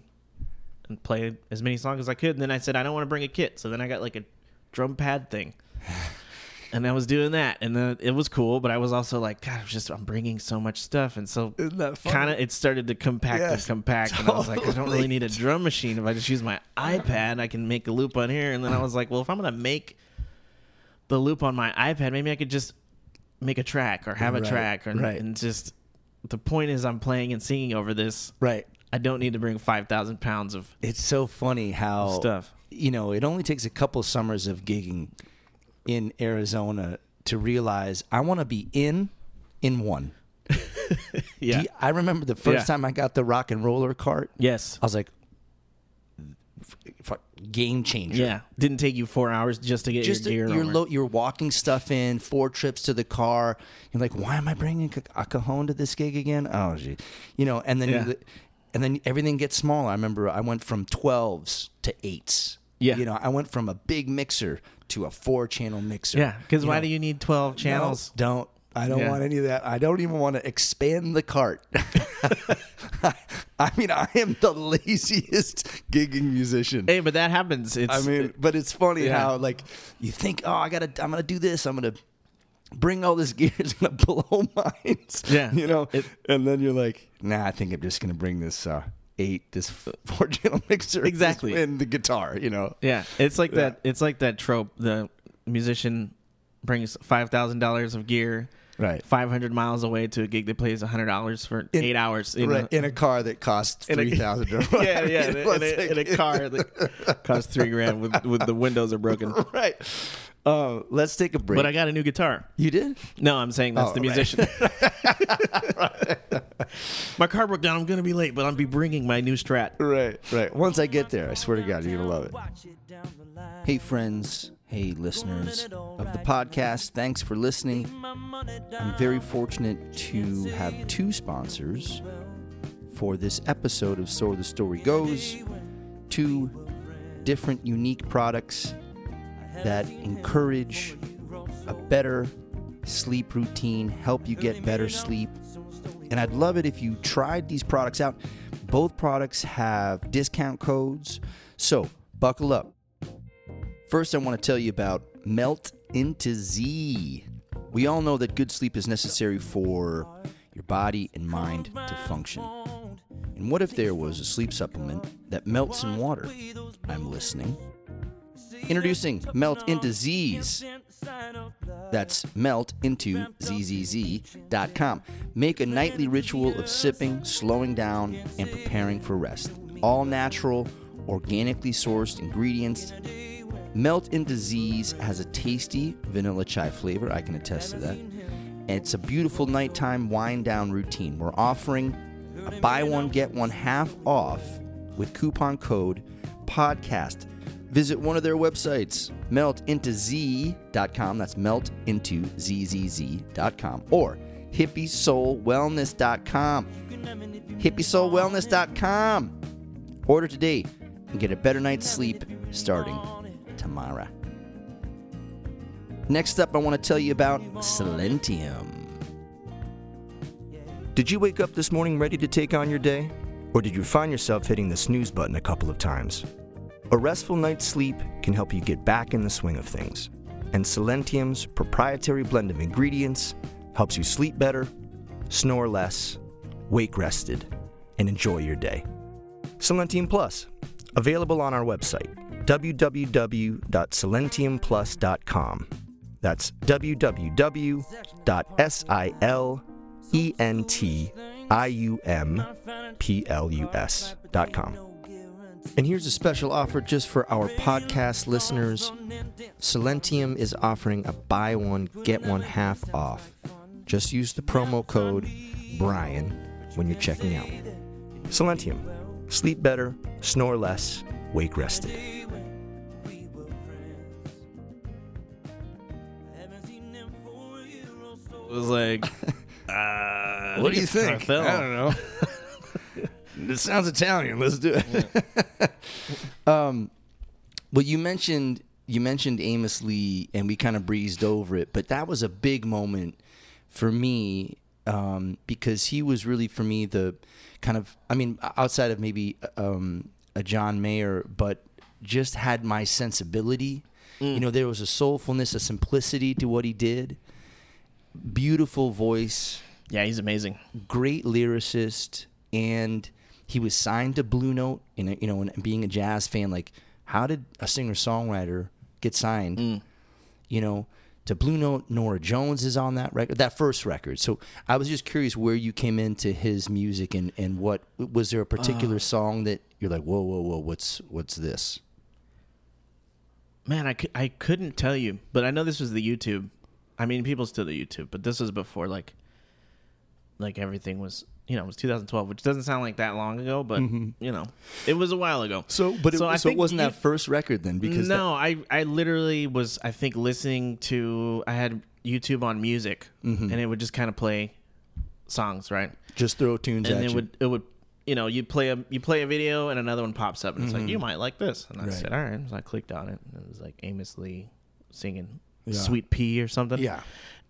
[SPEAKER 3] and play as many songs as I could. And then I said, I don't want to bring a kit, so then I got like a drum pad thing, and I was doing that, and then it was cool. But I was also like, God, I'm just I'm bringing so much stuff, and so
[SPEAKER 4] Isn't that funny?
[SPEAKER 3] kind of it started to compact
[SPEAKER 4] Yes,
[SPEAKER 3] and compact, and I was like, I don't really
[SPEAKER 4] totally.
[SPEAKER 3] need a drum machine if I just use my iPad, I can make a loop on here. And then I was like, well, if I'm gonna make the loop on my iPad, maybe I could just make a track or have a
[SPEAKER 4] Right,
[SPEAKER 3] track, and,
[SPEAKER 4] right.
[SPEAKER 3] and just the point is I'm playing and singing over this.
[SPEAKER 4] Right.
[SPEAKER 3] I don't need to bring five thousand pounds of
[SPEAKER 2] It's so funny how
[SPEAKER 3] Stuff.
[SPEAKER 2] You know, it only takes a couple summers of gigging in Arizona to realize I want to be in in one. Do
[SPEAKER 3] yeah.
[SPEAKER 2] you- I remember the first
[SPEAKER 3] Yeah.
[SPEAKER 2] time I got the rock and roller cart.
[SPEAKER 3] yes.
[SPEAKER 2] I was like, f- f- game changer.
[SPEAKER 3] Yeah. Didn't take you four hours just to get
[SPEAKER 2] Just
[SPEAKER 3] your
[SPEAKER 2] your
[SPEAKER 3] gear.
[SPEAKER 2] you're,
[SPEAKER 3] over.
[SPEAKER 2] lo- you're walking stuff in, four trips to the car. You're like, why am I bringing a, a cajon to this gig again? Oh, gee. You know, and then
[SPEAKER 3] Yeah.
[SPEAKER 2] you- and then everything gets smaller. I remember I went from 12s to 8s.
[SPEAKER 3] Yeah.
[SPEAKER 2] You know, I went from a big mixer to a four channel mixer.
[SPEAKER 3] yeah. Because why
[SPEAKER 2] know,
[SPEAKER 3] do you need twelve channels?
[SPEAKER 2] Don't.
[SPEAKER 4] I don't
[SPEAKER 3] Yeah.
[SPEAKER 4] want any of that.
[SPEAKER 2] I don't even want to expand the cart. I mean, I am the laziest gigging musician.
[SPEAKER 3] Hey, but that happens. It's
[SPEAKER 2] I mean, but it's funny
[SPEAKER 3] Yeah.
[SPEAKER 2] how like you think, oh, I gotta, I'm gonna do this, I'm gonna bring all this gear, it's gonna blow minds,
[SPEAKER 3] Yeah.
[SPEAKER 2] you know,
[SPEAKER 3] It-
[SPEAKER 2] and then you're like, nah, I think I'm just gonna bring this uh, eight, this four channel mixer,
[SPEAKER 3] Exactly.
[SPEAKER 2] and the guitar, you know,
[SPEAKER 3] Yeah, it's like that. It's like that trope. The musician brings five thousand dollars of gear,
[SPEAKER 2] right,
[SPEAKER 3] five hundred miles away to a gig that plays hundred dollars for
[SPEAKER 4] In-
[SPEAKER 3] eight hours. you
[SPEAKER 4] Right.
[SPEAKER 3] know?
[SPEAKER 4] In a car that costs
[SPEAKER 3] In a-
[SPEAKER 4] three thousand dollars.
[SPEAKER 3] yeah, yeah, in a, in a- in a car that costs three grand with, with the windows are broken.
[SPEAKER 2] right. Uh, let's take a break.
[SPEAKER 3] But I got a new guitar.
[SPEAKER 2] you did?
[SPEAKER 3] No, I'm saying that's
[SPEAKER 2] Oh,
[SPEAKER 3] the
[SPEAKER 2] right.
[SPEAKER 3] musician. my car broke down. I'm gonna be late, but I'll be bringing my new Strat.
[SPEAKER 2] Right, right. Once I get there, I swear to God, you're gonna love it. Hey,
[SPEAKER 1] Hey,
[SPEAKER 2] friends. Hey, listeners of the podcast. Thanks for listening. I'm very fortunate to have two sponsors for this episode of So the Story Goes. Two different unique products that encourage a better sleep routine, help you get better sleep. And I'd love it if you tried these products out. Both products have discount codes. So buckle up. First, I want to tell you about Melt into Z. We all know that good sleep is necessary for your body and mind to function. And what if there was a sleep supplement that melts in water? I'm listening. Introducing Melt into Z's. That's melt into zzz.com. Make a nightly ritual of sipping, slowing down, and preparing for rest. All natural, organically sourced ingredients Melt in Disease has a tasty vanilla chai flavor. I can attest to that. And it's a beautiful nighttime wind down routine. We're offering a buy one, get one half off with coupon code podcast. Visit one of their websites, meltintozz.com. That's meltintozz.com or hippiesoulwellness.com. Hippiesoulwellness.com. Order today and get a better night's sleep starting tomorrow. Next up, I want to tell you about Silentium. Did you wake up this morning ready to take on your day? Or did you find yourself hitting the snooze button a couple of times? A restful night's sleep can help you get back in the swing of things. And Silentium's proprietary blend of ingredients helps you sleep better, snore less, wake rested, and enjoy your day. Silentium Plus, available on our website, www.silentiumplus.com. That's E www.silentiumplus.com. And here's a special offer just for our podcast listeners. Silentium is offering a buy one, get one half off. Just use the promo code BRIAN when you're checking out. Silentium. Sleep better, snore less, wake rested.
[SPEAKER 1] friends. Haven't seen them for
[SPEAKER 3] was like, uh,
[SPEAKER 2] What do you
[SPEAKER 3] it's kinda
[SPEAKER 2] think?
[SPEAKER 3] Phil.
[SPEAKER 2] I don't know. it sounds Italian. Let's do it. um, but you mentioned you mentioned Amos Lee, and we kind of breezed over it. But that was a big moment for me um, because he was really for me the kind of I mean outside of maybe um, a John Mayer, but just had my sensibility. You know, there was a soulfulness, a simplicity to what he did. Beautiful voice
[SPEAKER 3] Yeah, he's amazing.
[SPEAKER 2] great lyricist and he was signed to Blue Note and you know and being a jazz fan like how did a singer songwriter get signed you know to Blue Note Nora Jones is on that record that first record so I was just curious where you came into his music and and what was there a particular song that you're like whoa whoa whoa what's what's this
[SPEAKER 3] Man, I, cou- I couldn't tell you, but I know this was the YouTube. I mean, people still do YouTube, but this was before like, like everything was, you know, it was 2012, which doesn't sound like that long ago, but you know, it was a while ago. I
[SPEAKER 2] Mm-hmm. so it
[SPEAKER 3] think
[SPEAKER 2] wasn't
[SPEAKER 3] you-
[SPEAKER 2] that first record then because that-
[SPEAKER 3] no, I I literally was I think listening to I had YouTube on music
[SPEAKER 2] Mm-hmm.
[SPEAKER 3] and it would just kind of play songs, right?
[SPEAKER 2] just throw tunes
[SPEAKER 3] And
[SPEAKER 2] at
[SPEAKER 3] it
[SPEAKER 2] you.
[SPEAKER 3] would it would you know you play a you play a video and another one pops up and it's like you might like this and I
[SPEAKER 2] Mm-hmm. Right.
[SPEAKER 3] said all right so I clicked on it and it was like Amos Lee singing
[SPEAKER 2] Yeah.
[SPEAKER 3] Sweet Pea or something
[SPEAKER 2] Yeah. Mm.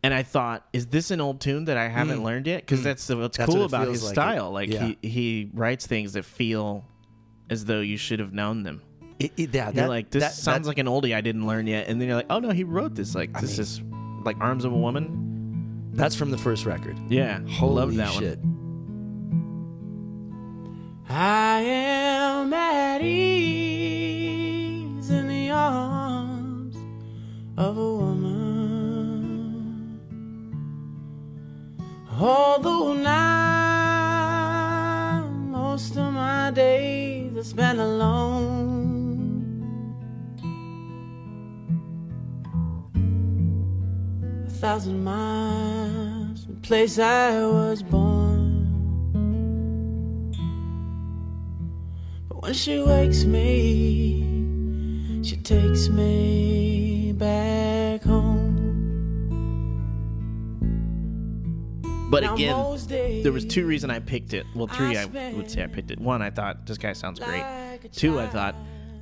[SPEAKER 3] and I thought is this an old tune that I haven't learned yet because that's the, what's
[SPEAKER 2] That's
[SPEAKER 3] cool
[SPEAKER 2] what it
[SPEAKER 3] about
[SPEAKER 2] feels
[SPEAKER 3] his
[SPEAKER 2] like.
[SPEAKER 3] style like
[SPEAKER 2] Yeah.
[SPEAKER 3] he he writes things that feel as though you should have known them
[SPEAKER 2] It- it- yeah,
[SPEAKER 3] you're
[SPEAKER 2] that-
[SPEAKER 3] like, this
[SPEAKER 2] that-
[SPEAKER 3] sounds
[SPEAKER 2] that- Mm.
[SPEAKER 3] like an oldie I didn't learn yet. And then you're like, oh no, he wrote this. Like, this is like Arms of a Woman.
[SPEAKER 2] that's from the first record
[SPEAKER 3] Yeah.
[SPEAKER 2] Holy
[SPEAKER 3] Love that
[SPEAKER 2] shit.
[SPEAKER 1] I am at ease in the arms of a woman. Although now most of my days are spent alone, a thousand miles from the place I was born. But when she wakes me, she takes me back home.
[SPEAKER 3] But
[SPEAKER 1] Now
[SPEAKER 3] again,
[SPEAKER 1] most days,
[SPEAKER 3] there was two reason I picked it. Well, three I
[SPEAKER 1] I spend-
[SPEAKER 3] would say I picked it. One, I thought this guy sounds great.
[SPEAKER 1] like a
[SPEAKER 3] Two, I
[SPEAKER 1] child
[SPEAKER 3] thought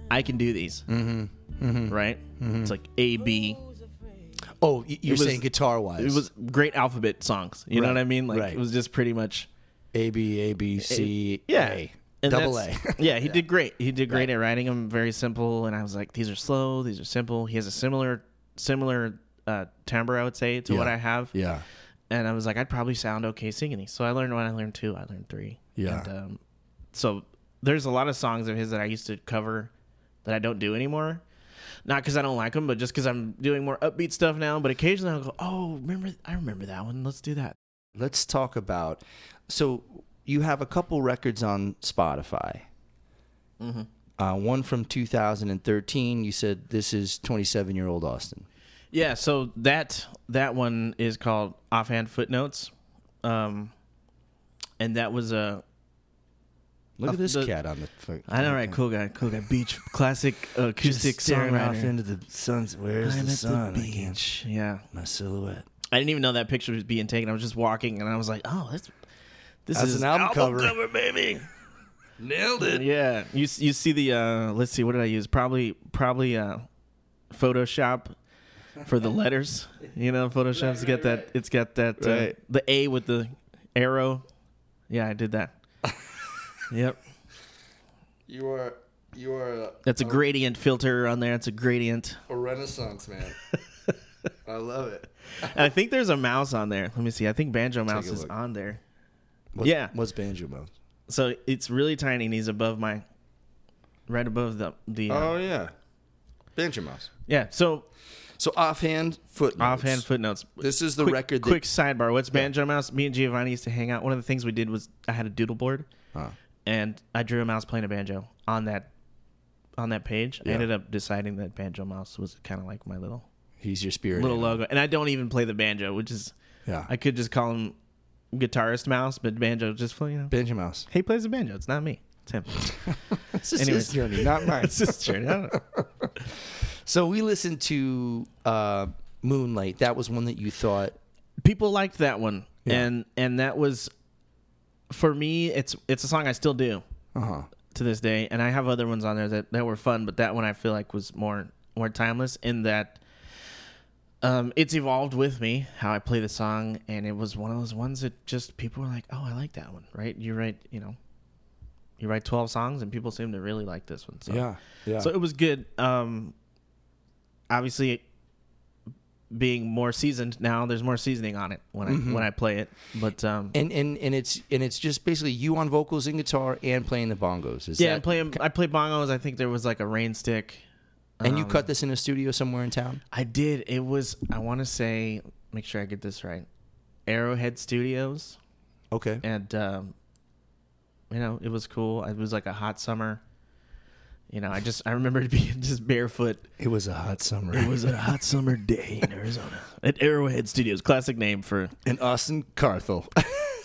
[SPEAKER 3] I can do these. Mm-hmm. Right.
[SPEAKER 2] Mm-hmm.
[SPEAKER 3] It's like A B.
[SPEAKER 1] who's afraid.
[SPEAKER 2] Oh, y- you're
[SPEAKER 3] was-
[SPEAKER 2] saying guitar wise?
[SPEAKER 3] It was great alphabet songs. You know
[SPEAKER 2] Right,
[SPEAKER 3] what I mean? Like
[SPEAKER 2] right.
[SPEAKER 3] it was just pretty much
[SPEAKER 2] A B A B C
[SPEAKER 3] yeah.
[SPEAKER 2] A
[SPEAKER 3] And
[SPEAKER 2] double A.
[SPEAKER 3] that's- yeah, he did great. He did great at writing them. Very simple, and I was like, these are slow, these are simple. He has a similar similar uh, timbre, I would say, to what
[SPEAKER 2] Yeah.
[SPEAKER 3] I have.
[SPEAKER 2] yeah,
[SPEAKER 3] and I was like, I'd probably sound okay singing these. So I learned one, I learned two, I learned three.
[SPEAKER 2] Yeah.
[SPEAKER 3] And, um, so there's a lot of songs of his that I used to cover that I don't do anymore. Not because I don't like them, but just because I'm doing more upbeat stuff now. But occasionally I'll go, oh, remember, I remember that one. Let's do that.
[SPEAKER 2] Let's talk about. So you have a couple records on Spotify.
[SPEAKER 3] Mm-hmm.
[SPEAKER 2] Uh, one from 2013. You said this is 27 year old Austin.
[SPEAKER 3] Yeah. So that that one is called Offhand Footnotes, um, and that was a
[SPEAKER 2] Look
[SPEAKER 3] Uh,
[SPEAKER 2] at this
[SPEAKER 3] the-
[SPEAKER 2] cat on the. fuck-
[SPEAKER 3] I know, right? Cool guy, cool guy. Beach classic acoustic
[SPEAKER 2] Just staring off
[SPEAKER 3] songwriter.
[SPEAKER 2] into the sun's. Where's
[SPEAKER 3] I'm
[SPEAKER 2] the
[SPEAKER 3] at
[SPEAKER 2] sun?
[SPEAKER 3] the
[SPEAKER 2] I can't-
[SPEAKER 3] beach. Yeah.
[SPEAKER 2] My silhouette.
[SPEAKER 3] I didn't even know that picture was being taken. I was just walking, and I was like, "Oh, that's this
[SPEAKER 2] That's
[SPEAKER 3] is
[SPEAKER 2] an album cover.
[SPEAKER 3] baby."
[SPEAKER 2] Nailed it.
[SPEAKER 3] yeah, you s- you see the uh, let's see, what did I use? Probably probably uh, Photoshop for the letters. You know, Photoshop's got that. It's got that uh,
[SPEAKER 2] Right.
[SPEAKER 3] the A with the arrow. Yeah, I did that. yep,
[SPEAKER 2] You are you are a,
[SPEAKER 3] that's a gradient filter on there. It's a gradient.
[SPEAKER 2] a renaissance man. I love it.
[SPEAKER 3] And I think there's a mouse on there. Let me see. I think banjo mouse
[SPEAKER 2] a
[SPEAKER 3] is
[SPEAKER 2] look.
[SPEAKER 3] on there.
[SPEAKER 2] What,
[SPEAKER 3] Yeah.
[SPEAKER 2] What's banjo mode?
[SPEAKER 3] So it's really tiny, and he's above my, right above the the. uh,
[SPEAKER 2] Oh, yeah, banjo mouse.
[SPEAKER 3] yeah. So
[SPEAKER 2] So offhand footnotes.
[SPEAKER 3] offhand footnotes.
[SPEAKER 2] This is the
[SPEAKER 3] quick,
[SPEAKER 2] record. That,
[SPEAKER 3] Quick sidebar. What's banjo mouse? Me and Giovanni used to hang out. One of the things we did was I had a doodle board,
[SPEAKER 2] Huh.
[SPEAKER 3] and I drew a mouse playing a banjo on that, on that page. I ended up deciding that banjo mouse was kind of like my little
[SPEAKER 2] He's your spirit.
[SPEAKER 3] little
[SPEAKER 2] animal.
[SPEAKER 3] logo, and I don't even play the banjo, which is
[SPEAKER 2] Yeah.
[SPEAKER 3] I could just call him guitarist mouse, but banjo just play. You know,
[SPEAKER 2] banjo mouse.
[SPEAKER 3] he plays the banjo. It's not me. It's him.
[SPEAKER 2] This is
[SPEAKER 3] Anyways.
[SPEAKER 2] his journey, not mine.
[SPEAKER 3] it's his journey. I don't know.
[SPEAKER 2] so we listened to uh, Moonlight. That was one that you thought
[SPEAKER 3] people liked that one,
[SPEAKER 2] Yeah.
[SPEAKER 3] and and that was for me. It's it's a song I still do
[SPEAKER 2] Uh huh.
[SPEAKER 3] to this day, and I have other ones on there that that were fun, but that one I feel like was more more timeless in that. Um, it's evolved with me how I play the song, and it was one of those ones that just people were like, "Oh, I like that one." Right? You write, you know, you write twelve songs, and people seem to really like this one. So
[SPEAKER 2] Yeah. Yeah.
[SPEAKER 3] so it was good. Um, obviously, being more seasoned now, there's more seasoning on it when I when I play it. But um,
[SPEAKER 2] and and and it's and it's just basically you on vocals and guitar and playing the bongos. Is
[SPEAKER 3] yeah,
[SPEAKER 2] that-
[SPEAKER 3] I'm playing. I play bongos. I think there was like a rain stick.
[SPEAKER 2] and you
[SPEAKER 3] Um,
[SPEAKER 2] cut this in a studio somewhere in town.
[SPEAKER 3] I did. It was. I want to say. Make sure I get this right. Arrowhead Studios,
[SPEAKER 2] Okay.
[SPEAKER 3] and um, you know, it was cool. It was like a hot summer. You know, I just I remember being just barefoot
[SPEAKER 2] It was a hot summer.
[SPEAKER 3] It was a hot summer day in Arizona at Arrowhead Studios. Classic name for
[SPEAKER 2] and Austin Carthel.
[SPEAKER 3] Cantrell.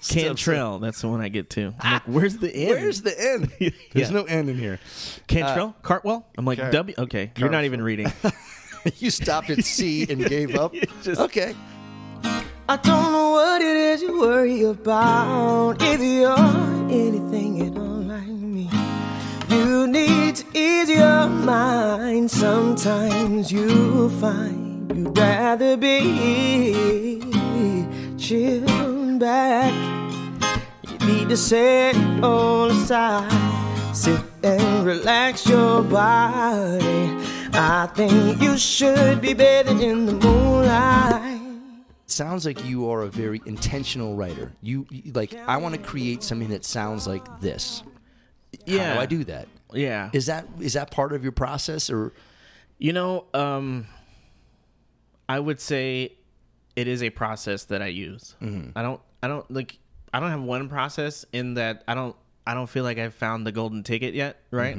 [SPEAKER 2] Steps-
[SPEAKER 3] Cantrell. That's the one I get too. I'm like, where's the end?
[SPEAKER 2] Where's the end? There's
[SPEAKER 3] Yeah.
[SPEAKER 2] no end in here.
[SPEAKER 3] Cantrell? Cartwell? I'm like,
[SPEAKER 2] Car-
[SPEAKER 3] W. Okay, you're not even reading.
[SPEAKER 2] you stopped at C and gave up.
[SPEAKER 3] Just-
[SPEAKER 2] okay.
[SPEAKER 1] I don't know what it is you worry about. Either you're anything at all like me. You need to ease your mind. Sometimes you find you'd rather be chilled back. You need to set it all aside. Sit and relax your body. I think you should be bathing in the moonlight.
[SPEAKER 2] sounds like you are a very intentional writer. You, you- like I want to create something that sounds like this.
[SPEAKER 3] yeah,
[SPEAKER 2] How do I do that?
[SPEAKER 3] Yeah,
[SPEAKER 2] Is that is that part of your process or
[SPEAKER 3] you know, um, I would say it is a process that I use. I don't. I don't like. I don't have one process in that I don't. I don't feel like I've found the golden ticket yet. Right.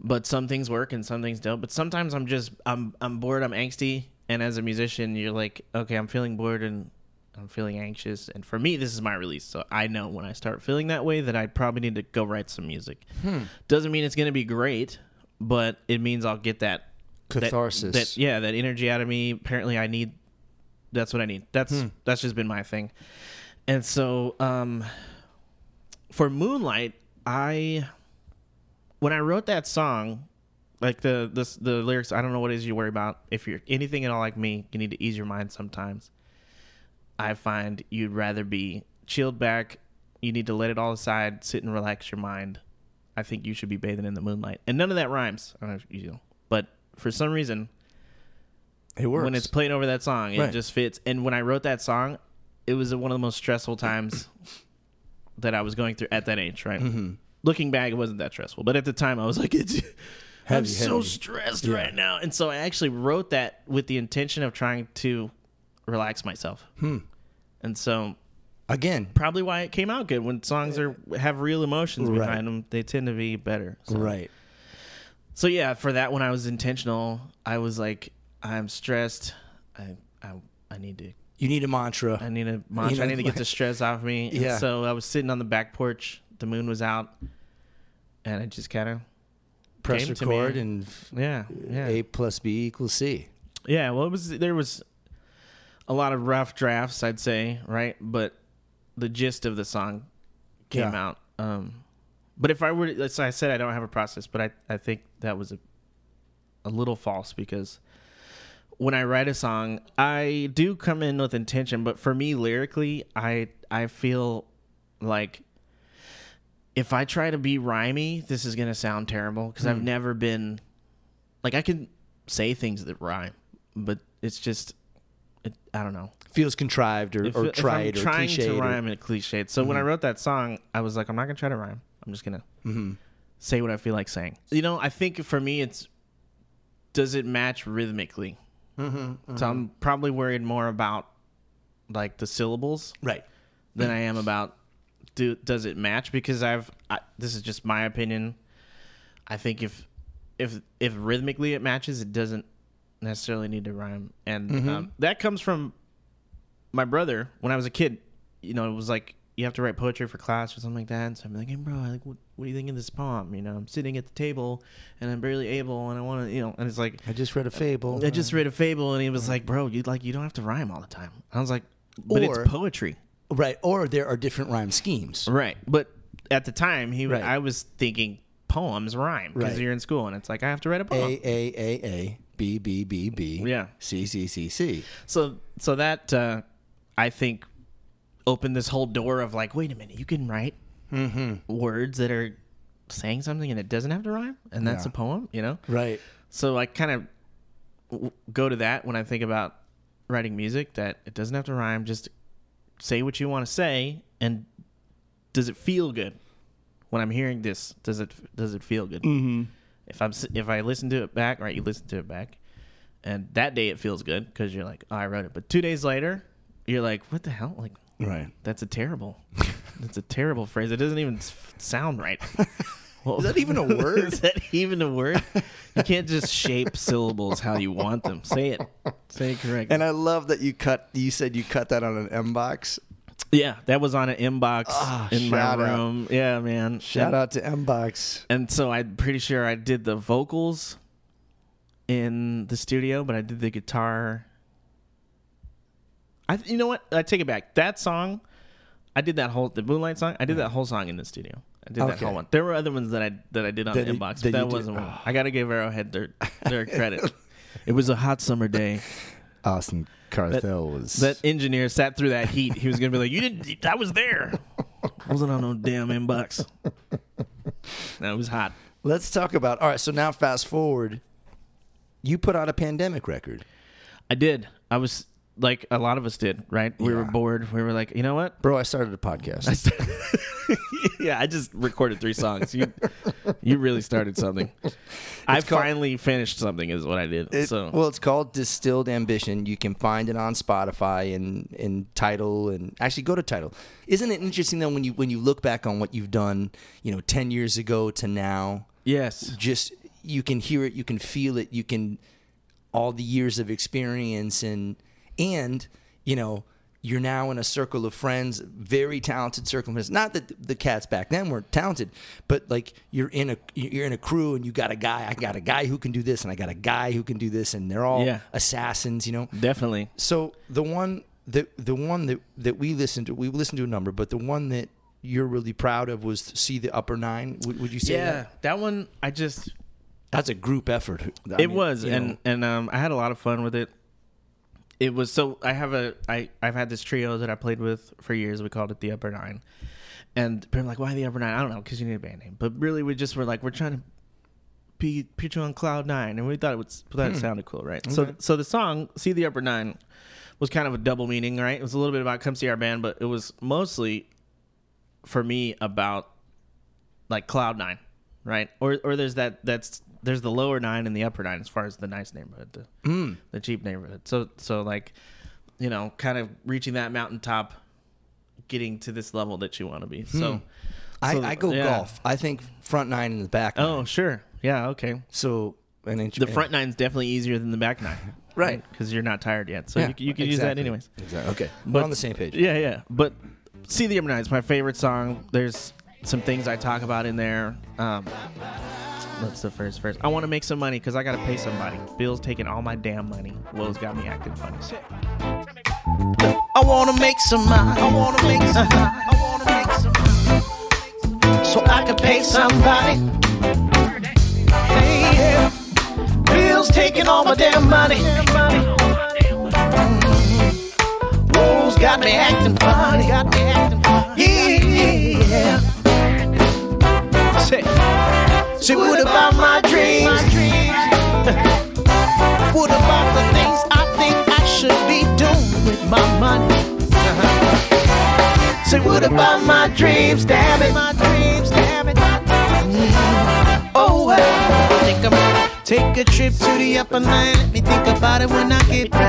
[SPEAKER 3] but some things work and some things don't. But sometimes I'm just I'm I'm bored, I'm angsty, and as a musician, you're like, okay, I'm feeling bored and I'm feeling anxious, and for me, this is my release. So I know when I start feeling that way that I probably need to go write some music. Doesn't mean it's gonna be great, but it means I'll get that that-
[SPEAKER 2] Catharsis.
[SPEAKER 3] That, yeah, that energy out of me. Apparently, I need. That's what I need. That's that's just been my thing, and so um, for Moonlight, I when I wrote that song, like the this the lyrics, I don't know what it is you worry about. If you're anything at all like me, you need to ease your mind sometimes. I find you'd rather be chilled back. You need to let it all aside, sit and relax your mind. I think you should be bathing in the moonlight. And none of that rhymes. I don't know if you do, but for some reason,
[SPEAKER 2] it works?
[SPEAKER 3] when it's playing over that song, it
[SPEAKER 2] Right.
[SPEAKER 3] just fits. And when I wrote that song, it was one of the most stressful times that I was going through at that age. Right.
[SPEAKER 2] Mm-hmm.
[SPEAKER 3] Looking back, it wasn't that stressful, but at the time, I was like, it's, "I'm
[SPEAKER 2] Heavy,
[SPEAKER 3] so
[SPEAKER 2] heavy.
[SPEAKER 3] stressed
[SPEAKER 2] Yeah.
[SPEAKER 3] right now," and so I actually wrote that with the intention of trying to relax myself.
[SPEAKER 2] Hmm.
[SPEAKER 3] And so
[SPEAKER 2] again,
[SPEAKER 3] probably why it came out good. When songs are have real emotions
[SPEAKER 2] Right.
[SPEAKER 3] behind them, they tend to be better. So.
[SPEAKER 2] right?
[SPEAKER 3] So yeah, for that one, I was intentional. I was like, I'm stressed. I I I need to
[SPEAKER 2] You need a mantra.
[SPEAKER 3] I need a mantra.
[SPEAKER 2] know,
[SPEAKER 3] I need to get the stress off me. And
[SPEAKER 2] Yeah.
[SPEAKER 3] so I was sitting on the back porch. The moon was out, and I just kind of
[SPEAKER 2] press
[SPEAKER 3] came to me.
[SPEAKER 2] record and
[SPEAKER 3] yeah yeah
[SPEAKER 2] A plus B equals C.
[SPEAKER 3] yeah. Well, it was there was a lot of rough drafts, I'd say, right? But the gist of the song came
[SPEAKER 2] Yeah.
[SPEAKER 3] out. Um, but if I were, to, so I said I don't have a process, but I I think that was a a little false because when I write a song, I do come in with intention, but for me lyrically, I I feel like if I try to be rhymey, this is gonna sound terrible because I've never been like I can say things that rhyme, but it's just it, I don't know
[SPEAKER 2] Feels contrived or, or
[SPEAKER 3] if- if
[SPEAKER 2] tried
[SPEAKER 3] I'm
[SPEAKER 2] or
[SPEAKER 3] trying
[SPEAKER 2] cliched.
[SPEAKER 3] to
[SPEAKER 2] or-
[SPEAKER 3] rhyme and cliched. So when I wrote that song, I was like, I'm not gonna try to rhyme. I'm just gonna
[SPEAKER 2] Mm-hmm.
[SPEAKER 3] say what I feel like saying. You know, I think for me, it's does it match rhythmically?
[SPEAKER 2] Mm-hmm,
[SPEAKER 3] So I'm probably worried more about like the syllables
[SPEAKER 2] Right.
[SPEAKER 3] than I am about do does it match because I've I, this is just my opinion. I think if if if rhythmically it matches, it doesn't necessarily need to rhyme, and
[SPEAKER 2] Mm-hmm.
[SPEAKER 3] um, that comes from my brother when I was a kid. You know, it was like you have to write poetry for class or something like that. And so I'm like, hey, bro, I like, what, what do you think of this poem? You know, I'm sitting at the table and I'm barely able, and I want to, you know, and it's like
[SPEAKER 2] I Mm-hmm. just read a fable.
[SPEAKER 3] I just read a fable, and he was like, bro, you like you don't have to rhyme all the time. I was like, but
[SPEAKER 2] Or-
[SPEAKER 3] it's poetry,
[SPEAKER 2] right, or there are different rhyme schemes.
[SPEAKER 3] right? But at the time, he
[SPEAKER 2] Right.
[SPEAKER 3] I was thinking poems rhyme because
[SPEAKER 2] Right.
[SPEAKER 3] you're in school, and it's like I have to write a poem.
[SPEAKER 2] A A A A B B B B.
[SPEAKER 3] Yeah.
[SPEAKER 2] C C C C.
[SPEAKER 3] So so that uh, I think opened this whole door of like, wait a minute, you can write
[SPEAKER 2] Mm-hmm.
[SPEAKER 3] words that are saying something and it doesn't have to rhyme, and that's
[SPEAKER 2] Yeah.
[SPEAKER 3] a poem, you know.
[SPEAKER 2] Right.
[SPEAKER 3] So I kind of w- go to that when I think about writing music that it doesn't have to rhyme. Just say what you want to say, and does it feel good when I'm hearing this? Does it does it feel good? Mm-hmm. If I'm s- if I listen to it back, right? You listen to it back, and that day it feels good because you're like, oh, I wrote it. But two days later, you're like, what the hell? Like
[SPEAKER 2] Right.
[SPEAKER 3] that's a terrible, that's a terrible phrase. It doesn't even s- sound right. Well,
[SPEAKER 2] Is that even a word?
[SPEAKER 3] is that even a word? You can't just shape syllables how you want them. Say it. Say it correctly.
[SPEAKER 2] And I love that you cut. You said you cut that on an M box.
[SPEAKER 3] yeah, that was on an inbox
[SPEAKER 2] Ah,
[SPEAKER 3] in my
[SPEAKER 2] shout out.
[SPEAKER 3] room. Yeah, man.
[SPEAKER 2] Shout
[SPEAKER 3] and,
[SPEAKER 2] out to M box.
[SPEAKER 3] And so I'm pretty sure I did the vocals in the studio, but I did the guitar. I you know what? I take it back. That song, I did that whole the Moonlight song. I did that whole song in the studio. I did that
[SPEAKER 2] Okay.
[SPEAKER 3] whole one. There were other ones that I that I did on
[SPEAKER 2] That
[SPEAKER 3] the
[SPEAKER 2] you-
[SPEAKER 3] inbox,
[SPEAKER 2] that you
[SPEAKER 3] but that
[SPEAKER 2] did- Oh.
[SPEAKER 3] wasn't one. I gotta give Arrowhead their their credit. it was a hot summer day.
[SPEAKER 2] Austin Carthel was
[SPEAKER 3] That engineer sat through that heat. He was gonna be like, "You didn't. I was there. I wasn't on no damn inbox. That was hot.
[SPEAKER 2] Let's talk about. All right, so now fast forward. You put out a pandemic record.
[SPEAKER 3] I did. I was like a lot of us did, right? We were
[SPEAKER 2] Yeah.
[SPEAKER 3] bored. We were like, you know what?
[SPEAKER 2] Bro, I started a podcast.
[SPEAKER 3] yeah, I just recorded three songs. You, you really started something. I
[SPEAKER 2] called-
[SPEAKER 3] finally finished something, is what I did.
[SPEAKER 2] It-
[SPEAKER 3] so
[SPEAKER 2] Well, it's called Distilled Ambition. You can find it on Spotify and, and Title and actually go to Title. Isn't it interesting though when you when you look back on what you've done, you know, ten years ago to now,
[SPEAKER 3] yes,
[SPEAKER 2] just you can hear it, you can feel it, you can all the years of experience and and you know you're now in a circle of friends, very talented circle of friends. Not that the cats back then weren't talented, but like you're in a you're in a crew and you got a guy. I got a guy who can do this, and I got a guy who can do this, and they're all
[SPEAKER 3] Yeah.
[SPEAKER 2] assassins, you know.
[SPEAKER 3] definitely.
[SPEAKER 2] So the one the the one that that we listened to, we listened to a number, but the one that you're really proud of was see the upper nine. Would, would you say
[SPEAKER 3] Yeah,
[SPEAKER 2] that?
[SPEAKER 3] that one. I just
[SPEAKER 2] That's a group effort. I
[SPEAKER 3] it
[SPEAKER 2] mean,
[SPEAKER 3] was
[SPEAKER 2] you
[SPEAKER 3] and
[SPEAKER 2] know,
[SPEAKER 3] and um i had a lot of fun with it it was so i have a i i've had this trio that i played with for years we called it the upper nine and people are like why the upper nine i don't know because you need a band name but really we just were like we're trying to be put you on cloud nine and we thought it was we
[SPEAKER 2] Hmm.
[SPEAKER 3] thought it sounded cool right so so the song see the upper nine was kind of a double meaning right it was a little bit about come see our band but it was mostly for me about like cloud nine right or or there's that that's there's the lower nine and the upper nine as far as the nice neighborhood the,
[SPEAKER 2] Hmm.
[SPEAKER 3] the cheap neighborhood so so like you know kind of reaching that mountaintop getting to this level that you want to be so so-
[SPEAKER 2] Hmm. I, I go
[SPEAKER 3] yeah.
[SPEAKER 2] golf. I think front nine and the back. Nine.
[SPEAKER 3] oh sure yeah okay
[SPEAKER 2] so an inch.
[SPEAKER 3] the front nine's definitely easier than the back nine
[SPEAKER 2] Right.
[SPEAKER 3] because you're not tired yet so
[SPEAKER 2] Yeah,
[SPEAKER 3] you, c- you can use that
[SPEAKER 2] exactly.
[SPEAKER 3] anyways
[SPEAKER 2] Exactly. Okay,
[SPEAKER 3] But-
[SPEAKER 2] we're on the same page.
[SPEAKER 3] Yeah, yeah. But See the Upper Nine is my favorite song. There's some things I talk about in there. Um, what's the first verse? I want to make some money because I got to pay somebody. Bill's taking all my damn money. Will's got me acting funny.
[SPEAKER 1] I wanna make some money. I wanna make some money. I wanna make some money. So I can pay somebody. Hey, yeah. Bills taking all my damn money. Mm. Rules got me acting funny. Got me acting funny. Yeah, yeah. Say, say what about my dreams? What about the things I think I should be doing with my money? Uh-huh. Say, what about my dreams? Damn it, my dreams, damn it. Mm. Oh, well, think I'm take a trip to the upper line. Let me think about it when I get back.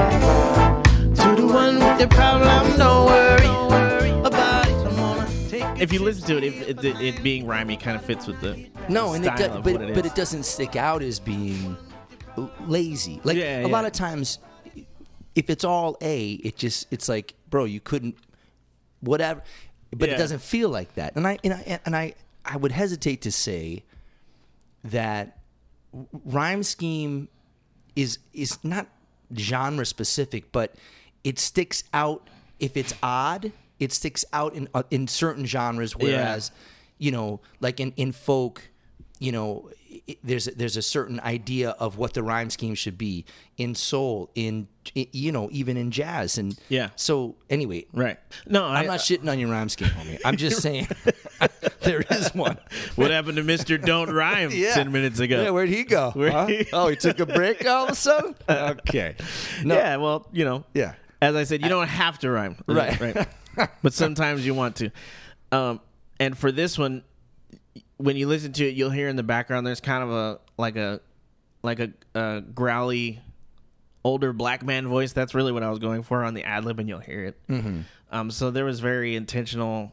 [SPEAKER 1] To the one with the problem, don't worry about it. I'm gonna take a
[SPEAKER 3] If you
[SPEAKER 1] trip
[SPEAKER 3] listen to it,
[SPEAKER 1] the
[SPEAKER 3] it, it,
[SPEAKER 1] upper
[SPEAKER 3] it,
[SPEAKER 1] line.
[SPEAKER 3] it being rhymey kind of fits with the
[SPEAKER 2] No, and it
[SPEAKER 3] style
[SPEAKER 2] does,
[SPEAKER 3] of
[SPEAKER 2] but
[SPEAKER 3] what it
[SPEAKER 2] but
[SPEAKER 3] is.
[SPEAKER 2] it doesn't stick out as being l- lazy. Like
[SPEAKER 3] Yeah,
[SPEAKER 2] a
[SPEAKER 3] yeah.
[SPEAKER 2] lot of times, if it's all A, it just it's like, bro, you couldn't. Whatever. but
[SPEAKER 3] Yeah.
[SPEAKER 2] it doesn't feel like that. And I and I and I I would hesitate to say that rhyme scheme is is not genre specific, but it sticks out if it's odd. It sticks out in uh, in certain genres, whereas you know, like in in folk, you know, i- there's there's a certain idea of what the rhyme scheme should be in soul, in i- you know, even in jazz, and
[SPEAKER 3] Yeah.
[SPEAKER 2] So anyway,
[SPEAKER 3] Right. No, I,
[SPEAKER 2] I'm not shitting on your rhyme scheme, homie. I'm just saying there is one.
[SPEAKER 3] What happened to Mister Don't Rhyme ten minutes ago?
[SPEAKER 2] Yeah, where'd he go? huh? Oh, he took a break all of a sudden? Okay. No.
[SPEAKER 3] Yeah, well, you know.
[SPEAKER 2] Yeah.
[SPEAKER 3] As I said, you don't have to rhyme.
[SPEAKER 2] Right.
[SPEAKER 3] Right. but sometimes you want to. Um, and for this one, when you listen to it, you'll hear in the background there's kind of a like a like a, a growly older black man voice. That's really what I was going for on the ad lib, and you'll hear it. Mm-hmm. Um, so there was very intentional,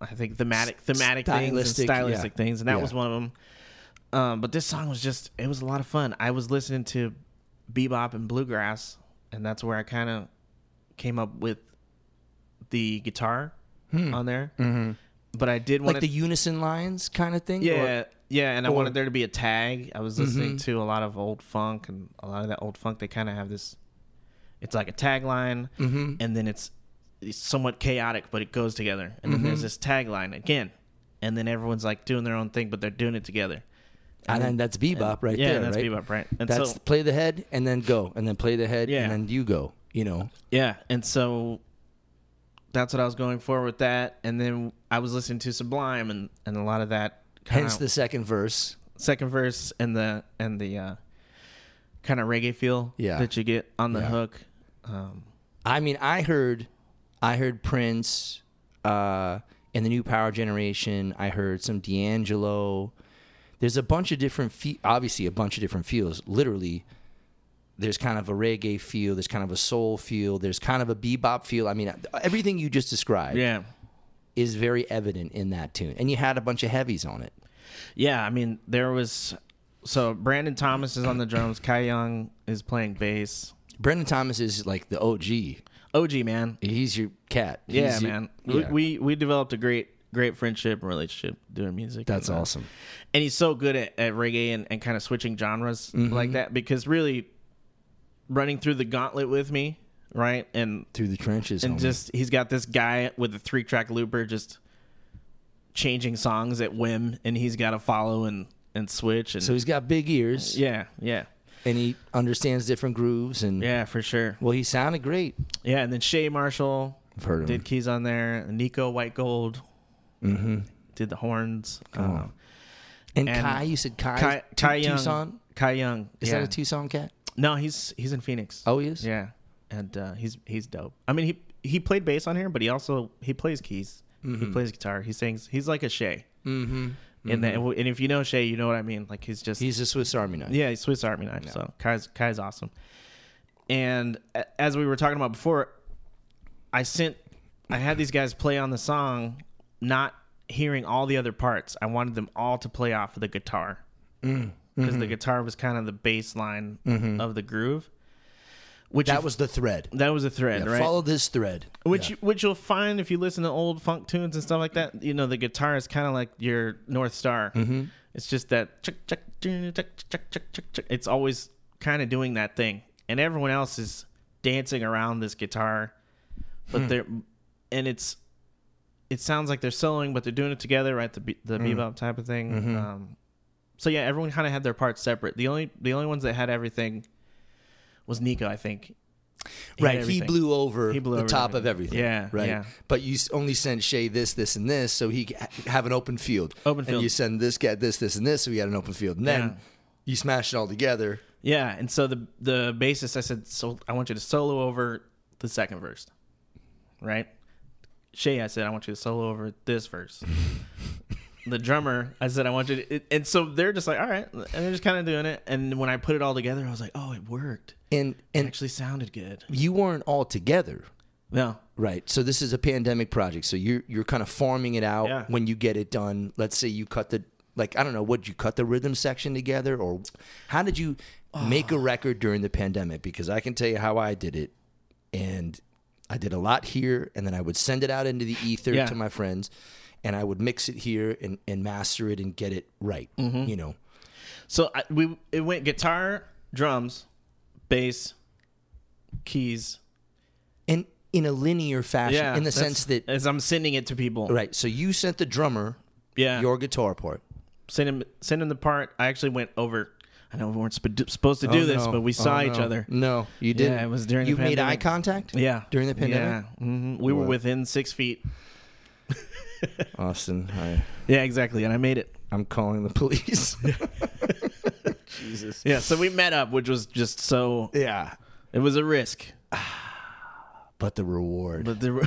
[SPEAKER 3] I think thematic thematic things
[SPEAKER 2] Stylistic,
[SPEAKER 3] and stylistic
[SPEAKER 2] yeah.
[SPEAKER 3] things, and that
[SPEAKER 2] Yeah.
[SPEAKER 3] was one of them. Um, but this song was just it was a lot of fun. I was listening to bebop and bluegrass, and that's where I kind of came up with the guitar on there. Mm-hmm. But I did want
[SPEAKER 2] Hmm. Like the unison lines kind of thing?
[SPEAKER 3] yeah, yeah, and I
[SPEAKER 2] or- Mm-hmm.
[SPEAKER 3] wanted there to be a tag. I was listening to a lot of old funk and a lot of that old funk. They kind of have this. It's like a tagline,
[SPEAKER 2] Mm-hmm.
[SPEAKER 3] and then it's, it's somewhat chaotic, but it goes together. And then
[SPEAKER 2] Mm-hmm.
[SPEAKER 3] there's this tagline again, and then everyone's like doing their own thing, but they're doing it together.
[SPEAKER 2] and then that's bebop right
[SPEAKER 3] yeah,
[SPEAKER 2] there.
[SPEAKER 3] that's
[SPEAKER 2] right?
[SPEAKER 3] bebop, right? And
[SPEAKER 2] that's
[SPEAKER 3] so
[SPEAKER 2] play the head and then go, and then play the head
[SPEAKER 3] Yeah.
[SPEAKER 2] and then you go. You know,
[SPEAKER 3] yeah, and so that's what I was going for with that. And then I was listening to Sublime, and and a lot of that. Kinda,
[SPEAKER 2] hence the second verse.
[SPEAKER 3] second verse and the and the uh, kind of reggae feel
[SPEAKER 2] Yeah.
[SPEAKER 3] that you get on the
[SPEAKER 2] Yeah.
[SPEAKER 3] hook. Um,
[SPEAKER 2] I mean, I heard, I heard Prince, uh, in the New Power Generation. I heard some D'Angelo. There's a bunch of different, fe- obviously, a bunch of different feels. Literally, there's kind of a reggae feel. There's kind of a soul feel. There's kind of a bebop feel. I mean, everything you just described
[SPEAKER 3] yeah,
[SPEAKER 2] is very evident in that tune. And you had a bunch of heavies on it.
[SPEAKER 3] yeah. I mean, there was so Brandon Thomas is on the drums. Kai Young is playing bass.
[SPEAKER 2] Brendan Thomas is like the OG.
[SPEAKER 3] OG man,
[SPEAKER 2] He's your cat.
[SPEAKER 3] yeah,
[SPEAKER 2] He's your-
[SPEAKER 3] man.
[SPEAKER 2] yeah.
[SPEAKER 3] We, we we developed a great great friendship and relationship doing music.
[SPEAKER 2] That's
[SPEAKER 3] and, uh,
[SPEAKER 2] awesome.
[SPEAKER 3] and he's so good at, at reggae and, and kind of switching genres
[SPEAKER 2] Mm-hmm.
[SPEAKER 3] like that because really running through the gauntlet with me, right? And
[SPEAKER 2] Through the trenches.
[SPEAKER 3] and
[SPEAKER 2] homie.
[SPEAKER 3] just he's got this guy with a three track looper just changing songs at whim and he's got to follow and and switch and
[SPEAKER 2] so he's got big ears.
[SPEAKER 3] yeah yeah
[SPEAKER 2] and he understands different grooves and
[SPEAKER 3] yeah for sure
[SPEAKER 2] well he sounded great
[SPEAKER 3] yeah and then Shay Marshall
[SPEAKER 2] i've heard of
[SPEAKER 3] did keys on there Nico White Gold
[SPEAKER 2] mm-hmm.
[SPEAKER 3] did the horns
[SPEAKER 2] Come
[SPEAKER 3] Uh,
[SPEAKER 2] on. and,
[SPEAKER 3] And
[SPEAKER 2] kai you said kai
[SPEAKER 3] Kai,
[SPEAKER 2] Tu-
[SPEAKER 3] Kai Young
[SPEAKER 2] tucson
[SPEAKER 3] Kai Young
[SPEAKER 2] is
[SPEAKER 3] yeah.
[SPEAKER 2] that a tucson cat
[SPEAKER 3] no he's he's in Phoenix
[SPEAKER 2] oh he is
[SPEAKER 3] yeah and uh, he's he's dope I mean he he played bass on here but he also he plays keys he plays guitar he sings he's like a Shay
[SPEAKER 2] mm-hmm.
[SPEAKER 3] And then, and if you know Shay, you know what I mean. Like he's just
[SPEAKER 2] he's a swiss army knife
[SPEAKER 3] yeah, he's Swiss Army knife. So Kai's Kai's awesome. And a- as we were talking about before, I sent I had these guys play on the song, not hearing all the other parts. I wanted them all to play off of the guitar
[SPEAKER 2] Mm,
[SPEAKER 3] because
[SPEAKER 2] mm-hmm.
[SPEAKER 3] the guitar was kind of the bass line of the groove. Which
[SPEAKER 2] that
[SPEAKER 3] if-
[SPEAKER 2] was the thread
[SPEAKER 3] that was a thread,
[SPEAKER 2] Yeah,
[SPEAKER 3] right?
[SPEAKER 2] follow this thread
[SPEAKER 3] which you, which you'll find if you listen to old funk tunes and stuff like that. You know, the guitar is kind of like your north star. It's just that chuck chuck chuck chuck chuck chuck chuck. chuck. It's always kind of doing that thing, and everyone else is dancing around this guitar, but they're and it's it sounds like they're soloing, but they're doing it together, right? The be- the bebop type of thing. Um, so yeah, everyone kind of had their parts separate. The only the only ones that had everything was Nico, I think. He had
[SPEAKER 2] right he
[SPEAKER 3] everything.
[SPEAKER 2] blew over
[SPEAKER 3] He blew
[SPEAKER 2] the
[SPEAKER 3] over
[SPEAKER 2] top of everything
[SPEAKER 3] everything. Yeah,
[SPEAKER 2] right
[SPEAKER 3] yeah.
[SPEAKER 2] but you s- only sent shay this this and this so he could ha- have an open field
[SPEAKER 3] Open
[SPEAKER 2] and
[SPEAKER 3] field.
[SPEAKER 2] you send this cat this this and this so he had an open field and then
[SPEAKER 3] Yeah.
[SPEAKER 2] you smash it all together
[SPEAKER 3] Yeah, and so the the bassist, I said, so I want you to solo over the second verse, right? Shay, I said, I want you to solo over this verse. the drummer, I said, I want you to, it, and so they're just like, all right, and they're just kind of doing it. And when I put it all together, I was like, oh, it worked.
[SPEAKER 2] and
[SPEAKER 3] It
[SPEAKER 2] and
[SPEAKER 3] actually sounded good.
[SPEAKER 2] you weren't all together
[SPEAKER 3] No,
[SPEAKER 2] Right. So this is a pandemic project. So you're you're kind of farming it out
[SPEAKER 3] Yeah.
[SPEAKER 2] when you get it done. Let's say you cut the like I don't know, would you cut the rhythm section together or how did
[SPEAKER 3] Ah.
[SPEAKER 2] you make a record during the pandemic? Because I can tell you how I did it and I did a lot here, and then I would send it out into the ether
[SPEAKER 3] Yeah.
[SPEAKER 2] to my friends, and I would mix it here and, and master it and get it right.
[SPEAKER 3] Mm-hmm.
[SPEAKER 2] You know,
[SPEAKER 3] So I, we it went guitar, drums, bass, keys.
[SPEAKER 2] and in a linear fashion,
[SPEAKER 3] Yeah,
[SPEAKER 2] in the
[SPEAKER 3] that's-
[SPEAKER 2] sense that
[SPEAKER 3] as I'm sending it to people,
[SPEAKER 2] right. So you sent the drummer
[SPEAKER 3] yeah,
[SPEAKER 2] your guitar part.
[SPEAKER 3] send him send him the part. I actually went over. I know we weren't sp- supposed to do this,
[SPEAKER 2] no.
[SPEAKER 3] but we saw
[SPEAKER 2] Oh,
[SPEAKER 3] each
[SPEAKER 2] no.
[SPEAKER 3] other.
[SPEAKER 2] No, you didn't.
[SPEAKER 3] it was during the
[SPEAKER 2] you made
[SPEAKER 3] pandemic.
[SPEAKER 2] eye contact.
[SPEAKER 3] Yeah,
[SPEAKER 2] during the pandemic.
[SPEAKER 3] Yeah, hmm we were within six feet.
[SPEAKER 2] Austin, I,
[SPEAKER 3] Yeah, exactly, and I made it.
[SPEAKER 2] I'm calling the police. Jesus.
[SPEAKER 3] Yeah, so we met up, which was just so.
[SPEAKER 2] Yeah,
[SPEAKER 3] It was a risk,
[SPEAKER 2] but the reward.
[SPEAKER 3] but there were,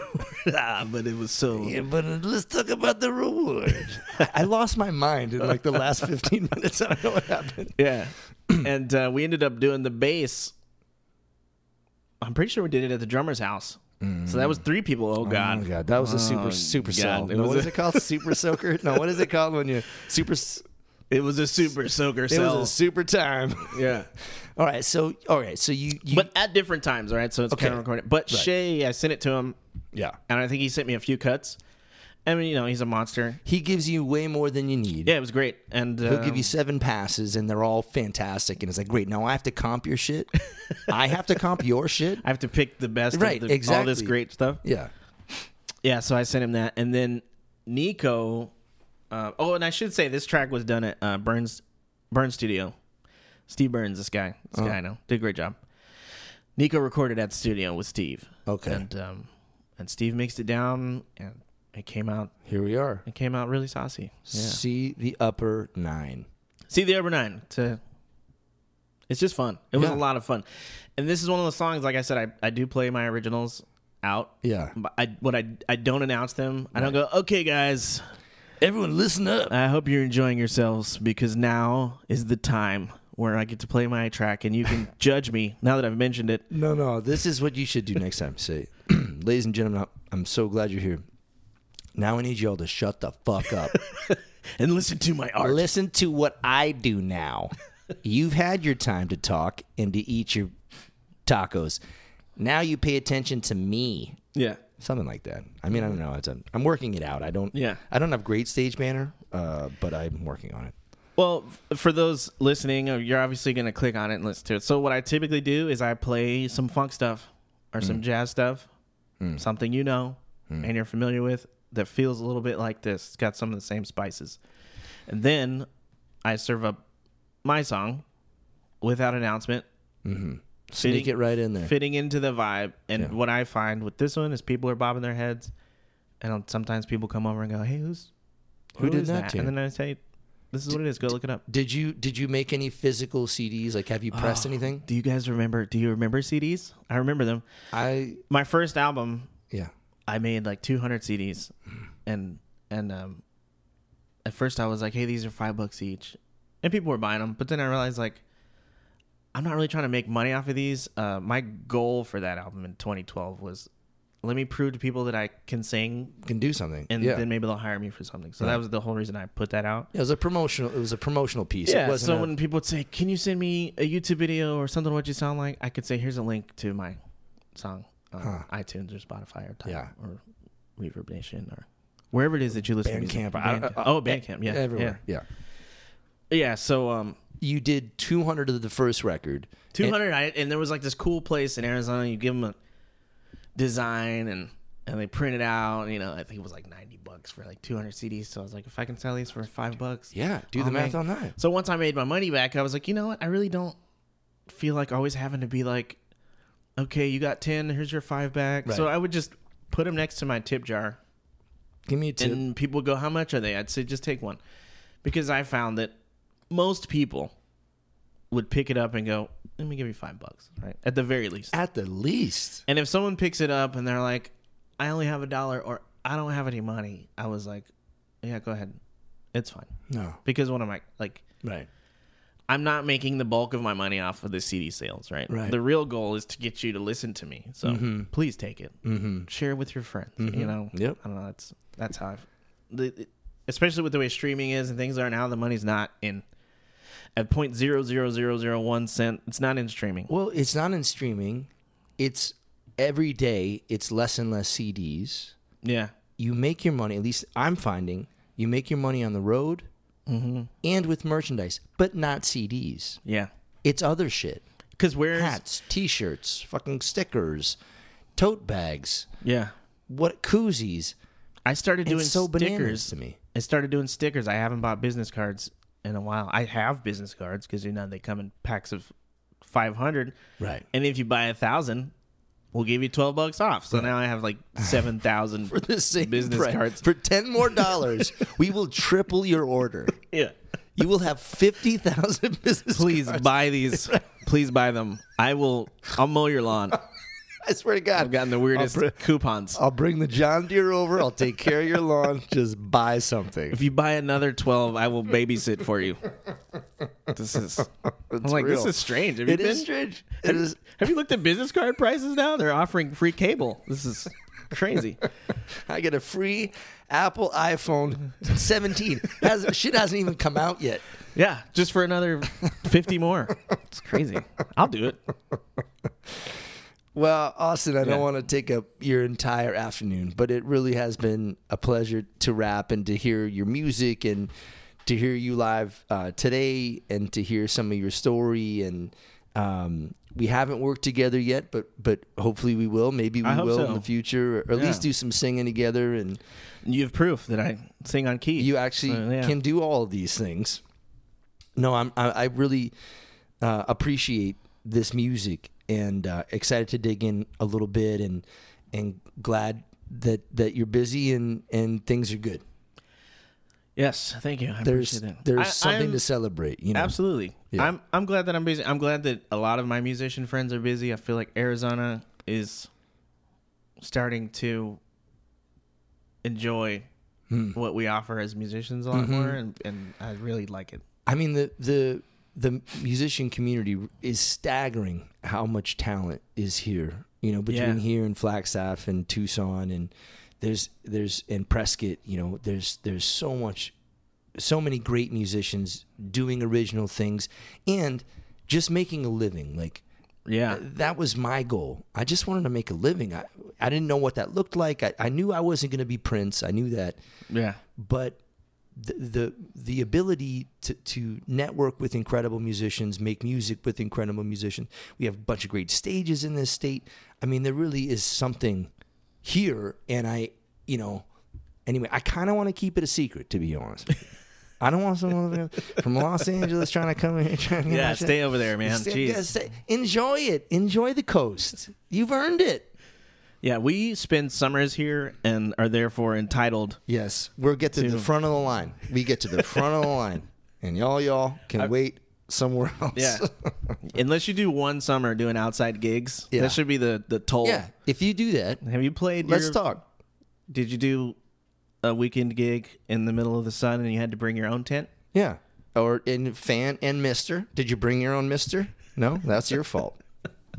[SPEAKER 3] ah, but it was so.
[SPEAKER 2] Yeah, but uh, let's talk about the reward. I lost my mind in like the last 15 minutes. I don't know what happened.
[SPEAKER 3] Yeah. and uh, we ended up doing the bass. I'm pretty sure we did it at the drummer's house. So that was three people. Oh God.
[SPEAKER 2] Mm.
[SPEAKER 3] Oh,
[SPEAKER 2] God, that was a super super
[SPEAKER 3] God,
[SPEAKER 2] soak.
[SPEAKER 3] it
[SPEAKER 2] No,
[SPEAKER 3] was
[SPEAKER 2] what
[SPEAKER 3] a-
[SPEAKER 2] is it called? Super soaker? No, what is it called when you super? s-
[SPEAKER 3] It was a super soaker
[SPEAKER 2] It
[SPEAKER 3] cell.
[SPEAKER 2] was a super time.
[SPEAKER 3] yeah.
[SPEAKER 2] all right, so all right, so you, you
[SPEAKER 3] But at different times, all right? So it's
[SPEAKER 2] Okay.
[SPEAKER 3] kind of recorded. But Shay, I sent it to him,
[SPEAKER 2] yeah,
[SPEAKER 3] and I think he sent me a few cuts. I mean, you know, he's a monster.
[SPEAKER 2] he gives you way more than you need.
[SPEAKER 3] Yeah, it was great. And uh,
[SPEAKER 2] He'll give you seven passes, and they're all fantastic. And it's like, great. Now I have to comp your shit. I have to comp your shit.
[SPEAKER 3] I have to pick the best
[SPEAKER 2] Right,
[SPEAKER 3] of the, all this
[SPEAKER 2] exactly.
[SPEAKER 3] great stuff.
[SPEAKER 2] Yeah.
[SPEAKER 3] Yeah, so I sent him that, and then Nico. Uh, oh, and I should say this track was done at uh, Burns Burns Studio. Steve Burns, this guy,
[SPEAKER 2] Uh-huh.
[SPEAKER 3] this guy I know, did a great job. Nico recorded at the studio with Steve,
[SPEAKER 2] Okay.
[SPEAKER 3] and um, and Steve mixed it down, and it came out
[SPEAKER 2] Here we are.
[SPEAKER 3] it came out really saucy. Yeah.
[SPEAKER 2] See the upper nine.
[SPEAKER 3] See the Upper Nine. To it's just fun. It was
[SPEAKER 2] Yeah.
[SPEAKER 3] a lot of fun, and this is one of those songs. Like I said, I, I do play my originals out.
[SPEAKER 2] Yeah.
[SPEAKER 3] But I what I I don't announce them. I don't go, okay, guys.
[SPEAKER 2] Everyone, listen up.
[SPEAKER 3] I hope you're enjoying yourselves because now is the time where I get to play my track and you can judge me now that I've mentioned it.
[SPEAKER 2] No, no. This is what you should do next time. Say, ladies and gentlemen, I'm- I'm so glad you're here. Now I need y'all to shut the fuck up.
[SPEAKER 3] And listen to my art.
[SPEAKER 2] Listen to what I do now. You've had your time to talk and to eat your tacos. Now you pay attention to me.
[SPEAKER 3] Yeah.
[SPEAKER 2] Something like that. I mean, I don't know. It's a, I'm working it out. I don't.
[SPEAKER 3] Mm-hmm. Yeah.
[SPEAKER 2] I don't have great stage banner, uh, but I'm working on it.
[SPEAKER 3] Well, f- for those listening, uh, you're obviously going to click on it and listen to it. So, what I typically do is I play some funk stuff or
[SPEAKER 2] Mm.
[SPEAKER 3] some jazz stuff, something you know and you're familiar with that feels a little bit like this. It's got some of the same spices. And then I serve up my song without announcement,
[SPEAKER 2] Sneak
[SPEAKER 3] Fitting-
[SPEAKER 2] it right in there.
[SPEAKER 3] fitting into the vibe. And what I find with this one is people are bobbing their heads, and sometimes people come over and go, "Hey, who's
[SPEAKER 2] Who did
[SPEAKER 3] is
[SPEAKER 2] that to you?
[SPEAKER 3] And then I say, "This is what it is. Go look it up."
[SPEAKER 2] Did you did you make any physical CDs? Like, have you pressed
[SPEAKER 3] Ah.
[SPEAKER 2] anything?
[SPEAKER 3] Do you guys remember? Do you remember CDs? I remember them.
[SPEAKER 2] I
[SPEAKER 3] My first album,
[SPEAKER 2] yeah.
[SPEAKER 3] I made like 200 CDs, and and um, at first I was like, "Hey, these are five bucks each," and people were buying them. But then I realized like. I'm not really trying to make money off of these. Uh, my goal for that album in 2012 was, let me prove to people that I can sing
[SPEAKER 2] Can do something.
[SPEAKER 3] and
[SPEAKER 2] yeah.
[SPEAKER 3] then maybe they'll hire me for something. So that was the whole reason I put that out.
[SPEAKER 2] Yeah, it was a promotional. It was a promotional piece. it
[SPEAKER 3] Yeah.
[SPEAKER 2] wasn't
[SPEAKER 3] So
[SPEAKER 2] a-
[SPEAKER 3] when people would say, "Can you send me a YouTube video or something? What you sound like?" I could say, "Here's a link to my song on iTunes or Spotify or Tidal
[SPEAKER 2] Yeah.
[SPEAKER 3] or Reverb Nation or wherever it is that you listen to music.
[SPEAKER 2] Bandcamp.
[SPEAKER 3] Band-
[SPEAKER 2] I- I-
[SPEAKER 3] oh, Bandcamp. Yeah.
[SPEAKER 2] everywhere. Yeah.
[SPEAKER 3] Yeah. Yeah. So um,
[SPEAKER 2] You did 200 of the first record.
[SPEAKER 3] 200, I, and there was like this cool place in Arizona. You give them a design and. And they print it out, you know. I think it was like ninety bucks for like two hundred CDs. So I was like, if I can sell these for five bucks,
[SPEAKER 2] Yeah, do the
[SPEAKER 3] I'll
[SPEAKER 2] math
[SPEAKER 3] make-
[SPEAKER 2] on that.
[SPEAKER 3] So once I made my money back, I was like, you know what? I really don't feel like always having to be like, okay, you got 10, here's your five back. So
[SPEAKER 2] Right.
[SPEAKER 3] I would just put them next to my tip jar
[SPEAKER 2] Give me a tip.
[SPEAKER 3] and people would go, how much are they? I'd say, just take one. Because I found that most people would pick it up and go, let me give you five bucks, right? At the very least.
[SPEAKER 2] At the least,
[SPEAKER 3] And if someone picks it up and they're like, I only have a dollar or I don't have any money, I was like, yeah, go ahead. It's fine.
[SPEAKER 2] no.
[SPEAKER 3] Because what am I like?
[SPEAKER 2] Right.
[SPEAKER 3] I'm not making the bulk of my money off of the CD sales, right?
[SPEAKER 2] Right.
[SPEAKER 3] The real goal is to get you to listen to me. So please take it, mm-hmm. share it with your friends. You know,
[SPEAKER 2] Yep.
[SPEAKER 3] I don't know. That's that's how I've, the, the- especially with the way streaming is and things are now, the money's not in at point zero zero zero zero one cent. It's not in streaming.
[SPEAKER 2] Well, it's not in streaming. It's every day it's less and less CDs.
[SPEAKER 3] Yeah.
[SPEAKER 2] You make your money, at least I'm finding, you make your money on the road
[SPEAKER 3] Mm-hmm.
[SPEAKER 2] and with merchandise, but not CDs.
[SPEAKER 3] Yeah.
[SPEAKER 2] It's other shit.
[SPEAKER 3] Because where's
[SPEAKER 2] Hats, t shirts, fucking stickers, tote bags,
[SPEAKER 3] yeah,
[SPEAKER 2] what koozies.
[SPEAKER 3] I started doing
[SPEAKER 2] It's so bananas
[SPEAKER 3] stickers.
[SPEAKER 2] to me.
[SPEAKER 3] I started doing stickers. I haven't bought business cards in a while. I have business cards because you know they come in packs of five hundred,
[SPEAKER 2] Right.
[SPEAKER 3] and if you buy a thousand, we'll give you twelve bucks off. So now I have like seven thousand
[SPEAKER 2] For the same
[SPEAKER 3] business
[SPEAKER 2] price.
[SPEAKER 3] cards.
[SPEAKER 2] For ten more dollars, we will triple your order.
[SPEAKER 3] yeah,
[SPEAKER 2] You will have fifty thousand business
[SPEAKER 3] please
[SPEAKER 2] cards.
[SPEAKER 3] buy these. Please buy them. I will. I'll mow your lawn.
[SPEAKER 2] I swear to God,
[SPEAKER 3] I've gotten the weirdest
[SPEAKER 2] I'll, br-
[SPEAKER 3] coupons.
[SPEAKER 2] I'll bring the John Deere over. I'll take care of your lawn. Just buy something.
[SPEAKER 3] if you buy another 12 i will babysit for you this is i'm like
[SPEAKER 2] real.
[SPEAKER 3] this is strange have you
[SPEAKER 2] It
[SPEAKER 3] been-
[SPEAKER 2] is strange. It is.
[SPEAKER 3] have you looked at business card prices now they're offering free cable this is crazy
[SPEAKER 2] I get a free Apple iPhone 17. Has, shit hasn't even come out yet.
[SPEAKER 3] yeah just for another 50 more it's crazy i'll do it
[SPEAKER 2] Well, Austin, I
[SPEAKER 3] Yeah.
[SPEAKER 2] don't want to take up your entire afternoon, but it really has been a pleasure to rap and to hear your music and to hear you live uh, today and to hear some of your story. And um, we haven't worked together yet, but but hopefully we will. Maybe we
[SPEAKER 3] I hope
[SPEAKER 2] will in
[SPEAKER 3] so.
[SPEAKER 2] the future, or at
[SPEAKER 3] Yeah.
[SPEAKER 2] least do some singing together. And
[SPEAKER 3] you have proof that i sing on key
[SPEAKER 2] you actually
[SPEAKER 3] So, yeah.
[SPEAKER 2] can do all of these things. No, I'm I, I really uh, appreciate this music and uh, excited to dig in a little bit and and glad that that you're busy and and things are good.
[SPEAKER 3] yes thank you I
[SPEAKER 2] There's
[SPEAKER 3] appreciate it.
[SPEAKER 2] there's
[SPEAKER 3] I-
[SPEAKER 2] something
[SPEAKER 3] I'm-
[SPEAKER 2] to celebrate. You know,
[SPEAKER 3] Absolutely.
[SPEAKER 2] Yeah.
[SPEAKER 3] I'm I'm glad that I'm busy. I'm glad that a lot of my musician friends are busy. I feel like Arizona is starting to enjoy
[SPEAKER 2] Hmm.
[SPEAKER 3] what we offer as musicians a lot
[SPEAKER 2] Mm-hmm.
[SPEAKER 3] more and, and I really like it.
[SPEAKER 2] I mean the the the musician community is staggering how much talent is here. You know, between
[SPEAKER 3] Yeah.
[SPEAKER 2] here and Flagstaff and Tucson and there's there's and Prescott. You know, there's there's so much, so many great musicians doing original things and just making a living. Like uh,
[SPEAKER 3] Yeah.
[SPEAKER 2] that was my goal. I just wanted to make a living. I I didn't know what that looked like. I, I knew I wasn't going to be Prince. I knew that
[SPEAKER 3] Yeah.
[SPEAKER 2] but the the, the ability to, to network with incredible musicians, make music with incredible musicians. We have a bunch of great stages in this state. I mean, there really is something here, and I, you know, anyway, I kind of want to keep it a secret, to be honest. with you. I don't want someone from Los Angeles trying to come in here trying to get
[SPEAKER 3] Yeah,
[SPEAKER 2] my shit.
[SPEAKER 3] stay over there, man.
[SPEAKER 2] Stay-
[SPEAKER 3] Jeez.
[SPEAKER 2] yeah, stay- enjoy it. Enjoy the coast. You've earned it.
[SPEAKER 3] Yeah, we spend summers here and are therefore entitled.
[SPEAKER 2] Yes, we'll get to the front of the line. We get to the front of the line, and y'all, y'all can wait somewhere else.
[SPEAKER 3] Yeah. Unless you do one summer doing outside gigs.
[SPEAKER 2] Yeah.
[SPEAKER 3] That should be the the toll.
[SPEAKER 2] yeah. If you do that,
[SPEAKER 3] Have you played
[SPEAKER 2] let's
[SPEAKER 3] your-
[SPEAKER 2] talk.
[SPEAKER 3] Did you do a weekend gig in the middle of the sun and you had to bring your own tent?
[SPEAKER 2] Yeah. Or in fan and Mister, did you bring your own Mister? No, that's your fault.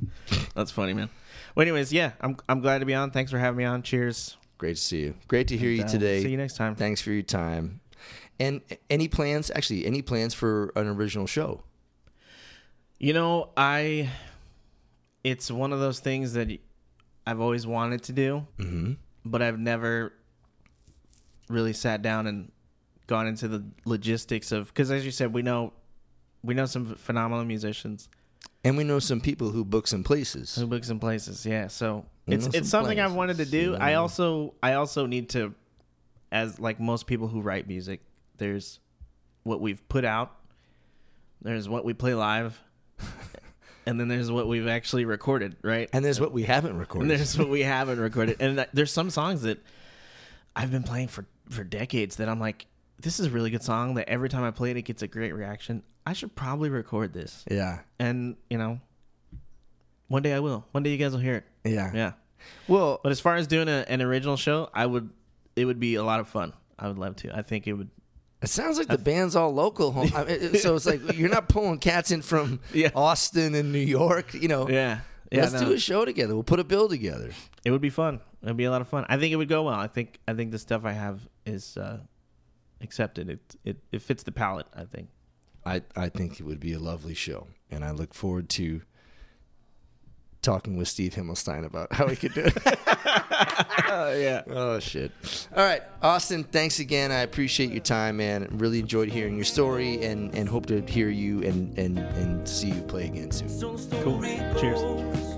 [SPEAKER 3] That's funny, man. Well, anyways, yeah, I'm I'm glad to be on. Thanks for having me on. Cheers.
[SPEAKER 2] Great to see you. Great to hear you
[SPEAKER 3] uh,
[SPEAKER 2] today.
[SPEAKER 3] see you next time.
[SPEAKER 2] Thanks for your time. And any plans? Actually, any plans for an original show?
[SPEAKER 3] You know, I it's one of those things that I've always wanted to do, but I've never really sat down and gone into the logistics of because, as you said, we know we know some phenomenal musicians
[SPEAKER 2] And we know some people who book some places.
[SPEAKER 3] who book some places. Yeah, so
[SPEAKER 2] We
[SPEAKER 3] it's
[SPEAKER 2] know
[SPEAKER 3] it's
[SPEAKER 2] some
[SPEAKER 3] something I've wanted to
[SPEAKER 2] places,
[SPEAKER 3] do.
[SPEAKER 2] yeah.
[SPEAKER 3] I also I also need to, as like most people who write music, there's what we've put out, there's what we play live, and then there's what we've actually recorded, right?
[SPEAKER 2] And there's what we haven't recorded.
[SPEAKER 3] And there's what we haven't recorded. And that- there's some songs that I've been playing for for decades that I'm like, this is a really good song that every time I play it, it gets a great reaction. I should probably record this.
[SPEAKER 2] yeah.
[SPEAKER 3] And you know, one day I will. One day you guys will hear it.
[SPEAKER 2] Yeah.
[SPEAKER 3] Yeah.
[SPEAKER 2] Well,
[SPEAKER 3] But as far as doing a, an original show, I would. It would be a lot of fun. I would love to. I think it would.
[SPEAKER 2] It sounds like the band's all local, home. I mean, it- so it's like you're not pulling cats in from
[SPEAKER 3] Yeah.
[SPEAKER 2] Austin and New York. You know,
[SPEAKER 3] Yeah. Yeah.
[SPEAKER 2] let's
[SPEAKER 3] no,
[SPEAKER 2] do a show together. We'll put a bill together.
[SPEAKER 3] it would be fun. It'd be a lot of fun. I think it would go well. I think. I think the stuff I have is uh, accepted. It, it it fits the palette. I think.
[SPEAKER 2] I I think it would be a lovely show, and I look forward to talking with Steve Himmelstein about how we could do it.
[SPEAKER 3] Oh yeah.
[SPEAKER 2] Oh shit! All right, Austin. Thanks again. I appreciate your time, man. Really enjoyed hearing your story, and and hope to hear you and and and see you play again soon.
[SPEAKER 1] Cool.
[SPEAKER 3] Cheers.